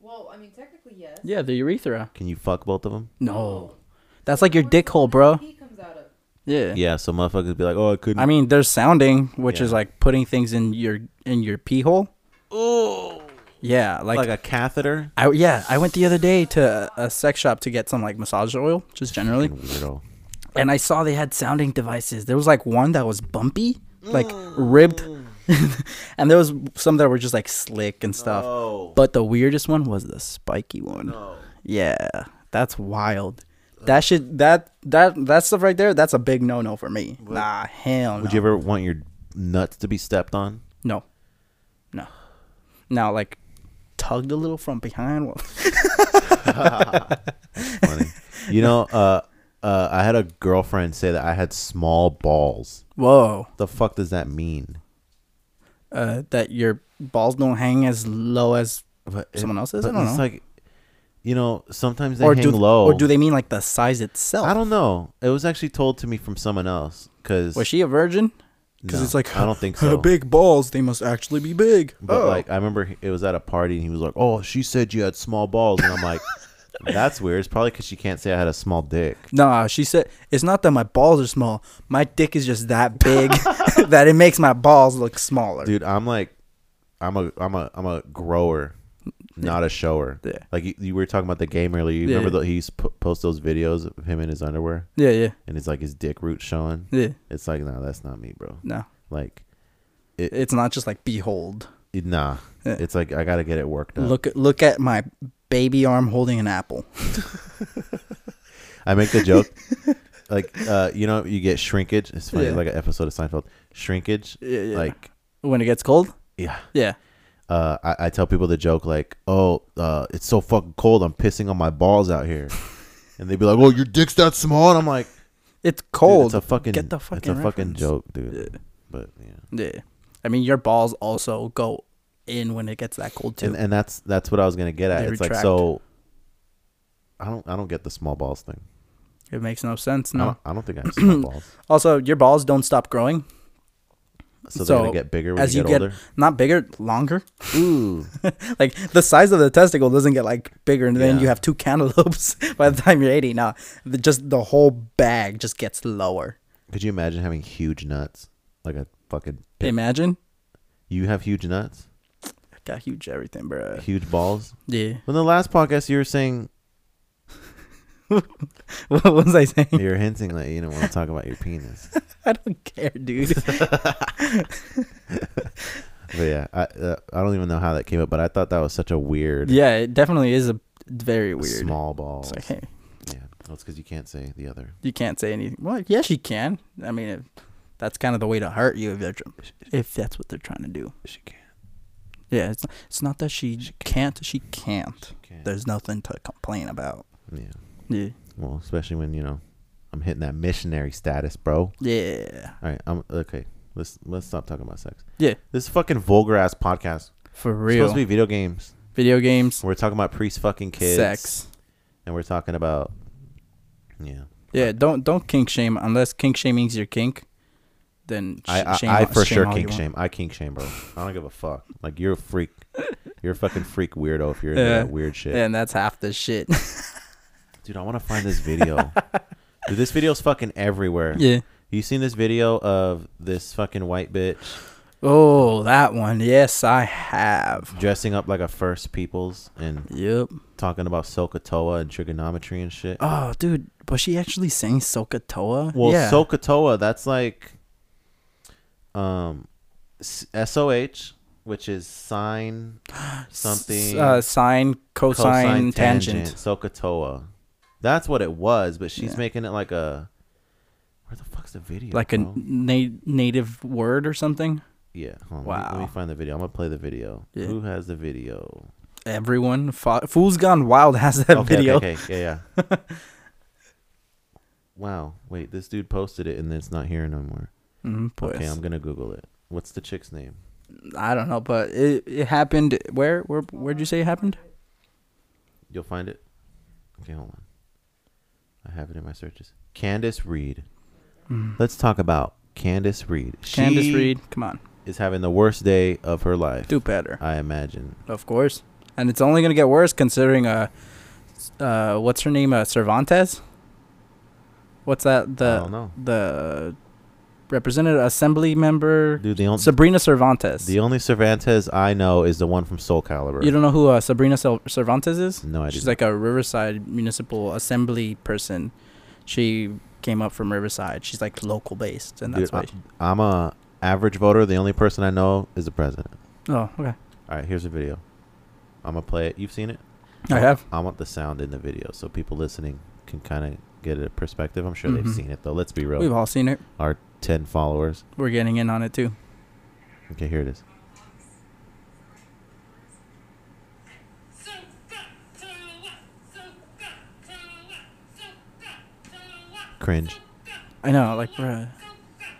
Well, I mean, technically, yes.
Yeah, the urethra.
Can you fuck both of them?
No. That's like your dick hole, bro.
He comes out of.
Yeah.
Yeah. So motherfuckers be like, oh, I couldn't.
I mean, there's sounding, which is
Yeah.
like putting things in your in your pee hole.
oh,
Yeah, like,
like a catheter.
I yeah, I went the other day to a sex shop to get some like massage oil, just generally,
Fucking Weirdo.
and I saw they had sounding devices. There was like one that was bumpy, like
Mm.
ribbed, and there was some that were just like slick and stuff.
Oh.
But the weirdest one was the spiky one.
no.
Yeah, that's wild. That should that that that stuff right there. That's a big no no for me. Nah, hell no.
Would you ever want your nuts to be stepped on?
No, no. Now like tugged a little from behind. Well,
funny. You know, uh, uh, I had a girlfriend say that I had small balls.
Whoa,
The fuck does that mean?
uh, that your balls don't hang as low as
But it-
someone else's. I
but
don't know.
it's like, you know, sometimes they
or
hang
do
low.
or do they mean like the size itself?
I don't know. It was actually told to me from someone else because
Was she a virgin? Because
No,
it's like
I don't think so.
big balls, they must actually be big.
But
Oh.
like, I remember he- it was at a party and he was like, "Oh, she said you had small balls," and I'm like, "That's weird. It's probably because she can't say I had a small dick."
Nah, she said it's not that my balls are small. My dick is just that big that it makes my balls look smaller.
dude i'm like i'm a i'm a i'm a grower not a shower
Yeah.
like you, you were talking about the game earlier you
Yeah.
remember that he used to po- post those videos of him in his underwear
Yeah, yeah,
and it's like his dick root showing
yeah.
it's like nah that's not me bro
No,
like
it's not just like behold.
it- nah
Yeah.
it's like i gotta get it worked up
Look at look at my baby arm holding an apple.
i make the joke like uh you know you get shrinkage it's funny
Yeah.
like an episode of seinfeld shrinkage
Yeah, yeah.
like
when it gets cold.
yeah
Yeah,
uh, I, I tell people the joke like, "Oh, uh, it's so fucking cold. I'm pissing on my balls out here," and they'd be like, "Oh, your dick's that small," and I'm like, dude,
it's cold.
it's a fucking,
Get the
it's a
fucking
fucking
reference.
joke, dude." But yeah,
yeah, I mean your balls also go in when it gets that cold too.
and, and that's that's what I was gonna get at.
They
it's like
retract.
so. I don't I don't get the small balls thing.
it makes no sense.
I,
No.
don't, I don't think I have small balls.
Also, your balls don't stop growing.
So,
So,
they're gonna get bigger when
as
you
you
get,
get-
older.
Not bigger, longer.
Ooh,
like the size of the testicle doesn't get like bigger, and then
Yeah.
you have two cantaloupes by the time you're 80. Nah, the, just the whole bag just gets lower.
could you imagine having huge nuts? Like a fucking. pig?
Imagine.
You have huge nuts,
Got huge everything, bro.
huge balls.
Yeah.
When the last podcast you were saying
what was I saying?
you're hinting that you don't want to talk about your penis,
I don't care, dude.
but yeah, I uh, I don't even know how that came up, but I thought that was such a weird,
yeah, it definitely is a very weird.
small balls.
It's like, hey,
Yeah, well, it's because you can't say the other.
you can't say anything. Well, yes, you can. I mean, if, that's kind of the way to hurt you if they're tr- if that's what they're trying to do.
She can't.
Yeah, it's it's not that she, can't. She can't.
can't.
There's nothing to complain about.
Yeah.
Yeah.
Well, especially when you know I'm hitting that missionary status, bro.
Yeah.
All right, I'm okay. Let's let's stop talking about sex.
Yeah.
This fucking vulgar ass podcast.
For
It's
real.
supposed to be video games.
Video games,
We're talking about priest fucking kids.
sex.
And we're talking about yeah.
Yeah. Don't don't kink shame unless kink shaming's your kink. Then sh-
I I,
shame
I
all-
for
shame
sure
all
kink
you want.
shame. I kink shame, bro. I don't give a fuck. Like you're a freak. You're a fucking freak weirdo if you're into
Yeah.
that weird shit.
And that's half the shit.
Dude, I want to find this video. Dude, this video's fucking everywhere.
yeah.
You seen this video of this fucking white bitch
Oh, that one. Yes, I have.
dressing up like a first peoples and
Yep.
talking about Sokotoa and trigonometry and shit.
Oh, dude, was she actually saying Sokotoa?
Well,
yeah.
Sokotoa, that's like um S- SOH, which is sine something
S- uh, sine, cosine,
cosine
tangent.
Sokotoa. That's what it was, but she's
Yeah.
making it like a Where the fuck's the video?
Like a
bro?
na- native word or something.
Yeah, hold on. Let, me, let me
Wow.
find the video. I'm going to play the video.
Yeah.
Who has the video?
Everyone, fo- Fool's Gone Wild has that
okay,
video.
Okay, okay. Yeah, yeah. wow. Wait, this dude posted it and it's not here no more.
Mhm, pues.
Okay, um, I'm gonna Google it. What's the chick's name?
I don't know, but it, it happened. Where where where'd you say it happened?
You'll find it. Okay, hold on. I have it in my searches. Candace Reed. Let's talk about Candace Reed.
Candace
Mm. She
Reed. Come on,
is having the worst day of her life.
do better.
I imagine.
Of course, and it's only gonna get worse considering uh, uh, what's her name? Uh, Cervantes. What's that?
I
The
don't know,
the representative assembly member
dude. The only
Sabrina Cervantes.
the only Cervantes I know is the one from Soul Calibur.
you don't know who uh, Sabrina Cer- Cervantes is?
no, I do
She's
not.
like a Riverside municipal assembly person. She came up from Riverside. She's like local based, and that's
Dude,
why.
I'm a average voter. The only person I know is the president.
oh, okay.
All right, here's a video. I'm gonna play it. You've seen it.
I have.
I want the sound in the video so people listening can kind of get a perspective. I'm sure
Mhm.
they've seen it though. Let's be real.
We've all seen it.
Our 10 followers.
We're getting in on it too.
Okay, here it is. Cringe.
I know, like, bruh,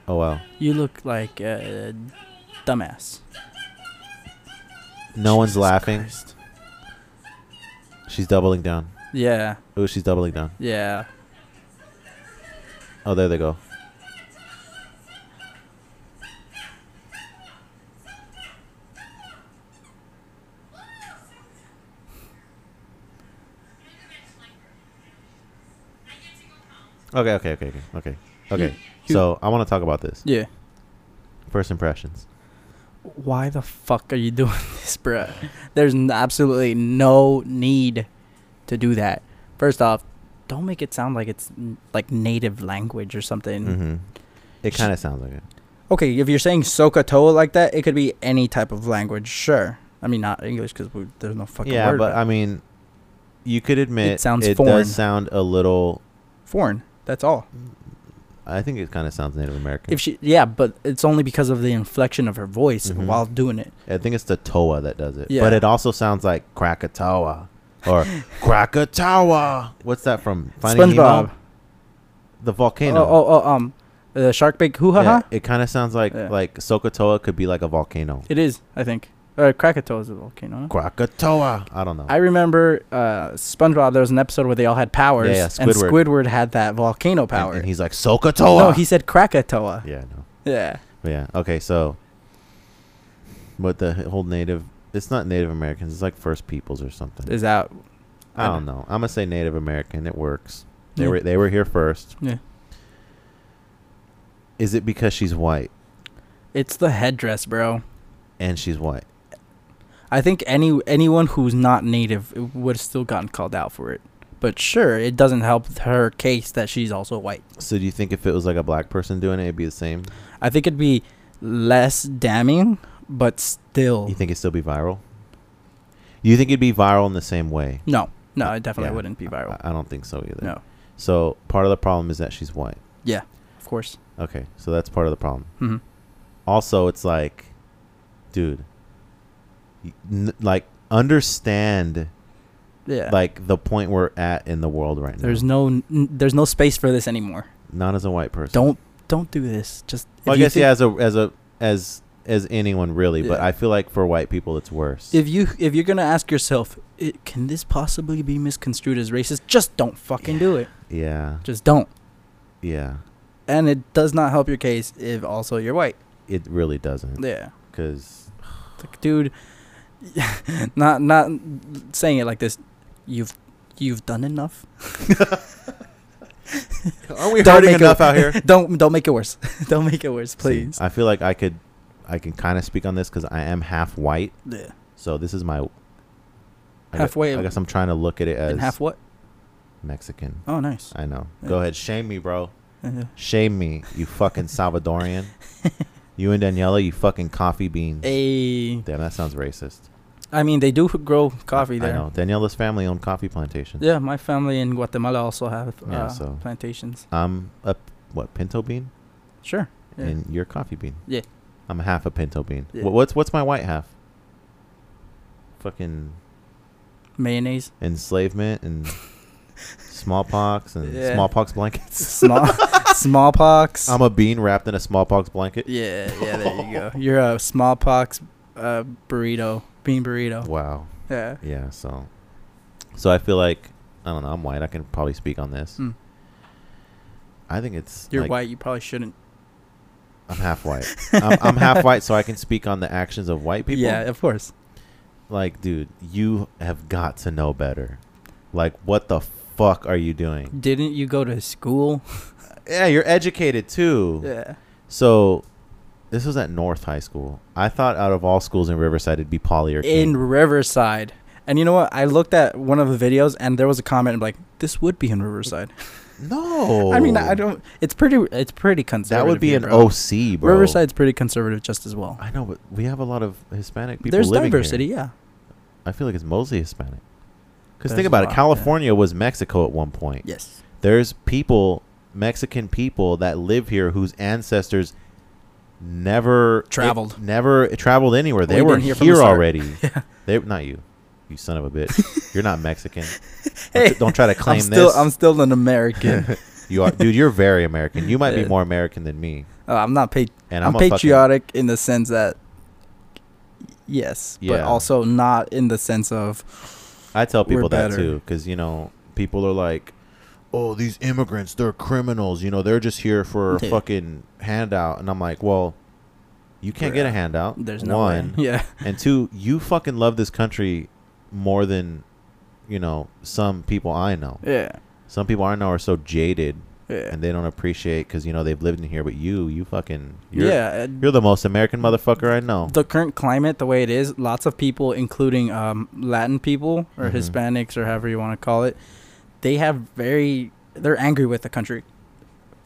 Oh wow.
you look like a dumbass.
No one's
Jesus
laughing.
Christ.
She's doubling down.
Yeah,
Oh, she's doubling down.
yeah.
Oh, there they go. Okay, okay, okay, okay, okay. Okay. So I want to talk about this.
Yeah.
First impressions.
Why the fuck are you doing this, bruh? There's n- absolutely no need to do that. First off, don't make it sound like it's n- like native language or something.
Mm-hmm. It
Sh-
kind of sounds like it.
Okay, if you're saying Sokotoa like that, it could be any type of language, sure. I mean, not English because there's no fucking
Yeah,
word.
but I mean, you could admit it,
sounds foreign.
does sound a little.
foreign. That's all.
I think it kind of sounds Native American.
If she, yeah, but it's only because of the inflection of her voice
Mhm.
while doing it.
I think it's the Toa that does it.
Yeah.
But it also sounds like Krakatoa or Krakatoa. What's that from?
SpongeBob.
The
Oh,
volcano.
oh, oh, um, the shark big hoo ha
Yeah,
ha.
it kind of sounds like
Yeah. Uh-huh.
like Sokotoa could be like a volcano.
It is, I think. Uh, Krakatoa is a volcano. Huh?
Krakatoa. I don't know.
I remember uh, SpongeBob. There was an episode where they all had powers,
Yeah, yeah,
and
Squidward.
Squidward had that volcano
And-
power. Oh,
And, he's like Sokotoa.
no, he said Krakatoa.
yeah, I know.
Yeah,
But yeah. Okay. So, what the whole Native? It's not Native Americans. It's like First Peoples or something.
Is that
I don't know. I'm gonna say Native American. It works. They
Yeah.
were they were here first.
Yeah.
Is it because she's white
it's the headdress, bro.
and she's white?
I think any anyone who's not native would have still gotten called out for it. But sure, it doesn't help her case that she's also white.
So do you think if it was like a black person doing it, it'd be the same?
I think it'd be less damning, but still
You think it'd still be viral? You think it'd be viral in the same way?
no, no, it definitely
Yeah. Uh,
wouldn't be viral.
I, I don't think so either.
No,
So part of the problem is that she's white.
of course.
Okay, so that's part of the problem.
hmm
also it's like dude y- n- like understand
Yeah,
like the point we're at in the world right
there's
now
no n- there's no space for this anymore.
not as a white person
Don't don't do this. Just if
well, i
you
guess
think-
yeah as a as a as as anyone really but
Yeah.
i feel like for white people it's worse
If you if you're gonna ask yourself, it, can this possibly be misconstrued as racist? Just don't fucking do it.
yeah
Just don't.
yeah
And it does not help your case if also you're white.
it really doesn't
Yeah.
because
It's like, dude, not not saying it like this. You've you've done enough.
are we
Don't
hurting
make it-
enough out here
don't don't make it worse. don't make it worse,
See,
please.
i feel like i could i can kind of speak on this because i am half white
yeah.
so this is my I gu-
Halfway-
i guess i'm trying to look at it as
And half what?
mexican
Oh, nice. Uh,
I know.
Yeah.
Go ahead, shame me, bro.
Yeah.
Shame me, you fucking Salvadorian. you and Daniela, you fucking coffee beans.
A.
Damn, that sounds racist.
I mean, they do grow coffee
I
there.
know. Daniela's family owned coffee plantations.
Yeah, my family in Guatemala also have uh,
Yeah, so-
plantations.
I'm a what pinto bean,
Sure. Yeah.
and you're a coffee bean.
Yeah.
I'm half a pinto bean.
Yeah.
Wha- what's what's my white half? Fucking
Mayonnaise.
enslavement and smallpox and
Yeah.
smallpox blankets.
Small smallpox.
I'm a bean wrapped in a smallpox blanket.
yeah, yeah, there you go. You're a smallpox uh, burrito, bean burrito.
Wow.
Yeah.
Yeah, so so I feel like I don't know, I'm white. I can probably speak on this.
Mm.
I think it's
You're
like,
white, you probably shouldn't.
I'm half white. I'm, I'm half white, so I can speak on the actions of white people.
Yeah, of course.
Like, dude, you have got to know better. Like, what the fuck are you doing?
Didn't you go to school?
Yeah, you're educated too.
Yeah.
So, this was at North High School. I thought out of all schools in Riverside, it'd be Poly or
In
King.
Riverside. And you know what? I looked at one of the videos and there was a comment like, this would be in Riverside.
No,
I mean, I don't. It's pretty. It's pretty conservative.
Oh. That would be
here,
an
bro.
OC, bro.
Riverside's pretty conservative just as well.
I know, but we have a lot of Hispanic people.
There's
living here.
diversity, yeah.
I feel like it's mostly Hispanic. Because
There's
think
a
about it,
lot, yeah.
California was Mexico at one point.
Yes.
There's people, Mexican people that live here whose ancestors never
Traveled.
it- never traveled anywhere. They
We've
were
been
here,
here from the start.
already. They not you, you son of a bitch. You're not Mexican.
Hey,
don't, don't try to claim
I'm still,
this.
I'm still an American.
you are, dude. You're very American. You might be
Yeah.
more American than me.
Uh, I'm not pa-
And I'm,
I'm,
a fucking-
patriotic in the sense that yes, but
Yeah.
also not in the sense of
I tell
We're
people that
better.
too, because you know, people are like, "Oh, these immigrants, they're criminals. You know, they're just here for a
Yeah.
fucking handout." And I'm like, "Well, you can't get a
Bruh.
handout.
there's no
one,
way. Yeah.
and two, you fucking love this country more than you know some people I know.
Yeah.
Some people I know are so jaded
Yeah.
and they don't appreciate because you know they've lived in here, but you, you fucking, you're,
yeah. uh,
you're the most American motherfucker I know.
The current climate, the way it is, lots of people, including um, Latin people or
Mhm.
Hispanics or however you want to call it, they have very, they're angry with the country.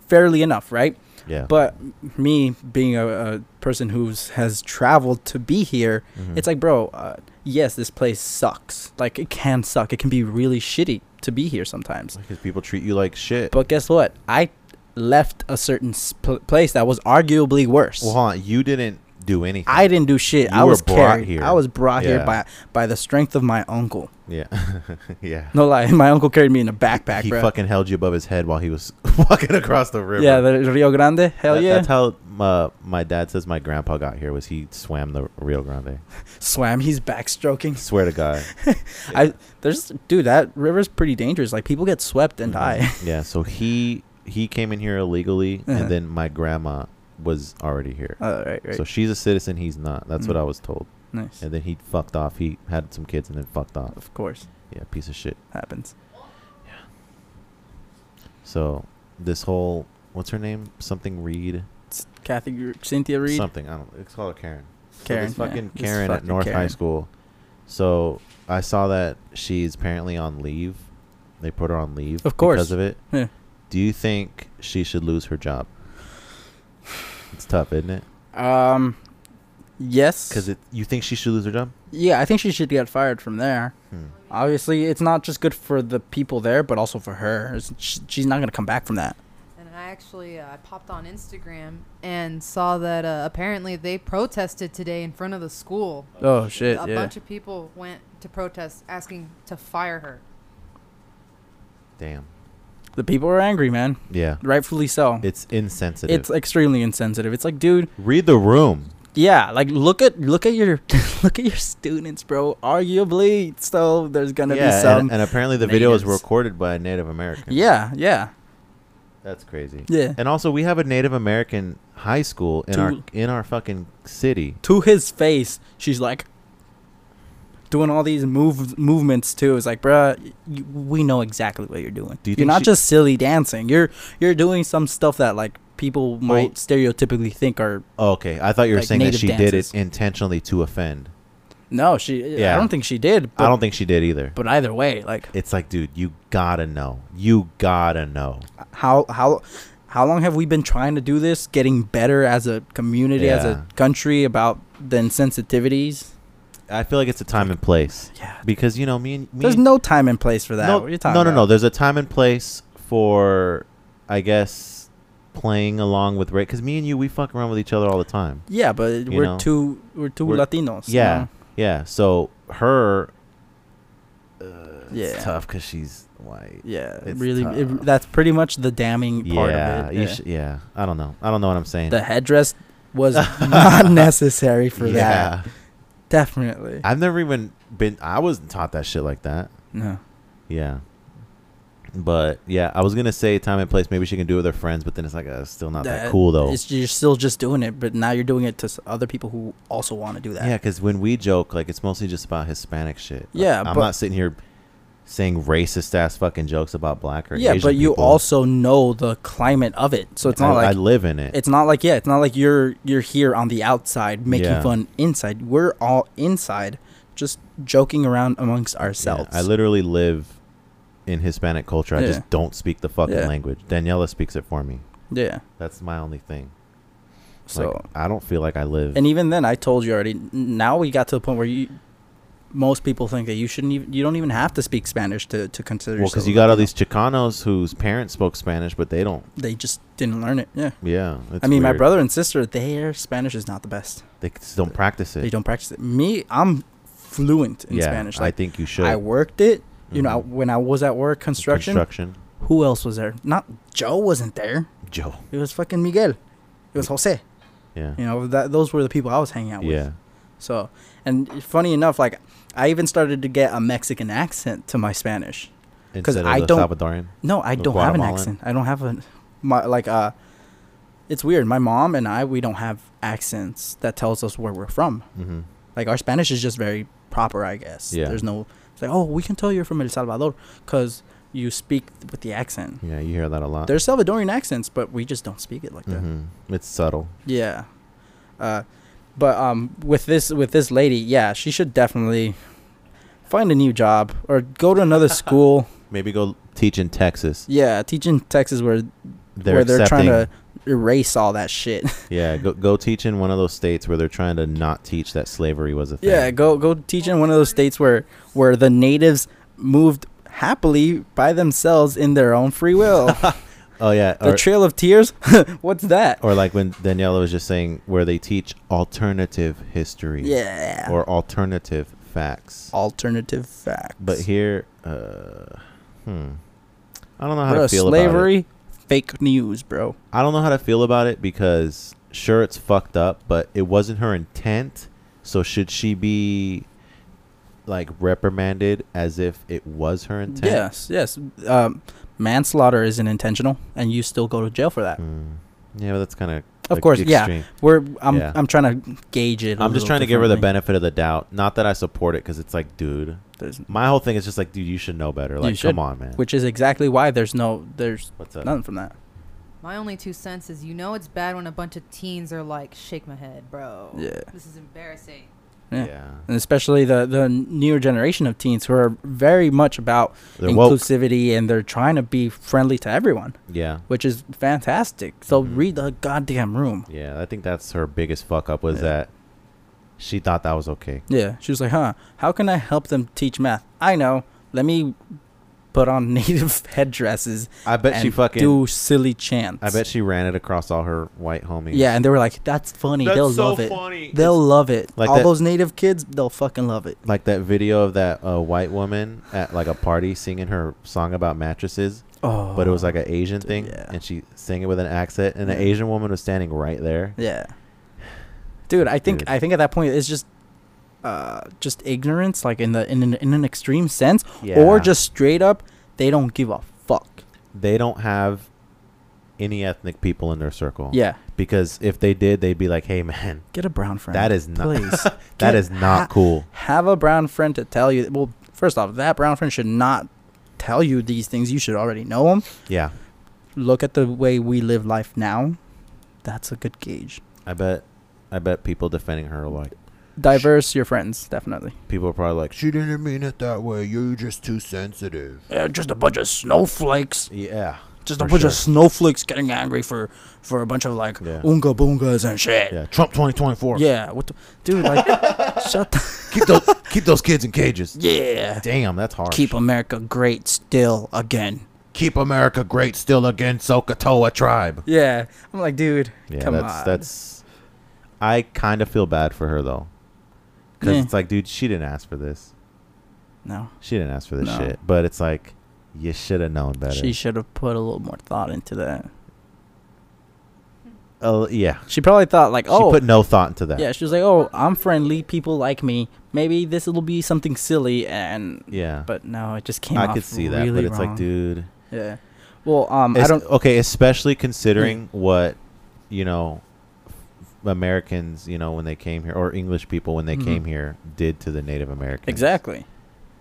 Fairly enough, right?
yeah,
But me being a, a person who's has traveled to be here,
Mhm.
It's like, bro, uh, yes, this place sucks. Like, it can suck. It can be really shitty to be here sometimes.
because people treat you like shit.
But guess what? I left a certain sp- place that was arguably worse.
well, hold on, you didn't do anything.
I didn't do shit.
You
I
were
was
brought
carried.
here.
I was brought
Yeah.
here by by the strength of my uncle.
Yeah, yeah.
No lie, my uncle carried me in a backpack,
he
bro.
fucking held you above his head while he was walking across the river.
yeah, the Rio Grande. Hell
That-
yeah.
That's how uh, my dad says my grandpa got here was he swam the Rio Grande.
Swam. He's backstroking.
Swear to God.
I there's dude. That river's pretty dangerous. Like people
Mm-hmm.
get swept and die.
Mhm. Yeah, so he he came in here illegally,
Uh-huh.
and then my grandma was already here.
Oh, right, right.
So she's a citizen. He's not. That's what
Mm.
I was told.
nice.
And then he fucked off. He had some kids and then fucked off.
Of course,
Yeah, piece of shit.
happens.
So this whole what's her name? Something Reed.
It's Kathy Gr- Cynthia Reed.
Something. I don't. It's called Karen. So
Karen.
this fucking
yeah. This
Karen
fucking
at North High
Karen.
School. So I saw that she's apparently on leave. They put her on leave
Of course.
because of it.
Yeah.
Do you think she should lose her job? It's tough, isn't it?
Um, yes.
Because it, you think she should lose her job?
yeah, I think she should get fired from there.
Hmm.
Obviously, it's not just good for the people there, but also for her. It's- sh- She's not gonna come back from that.
And I actually uh, I popped on Instagram and saw that uh, apparently they protested today in front of the school.
Oh shit!
a
yeah.
bunch of people went to protest asking to fire her.
Damn.
the people are angry, man.
Yeah.
Rightfully so.
It's insensitive.
It's extremely insensitive. It's like, dude,
Read the room.
yeah, like look at look at your look at your students, bro. Arguably, so there's gonna
yeah,
be some.
and, and apparently the video was
natives.
recorded by a Native American.
yeah, yeah,
That's crazy.
yeah.
And also, we have a Native American high school in our
Dude.
in our fucking city.
to his face, she's like doing all these move movements too. It's like, bruh, y- y- we know exactly what you're doing.
Do you
you are
think
not
she-
just silly dancing. You're you're doing some stuff that like people might stereotypically think are
Oh, okay, I thought you were
Like
saying that
native
she did
dances.
it intentionally to offend.
no. She,
Yeah.
I don't think she did. But,
I don't think she did either.
But either way, like
It's like, dude, you gotta know. You gotta know.
how how how long have we been trying to do this? Getting better as a community, as
Yeah.
a country about the insensitivities.
I feel like it's a time and place
Yeah.
because you know me and me.
There's
and-
no time and place for that.
no,
what are you talking
no, no, no.
about?
There's a time and place for, I guess, playing along with race. Because me and you, we fuck around with each other all the time.
Yeah, but
You
we're
know,
two we're two
we're-
Latinos. you
Yeah,
know?
yeah. So her, uh,
Yeah.
it's tough because she's white.
Yeah,
It's
really.
tough.
It, that's pretty much the damning part
yeah,
of
you
it.
sh- yeah. I don't know. I don't know what I'm saying.
the headdress was not necessary for that.
yeah,
Definitely.
I've never even been. I wasn't taught that shit like that.
no.
Yeah. But yeah, I was gonna say time and place. Maybe she can do it with her friends, but then it's like uh, it's still not that,
That
cool though.
It's, you're still just doing it, but now you're doing it to s- other people who also want to do that.
Yeah, because when we joke, like it's mostly just about Hispanic shit. Like,
Yeah,
I'm
but-
not sitting here saying racist ass fucking jokes about black or
Yeah,
Asian
but you
people.
also know the climate of it, so it's not
I,
like
I live in it.
it's not like yeah, it's not like you're you're here on the outside making
Yeah.
fun inside. We're all inside, just joking around amongst
Yeah,
ourselves.
I literally live in Hispanic culture. I
Yeah.
just don't speak the fucking
Yeah.
language. Daniela speaks it for me.
yeah.
That's my only thing.
So
like, I don't feel like I live.
And even then, I told you already. n- Now we got to the point where you, most people think that you shouldn't even, you don't even have to speak Spanish to, to consider.
well, because
yourself
you got all
Latino.
these Chicanos whose parents spoke Spanish, but they don't.
They just didn't learn it. Yeah.
Yeah, it's
I mean, my
weird.
brother and sister, their Spanish is not the best.
They just don't practice it.
They don't practice it. Me, I'm fluent in
yeah,
Spanish.
I
Like
think you should.
I, worked it. You know, I-
Mhm.
when I was at work construction,
Construction.
who else was there? Not Joe wasn't there.
Joe.
It was fucking Miguel. It was Jose.
Yeah.
You know, that those were the people I was hanging out with.
Mm. Yeah.
So, and funny enough, like I even started to get a Mexican accent to my Spanish.
Instead of
I
the
don't-
Salvadorian.
No, I
With
don't have an
Guatemalan?
accent. I don't have a my like uh it's weird. My mom and I we don't have accents that tells us where we're from.
Mm-hmm.
Like our Spanish is just very proper, I guess.
Yeah.
There's no it's like, "Oh, we can tell you're from El Salvador cuz you speak with the accent."
Yeah, you hear that a lot.
There's Salvadorian accents, but we just don't speak it like that.
hmm It's subtle.
Yeah. Uh, but um, with this with this lady, yeah, she should definitely find a new job or go to another school.
Maybe go teach in Texas.
Yeah, teach in Texas where
They're
where they're
accepting.
trying to erase all that shit.
yeah, go go teach in one of those states where they're trying to not teach that slavery was a thing.
yeah, go go teach in one of those states where where the natives moved happily by themselves in their own free will.
Oh yeah.
the
Or,
Trail of Tears? What's that?
or like when Daniela was just saying where they teach alternative history.
Yeah.
Or alternative facts.
alternative facts.
But here, uh, hmm, I don't know how
Bro,
to feel about it.
slavery, fake news, bro.
I don't know how to feel about it because sure it's fucked up, but it wasn't her intent. So should she be like reprimanded as if it was her intent?
Yes, yes. Um, manslaughter isn't intentional, and you still go to jail for that.
Hmm, Yeah, but that's kind of
Of course, yeah. We're I'm
Yeah.
I'm trying to gauge it. i
I'm just trying to give her the benefit of the doubt. Not that I support it because it's like, dude,
There's,
my whole thing is just like, dude, you should know better. Like,
should.
come on, man.
which is exactly why there's no there's
What's up?
nothing from that.
My only two cents is you know it's bad when a bunch of teens are like, shake my head, bro.
Yeah.
This is embarrassing.
Yeah.
yeah.
And especially the the newer generation of teens who are very much about
They're woke.
inclusivity and they're trying to be friendly to everyone,
Yeah.
which is fantastic. So
Mhm.
read the goddamn room.
Yeah. I think that's her biggest fuck up was
Yeah.
that she thought that was okay.
Yeah. She was like, huh, how can I help them teach math? I know. Let me put on native headdresses
I bet she
and
fucking.
do silly chants.
I bet she ran it across all her white homies.
Yeah, and they were like, that's funny. they'll love it.
funny.
They'll love it.
Like
All
that-
those native kids, they'll fucking love it.
like that video of that uh, white woman at like a party singing her song about mattresses,
Oh.
but it was like an Asian thing,
yeah.
and she sang it with an accent, and an
Yeah.
Asian woman was standing right there.
Yeah. Dude, I think
Dude.
I think at that point it's just uh just ignorance like in the in an, in an extreme sense or
Yeah.
just straight up they don't give a fuck.
they don't have any ethnic people in their circle.
Yeah.
Because if they did, they'd be like, "Hey, man,
Get a brown friend.
that is not
please.
that
Get-
is not
ha-
cool."
Have a brown friend to tell you. Well, first off, that brown friend should not tell you these things. You should already know them.
Yeah,
Look at the way we live life now. That's a good gauge.
I bet, I bet people defending her are like
Diverse your friends, definitely.
people are probably like,
She didn't mean it that way. You're just too sensitive.
Yeah, just a bunch of snowflakes.
"Yeah,
Just
For
a bunch
sure.
of snowflakes getting angry for for a bunch of like
Yeah.
unga boongas and shit. Yeah.
yeah, Trump 2024."
what the dude? Like, shut the
keep those keep those kids in cages.
yeah.
Damn, that's hard.
Keep America great still again.
Keep America great still again, Sokotoa tribe.
Yeah, I'm like, dude,
Yeah,
come
that's
on.
that's. I kind of feel bad for her though, because
Yeah.
it's like, dude, she didn't ask for this.
eh. no.
She didn't ask for this
No.
shit. But it's like, you should have known better.
She should have put a little more thought into that.
Oh yeah,
She probably thought like, oh,
she put no thought into that.
yeah. She was like, oh, I'm friendly. People like me. Maybe this will be something silly. And
yeah.
but no, it just came.
I
off
could see that,
really
but it's
wrong.
like, dude,
Yeah. Well, um, I
Es-
don't.
Okay, especially considering what you know, Americans, you know, when they came here, or English people when they
Mhm.
came here, did to the Native Americans.
Exactly.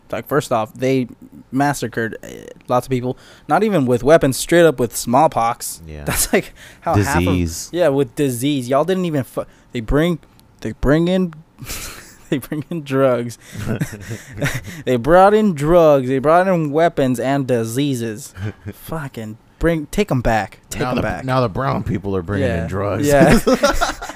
Like first off, they massacred uh, lots of people. Not even with weapons, straight up with smallpox.
Yeah.
That's like how half of,
Disease.
yeah with disease. Y'all didn't even fu- they bring they bring in they bring in drugs. they brought in drugs. They brought in weapons and diseases. Fucking bring take them back. Take
now
them
the
back.
now the brown people are bringing
yeah.
in drugs.
Yeah.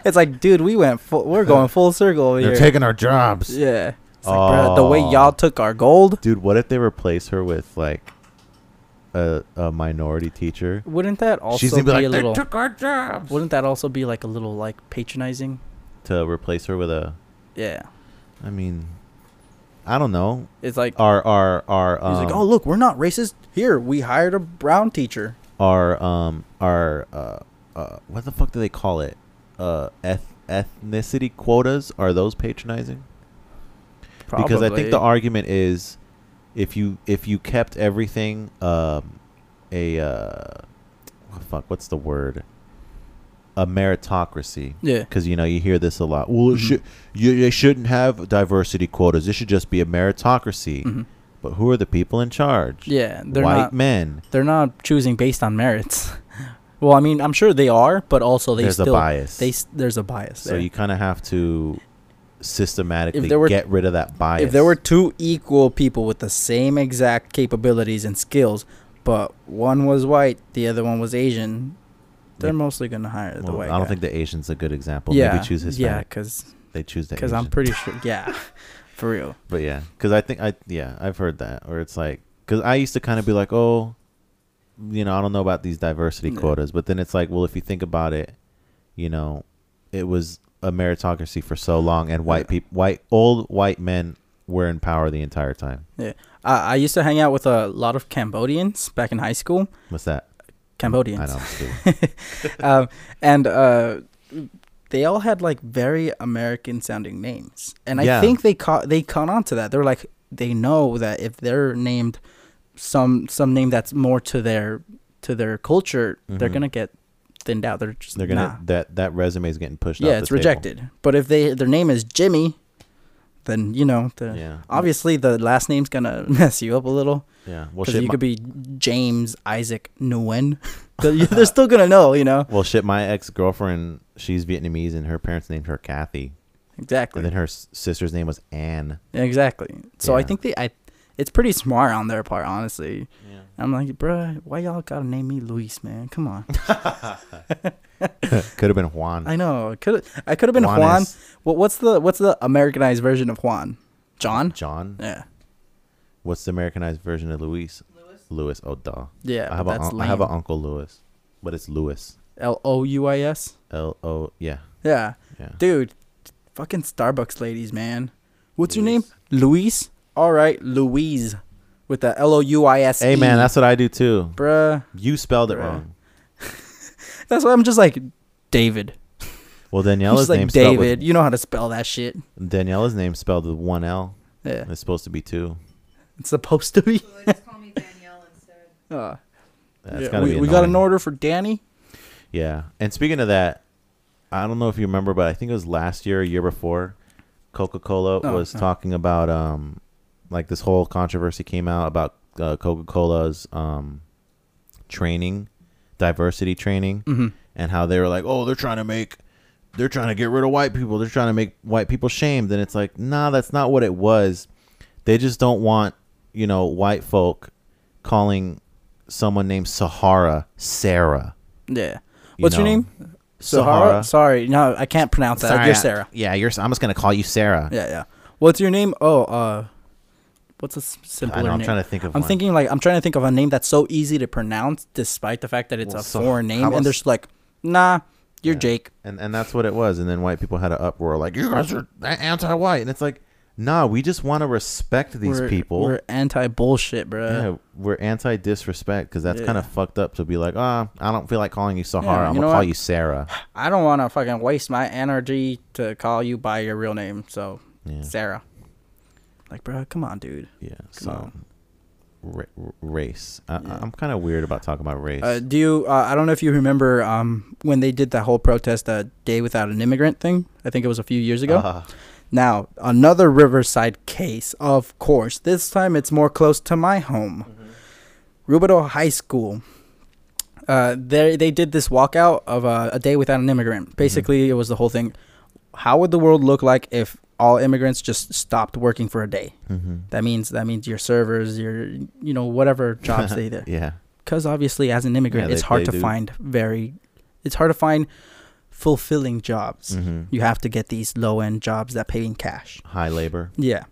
it's like, dude, we went full, we're going full circle over
They're
here.
taking our jobs.
yeah. It's like, bruh, the way
Oh.
y'all took our gold.
Dude, what if they replace her with like a a minority teacher?
Wouldn't that also
She's
be,
gonna be
a
like, they
little?
took our jobs.
Wouldn't that also be like a little like patronizing?
to replace her with a
Yeah,
I mean I don't know.
it's like
Our our our um,
he's like, oh look, we're not racist here. We hired a brown teacher.
our um our uh, uh what the fuck do they call it? Uh eth- ethnicity quotas are those patronizing?
Probably.
Because I think the argument is if you if you kept everything um a uh oh, fuck what's the word? A meritocracy.
yeah,
because you know you hear this a lot. Well, it
Mhm.
should, you, they shouldn't have diversity quotas. It should just be a meritocracy.
Mhm.
But who are the people in charge?
yeah, they're
white
not
men.
they're not choosing based on merits. well, I mean, I'm sure they are, but also they
There's
still
a bias.
they s- there's a bias.
so
there.
you kind of have to systematically
there were-
get rid of that bias.
if there were two equal people with the same exact capabilities and skills, but one was white, the other one was Asian, they're
Like-
mostly gonna hire the
Well,
white.
I don't
guy.
think the Asian's a good example. Maybe choose
Yeah,
Hispanic.
because
They choose the
Because
Asian.
I'm pretty sure. Yeah, for real.
but yeah, because I think I yeah I've heard that, or it's like because I used to kind of be like, oh, you know, I don't know about these diversity
Yeah.
quotas, but then it's like, well, if you think about it, you know, it was a meritocracy for so long, and white
Yeah.
people, white old white men were in power the entire time.
Yeah, I, I used to hang out with a lot of Cambodians back in high school.
What's that? I
Cambodians,
know. I'm stupid.
um, and uh, they all had like very American-sounding names, and I
Yeah.
think they caught they caught on to that. They're like they know that if they're named some some name that's more to their to their culture, they're
Mhm.
gonna get thinned out. They're just
They're gonna
nah.
that that resume is getting pushed.
yeah,
off
it's
the table.
rejected. But if they their name is Jimmy, then you know the
Yeah.
obviously the last name's gonna mess you up a little
Yeah. Well,
because
shit.
you
my,
could be James Isaac Nguyen. They're they're still gonna know, you know
well, shit. My ex girlfriend, she's Vietnamese, and her parents named her Kathy,
exactly,
and then her s- sister's name was Anne.
exactly. So I
Yeah.
think they I. It's pretty smart on their part, honestly.
Yeah.
I'm like, bruh, why y'all gotta name me Luis, man? Come on.
Could have been Juan.
I know. Could I could have been
Juan
Juan.
is-
What what's the what's the Americanized version of Juan? John?
John.
Yeah.
What's the Americanized version of Luis? Louis. Oh, duh.
Yeah.
I have a
but that's
un- I have
lame.
an uncle Louis, but it's Louis.
L O U I S.
L O. Yeah.
Yeah,
Yeah.
dude, fucking Starbucks ladies, man. What's your name?
Luis.
Luis. All right, Louise, with the L O U I S. E.
Hey man, that's what I do too.
bruh.
You spelled it
Bruh.
wrong.
That's why I'm just like David.
Well,
I'm
Daniela's
just like
name spelled
David.
with,
You know how to spell that shit.
Daniela's name spelled with one L.
Yeah,
It's supposed to be two.
it's supposed to be.
So they just call me Danielle instead.
Uh,
That's
yeah,
gotta
we,
be
we got an
annoying.
order for Danny.
Yeah. And speaking of that, I don't know if you remember, but I think it was last year, or year before, Coca Cola
Oh,
was
oh.
talking about um, like this whole controversy came out about uh, Coca Cola's um, training, diversity training, and how they were like, oh, they're trying to make, they're trying to get rid of white people. They're trying to make white people shamed. And it's like, nah, that's not what it was. They just don't want, you know, white folk calling someone named Sahara Sarah.
Yeah.
You
What's your
know.
name?
Sahara.
Sorry, no, I can't pronounce that. You're Sarah.
Yeah, you're. I'm just gonna call you Sarah.
Yeah, yeah. What's your name? Oh, uh, what's a s- simpler
I know. I'm
name?
trying to think of.
I'm
one.
thinking like I'm trying to think of a name that's so easy to pronounce, despite the fact that it's
Well,
a
so-
foreign
how
name,
about
and they're
s-
just like, nah, you're
Yeah.
Jake.
and and that's what it was. And then white people had an uproar, like you guys are a- anti-white, and it's like, nah, we just want to respect these
We're-
people.
We're anti bullshit,
yeah,
bro.
we're anti-disrespect because that's
Yeah.
kind of fucked up to be like, ah, I don't feel like calling you Sahara.
Yeah,
I'm
you
gonna
know
call
what?
you Sarah.
I don't want to fucking waste my energy to call you by your real name. So
Yeah,
Sarah, like, bro, come on, dude.
yeah. So,
on.
ra- r- race. I,
Yeah.
I'm kind of weird about talking about race.
Uh, do you? Uh, I don't know if you remember um, when they did that whole protest, uh, "Day Without an Immigrant" thing. I think it was a few years ago.
Ah,
Now, another Riverside case, of course. This time it's more close to my home. Rubidoux High School. Uh, they, they did this walkout of uh, a day without an immigrant. Basically, it was the whole thing. How would the world look like if all immigrants just stopped working for a day?
mhm.
That means that means your servers, your you know whatever jobs they there.
yeah.
Because obviously, as an immigrant,
Yeah,
it's
they-
hard
they
to
do.
find very, it's hard to find fulfilling jobs.
mhm.
You have to get these low end jobs that pay in cash.
High labor.
Yeah.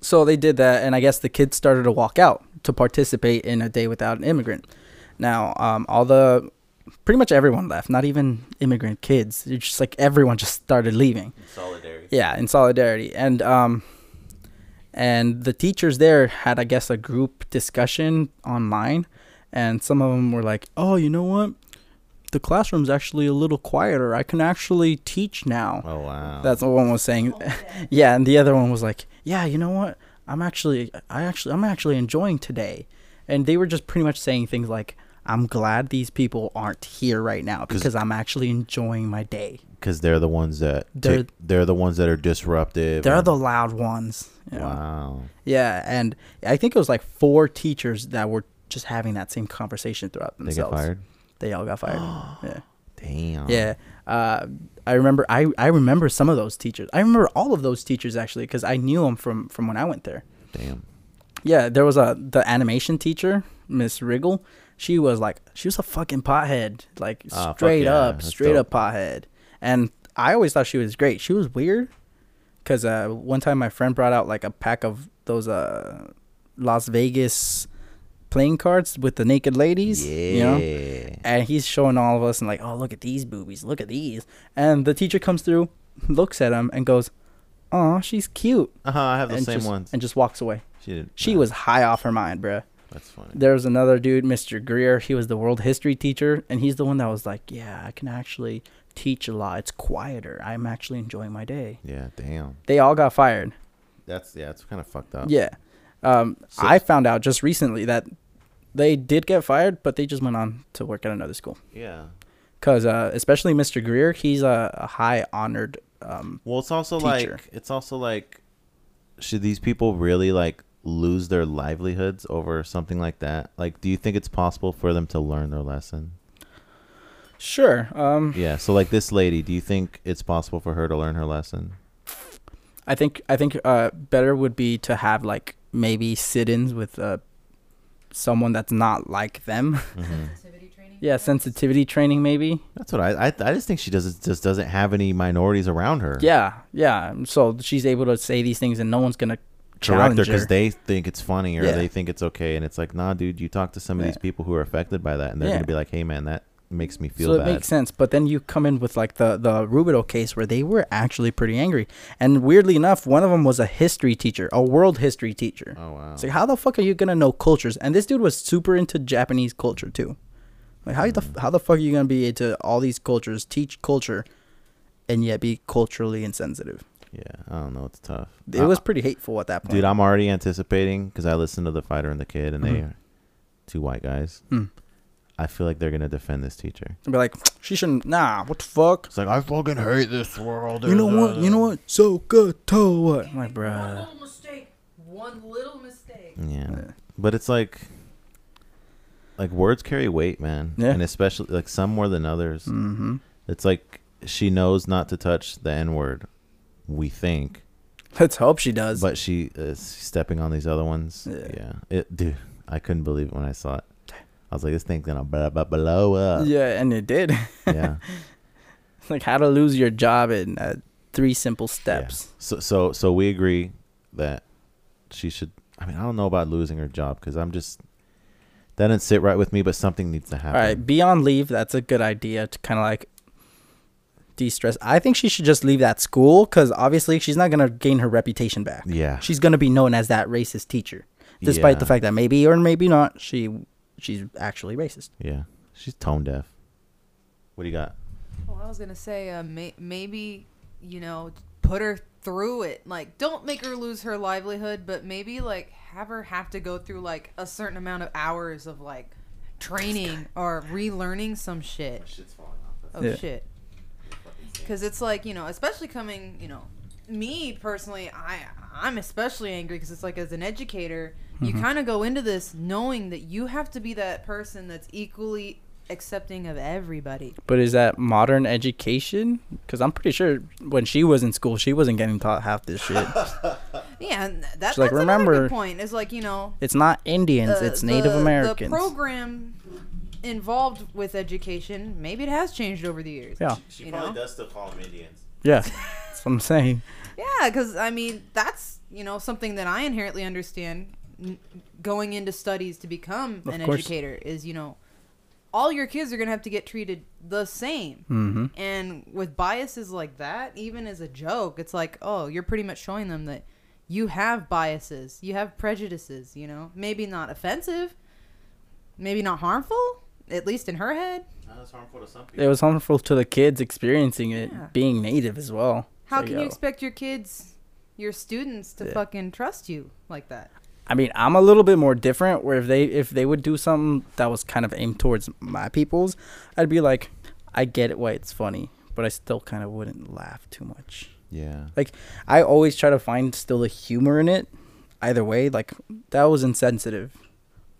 So they did that, and I guess the kids started to walk out to participate in a day without an immigrant. Now, um, all the pretty much everyone left, not even immigrant kids. It's just like everyone just started leaving.
Solidarity.
Yeah, in solidarity, and um, and the teachers there had, I guess, a group discussion online, and some of them were like, "Oh, you know what? The classroom's actually a little quieter. I can actually teach now."
Oh wow.
That's what one was saying. yeah, and the other one was like, "Yeah, you know what? I'm actually, I actually, I'm actually enjoying today." And they were just pretty much saying things like, "I'm glad these people aren't here right now because I'm actually enjoying my day."
because they're the ones that
They're-
they're, they're the ones that are disruptive.
They're
and-
the loud ones. you know?
wow.
Yeah, and I think it was like four teachers that were just having that same conversation throughout
They
themselves.
get fired.
They all got fired. yeah.
Damn.
Yeah. Uh, I remember. I, I remember some of those teachers. I remember all of those teachers actually because I knew them from from when I went there.
Damn.
Yeah, there was a the animation teacher, Miss Wriggle. She was like, she was a fucking pothead, like
Ah, fuck
straight
yeah,
up,
that's
straight
dope.
up pothead. And I always thought she was great. She was weird, cause uh, one time my friend brought out like a pack of those uh Las Vegas playing cards with the naked ladies. You know? and he's showing all of us and like, oh look at these boobies, look at these. And the teacher comes through, looks at him, and goes, "Oh, she's cute,"
Uh huh. I have the
and
same
just,
ones.
and just walks away.
she did.
She
nah,
was high off her mind, bruh.
That's funny.
There was another dude, Mr. Greer. He was the world history teacher, and he's the one that was like, "Yeah, I can actually teach a lot. It's quieter. I'm actually enjoying my day."
Yeah. Damn.
They all got fired.
That's yeah. It's kind of fucked up.
Yeah, um,
So-
I found out just recently that they did get fired, but they just went on to work at another school.
Yeah.
because uh, especially Mr. Greer, he's a, a high honored. Um,
Well, it's also
Teacher.
like it's also like should these people really like lose their livelihoods over something like that? Like do you think it's possible for them to learn their lesson?
sure. Um,
Yeah, so like this lady, do you think it's possible for her to learn her lesson?
I think I think uh, better would be to have like maybe sit-ins with uh, someone that's not like them.
Mhm.
Sensitivity training.
Mm. yeah, sensitivity training maybe.
That's what I, I I just think she doesn't just doesn't have any minorities around her.
Yeah, yeah. So she's able to say these things, and no one's gonna
correct
challenge
her
her.
because they think it's funny or
Yeah.
they think it's okay, and it's like, nah, dude, you talk to some of
Yeah.
these people who are affected by that, and they're
Yeah.
gonna be like, hey, man, that makes me feel
so
bad.
it makes sense. But then you come in with like the the Rubido case where they were actually pretty angry, and weirdly enough, one of them was a history teacher, a world history teacher.
oh wow.
It's like how the fuck are you gonna know cultures? And this dude was super into Japanese culture too. Like how the how the fuck are you gonna be into all these cultures, teach culture, and yet be culturally insensitive?
yeah, I don't know. It's tough.
It was pretty hateful at that point.
Ah. Dude, I'm already anticipating because I listened to the fighter and the kid, and they
Mhm.
are two white guys.
Mm.
I feel like they're gonna defend this teacher.
I'd be like, she shouldn't. Nah, what the fuck?
It's like I fucking hate this world.
You know what? You know what? So good, to what? I'm like,
One
bruh.
little mistake. One little mistake.
Yeah,
Yeah.
but it's like, like words carry weight, man.
Yeah.
and especially like some more than others.
Mm-hmm.
It's like she knows not to touch the N word. We think,
Let's hope she does.
but she is stepping on these other ones.
Yeah.
yeah. It, dude, I couldn't believe it when I saw it. I was like, this thing's gonna blah, blah, blow up.
yeah, and it did.
yeah.
like how to lose your job in uh, three simple
Yeah.
steps.
So so so we agree that she should. I mean, I don't know about losing her job because I'm just that didn't sit right with me. But something needs to happen.
All right, be on leave. That's a good idea to kind of like de-stress. I think she should just leave that school because obviously she's not gonna gain her reputation back.
Yeah.
She's gonna be known as that racist teacher, despite the
Yeah.
fact that maybe or maybe not she she's actually racist.
Yeah. She's tone deaf. What do you got?
Mm.
Well, I was gonna say, uh, may- maybe you know, put her through it. Like, don't make her lose her livelihood, but maybe like have her have to go through like a certain amount of hours of like training or relearning some shit. Oh
Yeah.
shit! Because it's like you know, especially coming, you know, me personally, I I'm especially angry because it's like as an educator, you
Mm-hmm.
kind of go into this knowing that you have to be that person that's equally accepting of everybody.
But is that modern education? Because I'm pretty sure when she was in school, she wasn't getting taught half this shit.
Yeah, and that, that's
like,
remember, another
"Remember,
good point. Is like you know,
it's not Indians,
uh,
it's Native
the-
Americans.
The program involved with education, maybe it has changed over the years.
yeah,
You probably know?
does still call them Indians.
yeah, that's what I'm saying.
Yeah, because I mean that's you know something that I inherently understand n- going into studies to become
Of
an
course.
educator is you know all your kids are gonna have to get treated the same.
Mm-hmm.
And with biases like that, even as a joke, it's like, oh, you're pretty much showing them that you have biases, you have prejudices, you know? Maybe not offensive, maybe not harmful, at least in her head.
That's harmful to some people.
It was harmful to the kids experiencing it
Yeah.
being Native as well.
How
So,
can
yo.
you expect your kids, your students, to
Yeah.
fucking trust you like that?
I mean, I'm a little bit more different. Where if they if they would do something that was kind of aimed towards my peoples, I'd be like, I get it why it's funny, but I still kind of wouldn't laugh too much.
Yeah.
Like I always try to find still the humor in it. Either way, like that was insensitive,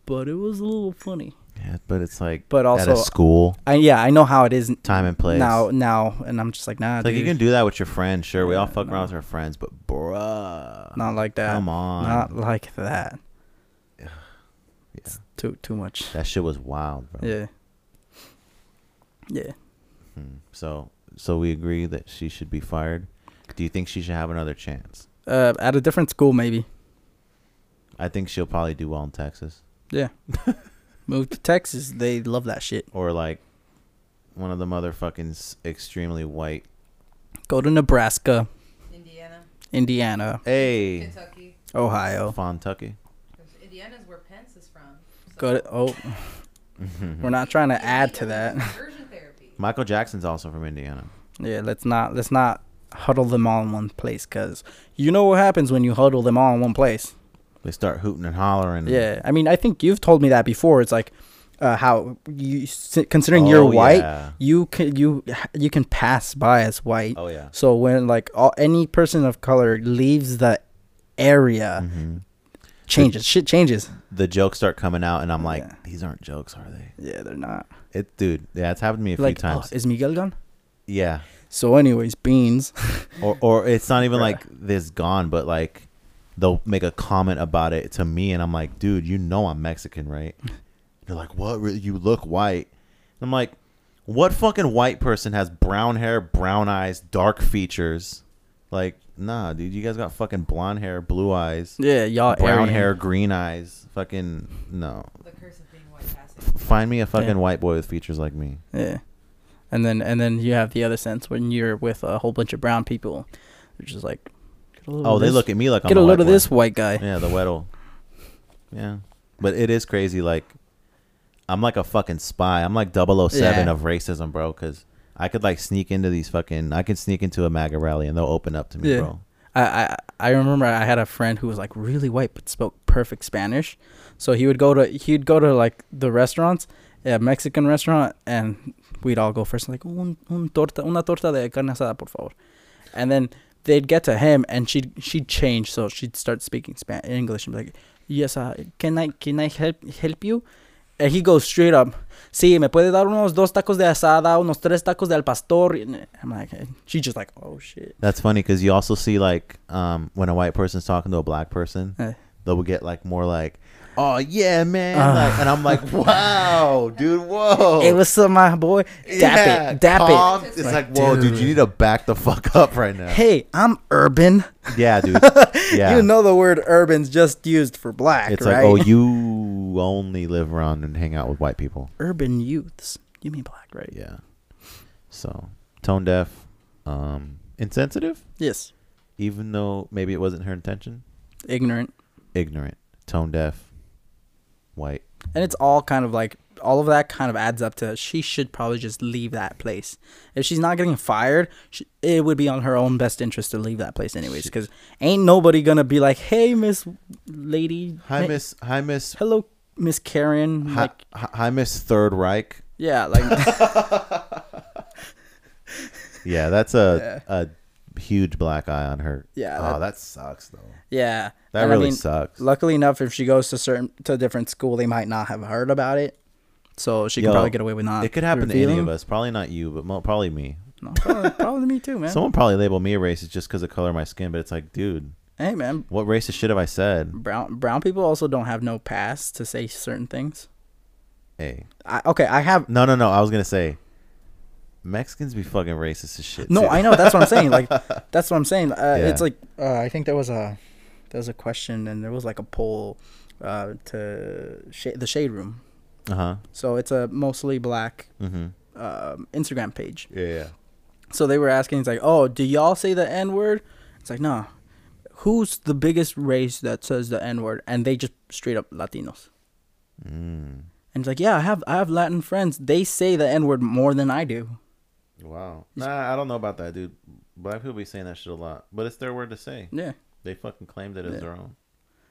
but it was a little funny.
Yeah. But it's like.
But
at a
also-
school
I yeah, I know how it is
time and place.
now now, and I'm just like nah,
It's like you
dude,
can do that with your friends. Sure, we all
Yeah,
fuck
no.
around with our friends, but bruh,
not like that.
come on,
Not like that.
Yeah.
It's too too much.
that shit was wild, bro.
Yeah. Yeah.
Hmm. So, so we agree that she should be fired. Do you think she should have another chance?
Uh, at a different school, maybe.
I think she'll probably do well in Texas
Yeah. Move to Texas. They love that shit.
or like one of the motherfucking s- extremely white.
Go to Nebraska,
Indiana,
Indiana,
Hey,
Kentucky.
Ohio.
Fontucky.
Indiana's where Pence is from.
Go to oh, we're not trying to add to that.
Conversion therapy.
Michael Jackson's also from Indiana.
Yeah, let's not let's not huddle them all in one place, cause you know what happens when you huddle them all in one place.
They start hooting and hollering.
Yeah, I mean, I think you've told me that before. It's like uh, how you s- considering
Oh,
you're white,
yeah.
you can you you can pass by as white.
Oh yeah.
So when like all, any person of color leaves the area,
Mhm.
changes shit changes.
The jokes start coming out, and I'm like,
Yeah.
these aren't jokes, are they?
Yeah, they're not.
It, dude. Yeah, it's happened to me a
like,
few times.
oh, is Miguel gone?
yeah.
So, anyways, beans.
or or it's not even
Bruh.
like this gone, but like they'll make a comment about it to me, and I'm like, dude, you know I'm Mexican, right? They're like, what? Really? You look white. I'm like, what fucking white person has brown hair, brown eyes, dark features? Like, nah, dude, you guys got fucking blonde hair, blue eyes, uh,
Yeah, y'all.
brown
Aryan.
hair, green eyes. Fucking no.
The curse of being white passing.
Find me a fucking
Yeah.
white boy with features like me.
Yeah, and then and then you have the other sense when you're with a whole bunch of brown people, which is like, get a load
Oh,
of
they
this-
look at me like I'm
Get
a
a load
white
of
boy.
this white guy.
Yeah, the Weddle. Yeah. But it is crazy. Like, I'm like a fucking spy. I'm like 007
Yeah.
of racism, bro, because I could, like, sneak into these fucking. I could sneak into a MAGA rally and they'll open up to me,
Yeah.
bro.
I, I I remember I had a friend who was like really white but spoke perfect Spanish. So he would go to he'd go to like the restaurants, a Mexican restaurant, and we'd all go first like un, un torta una torta de carne asada por favor, and then they'd get to him and she'd she'd change so she'd start speaking Span- English and be like yes uh, can I can I help help you, and he goes straight up. Sí, me puede dar unos dos tacos de asada, unos tres tacos de al pastor. And I'm like, she just like, oh shit.
That's funny because you also see, like, um, when a white person's talking to a black person,
Eh.
they'll get, like, more like, oh, yeah, man.
Ah.
like, and I'm like, wow, dude, whoa.
Hey, what's up, my boy? Dap
Yeah,
it, dap
calm.
it.
It's like, whoa, dude. you need to back the fuck up right now.
Hey, I'm urban.
Yeah, dude. Yeah.
You know the word urban's just used for black,
It's
right?
like, oh, you only live around and hang out with white people.
urban youths. You mean black, right?
Yeah. So tone deaf, um, insensitive,
Yes.
even though maybe it wasn't her intention.
Ignorant.
Ignorant, tone deaf, white.
And it's all kind of like all of that kind of adds up to she should probably just leave that place. If she's not getting fired, she, it would be on her own best interest to leave that place anyways cuz ain't nobody going to be like, "Hey, Miss Lady."
Hi,
hey-
Miss. Hi, Miss.
Hello, Miss Karen.
Hi,
Like,
hi, Miss Third Reich.
yeah, like
Yeah, that's a a huge black eye on her.
Yeah,
Oh,
that-
that, sucks though.
yeah.
That
And I
really
mean,
sucks.
Luckily enough, if she goes to certain to a different school, they might not have heard about it, so she
Yo,
can probably get away with not.
It could happen to any
revealing.
of us. Probably not you, but mo- probably me.
No, probably, probably me too, man.
Someone probably labeled me a racist just because of color of my skin. But it's like, dude,
hey, man,
what racist shit have I said?
brown brown people also don't have no pass to say certain things.
Hey,
I, okay, I have.
No, no, no. I was gonna say Mexicans be fucking racist as shit.
No,
too.
I know. That's what I'm saying. Like, that's what I'm saying. Uh,
Yeah.
It's like uh, I think there was a there was a question and there was like a poll uh, to sh- the shade room.
Uh huh.
So it's a mostly black
Mm-hmm.
um, Instagram page.
Yeah, yeah.
So they were asking, it's like, oh, do y'all say the N word? It's like, no. Who's the biggest race that says the N word? And they just straight up Latinos.
Mm.
And it's like, yeah, I have I have Latin friends. They say the N word more than I do.
Wow. Nah, I don't know about that, dude. Black people be saying that shit a lot, but it's their word to say.
Yeah.
They fucking claimed it as
Yeah.
their own.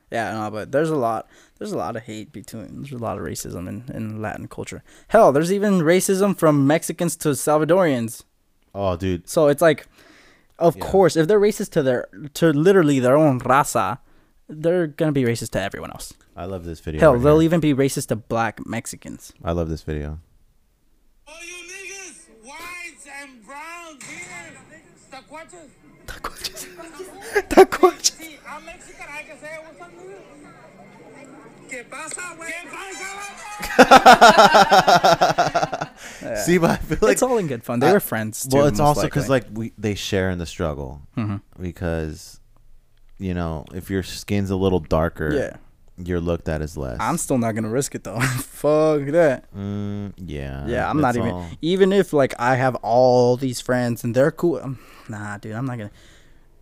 Yeah, no, but there's a lot there's a lot of hate between there's a lot of racism in, in Latin culture. Hell, there's even racism from Mexicans to Salvadorians.
Oh, dude.
So it's like of
Yeah.
course, if they're racist to their to literally their own raza, they're gonna be racist to everyone else.
I love this video.
Hell,
right
they'll
here.
even be racist to black Mexicans.
I love this video.
All you niggas, whites and browns here, tacuaches. Si, I'm Mexican, I can say what's up, nigga. ¿Qué pasa, güey? ¿Qué pasa, güey?
See, but I feel like
it's all in good fun. They
I-
were friends. Too,
well, it's
most
also because
likely.
like we they share in the struggle
Mm-hmm.
because you know if your skin's a little darker,
Yeah.
you're looked at as less.
I'm still not gonna risk it though. Fuck that.
Mm, yeah.
Yeah, I'm not
that's
even.
all.
Even if like I have all these friends and they're cool, um nah, dude, I'm not gonna.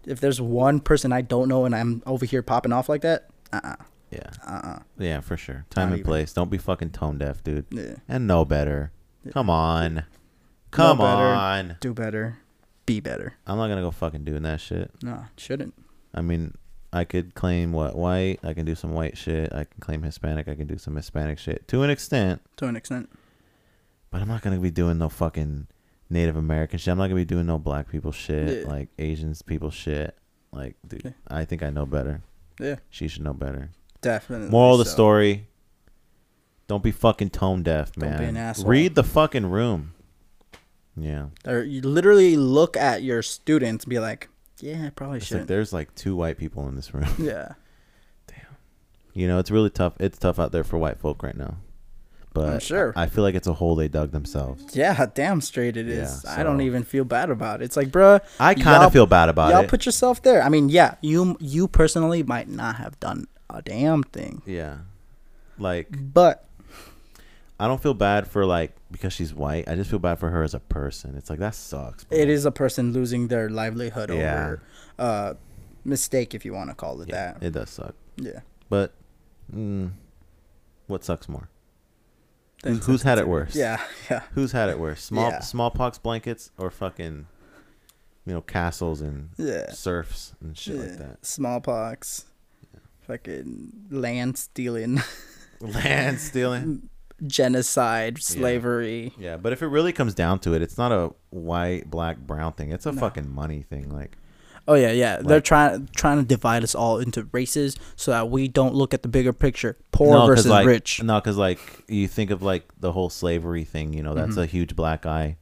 If there's one person I don't know and I'm over here popping off like that, uh, uh
Yeah. Yeah, for sure. Time
Not
and
even.
place. Don't be fucking tone deaf, dude.
Yeah.
And know better. Come on. Come
better.
on.
do better, be better.
I'm not gonna go fucking doing that shit.
No, shouldn't.
I mean, I could claim what white. I can do some white shit. I can claim Hispanic. I can do some Hispanic shit to an extent.
to an extent.
But I'm not gonna be doing no fucking Native American shit. I'm not gonna be doing no black people shit,
Yeah.
like Asians people shit. Like, dude,
Yeah.
I think I know better.
Yeah,
She should know better.
definitely.
Moral of the
so.
story: Don't be fucking tone deaf,
Don't
man.
be an asshole.
Read the fucking room. Yeah,
Or you literally look at your students and be like, yeah, I probably
it's like
should.
there's like two white people in this room.
yeah,
You know, it's really tough. It's tough out there for white folk right now. But
I'm sure.
I feel like it's a hole they dug themselves.
yeah, damn straight it is.
Yeah,
I don't
so-
even feel bad about it. It's like, bruh,
I kind
y'all-
of feel bad about
y'all
it.
put yourself there. I mean, yeah, you you personally might not have done a damn thing,
yeah. Like
but
I don't feel bad for like because she's white. I just feel bad for her as a person. It's like that sucks. bro.
it is a person losing their livelihood
Yeah.
over uh mistake, if you want to call it
Yeah,
that.
it does suck.
yeah.
But mm, what sucks more?
Then
Who's had it worse?
Yeah, yeah.
Who's had it worse? Small
Yeah.
smallpox blankets or fucking you know castles and
Yeah.
serfs and shit
Yeah.
like that.
Smallpox. Fucking land stealing,
Land stealing.
genocide, slavery.
Yeah, but if it really comes down to it, it's not a white, black, brown thing. It's a fucking money thing. Like,
Oh yeah, yeah. They're
Like-
trying trying to divide us all into races so that we don't look at the bigger picture. Poor
'cause,
versus
like,
rich.
No, because like you think of like the whole slavery thing. You know,
Mm-hmm.
that's a huge black eye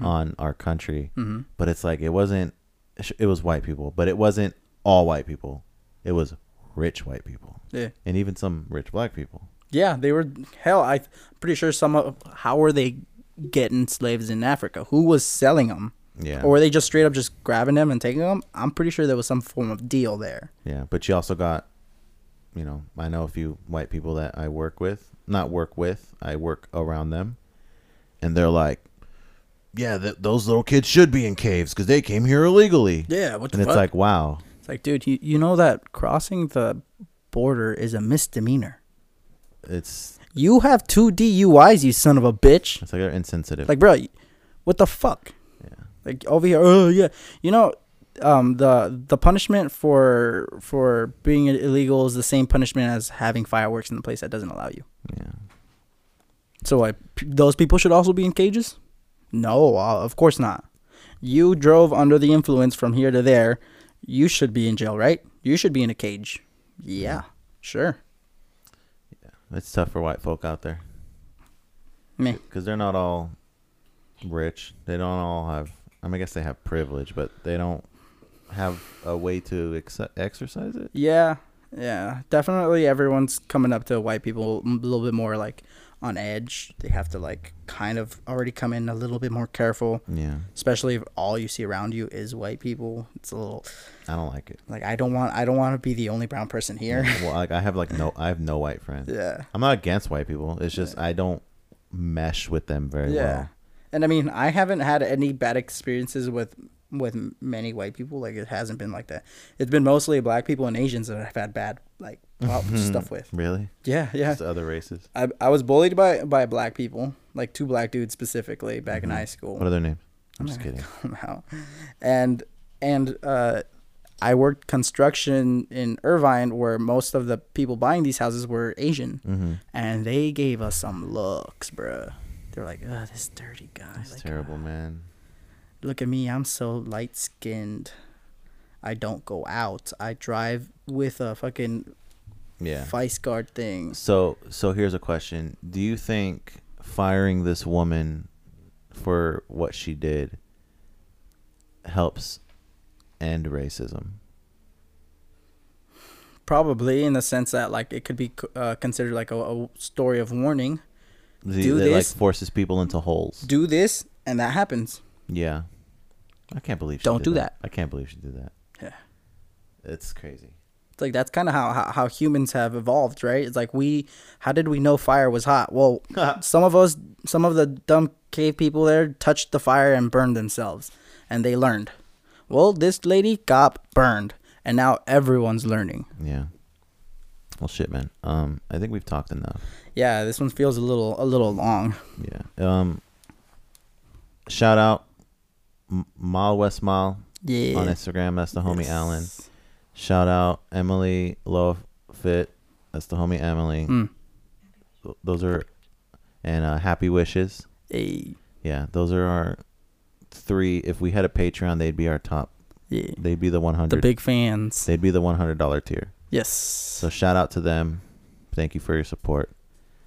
on our country. But it's like it wasn't. It was white people, but it wasn't all white people. It was rich white people,
Yeah.
and even some rich black people.
Yeah, they were hell. I am pretty sure some of how were they getting slaves in Africa? Who was selling them?
Yeah.
Or were they just straight up just grabbing them and taking them? I'm pretty sure there was some form of deal there.
Yeah, but you also got, you know, I know a few white people that I work with, not work with, I work around them, and they're like,
Yeah, th- those little kids should be in caves because they came here illegally.
Yeah, what
and it's like, wow,
it's like, dude, you, you know that crossing the border is a misdemeanor.
it's
You have two DUIs, you son of a bitch.
it's like they're insensitive.
Like, bro, what the fuck? Like over here, oh yeah, you know, um, the the punishment for for being illegal is the same punishment as having fireworks in the place that doesn't allow you.
yeah,
So what? P- those people should also be in cages? No, uh, of course not. You drove under the influence from here to there. You should be in jail, right? You should be in a cage. Yeah, sure.
it's tough for white folk out there
Meh.
because they're not all rich. They don't all have. I mean, I guess they have privilege, but they don't have a way to ex- exercise it.
Yeah, yeah. Definitely everyone's coming up to white people a little bit more like on edge. They have to like kind of already come in a little bit more careful,
Yeah,
especially if all you see around you is white people. It's a little
I don't like it.
like I don't want I don't want to be the only brown person here.
well, like I have like no, I have no white friends.
Yeah.
I'm not against white people. It's just I don't mesh with them very well.
And I mean, I haven't had any bad experiences with with m- many white people. Like it hasn't been like that. It's been mostly black people and Asians that I've had bad like well, stuff with.
Really?
Yeah, yeah.
Just other races.
I I was bullied by by black people, like two black dudes specifically back in high school.
Mm-hmm. What are their names? I'm just kidding.
Wow. And and uh, I worked construction in Irvine, where most of the people buying these houses were Asian,
Mm-hmm.
and they gave us some looks, bruh. They were like, "Oh, this dirty guy."
It's
like,
terrible, man.
look at me i'm so light skinned i don't go out i drive with a fucking
Yeah.
vice guard thing
So so here's a question. Do you think firing this woman for what she did helps end racism?
probably in the sense that like it could be co- uh, considered like a, a story of warning
Do,
Do
it
this-
like forces people into holes?
do this and that happens
yeah. I can't believe she
Don't
did
do
I can't believe she did that.
Yeah.
It's crazy.
it's like that's kind of how, how how humans have evolved right it's like we how did we know fire was hot well some of us some of the dumb cave people there touched the fire and burned themselves and they learned well this lady got burned and now everyone's learning
Yeah. Well, shit, man. Um, I think we've talked enough.
Yeah, this one feels a little a little long.
Yeah. Um. Shout out M- Mile West Mile
Yeah.
on Instagram. That's the homie Alan. Shout out Emily Love Fit. That's the homie Emily.
Mm.
Th- Those are and uh, happy wishes.
Hey,
Yeah, those are our three. If we had a Patreon, they'd be our top.
yeah.
They'd be the one
The
hundred.
big fans.
They'd be the one hundred dollar tier.
Yes.
So shout out to them. Thank you for your support.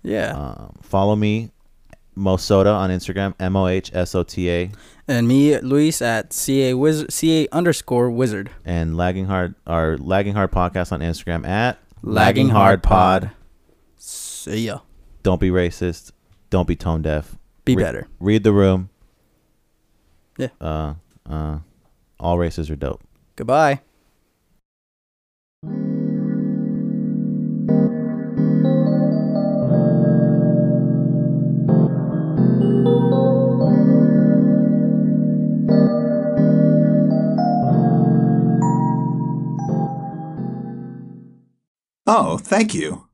yeah.
Um, follow me, Mosoda on Instagram. M O H S O T A
and me, Luis, at CA, wizard, CA underscore wizard.
and lagging hard our lagging hard podcast on Instagram at
See ya.
Don't be racist. Don't be tone deaf.
Be
Re-
better.
Read the room.
Yeah.
Uh. Uh. All races are dope.
Goodbye.
Oh, thank you.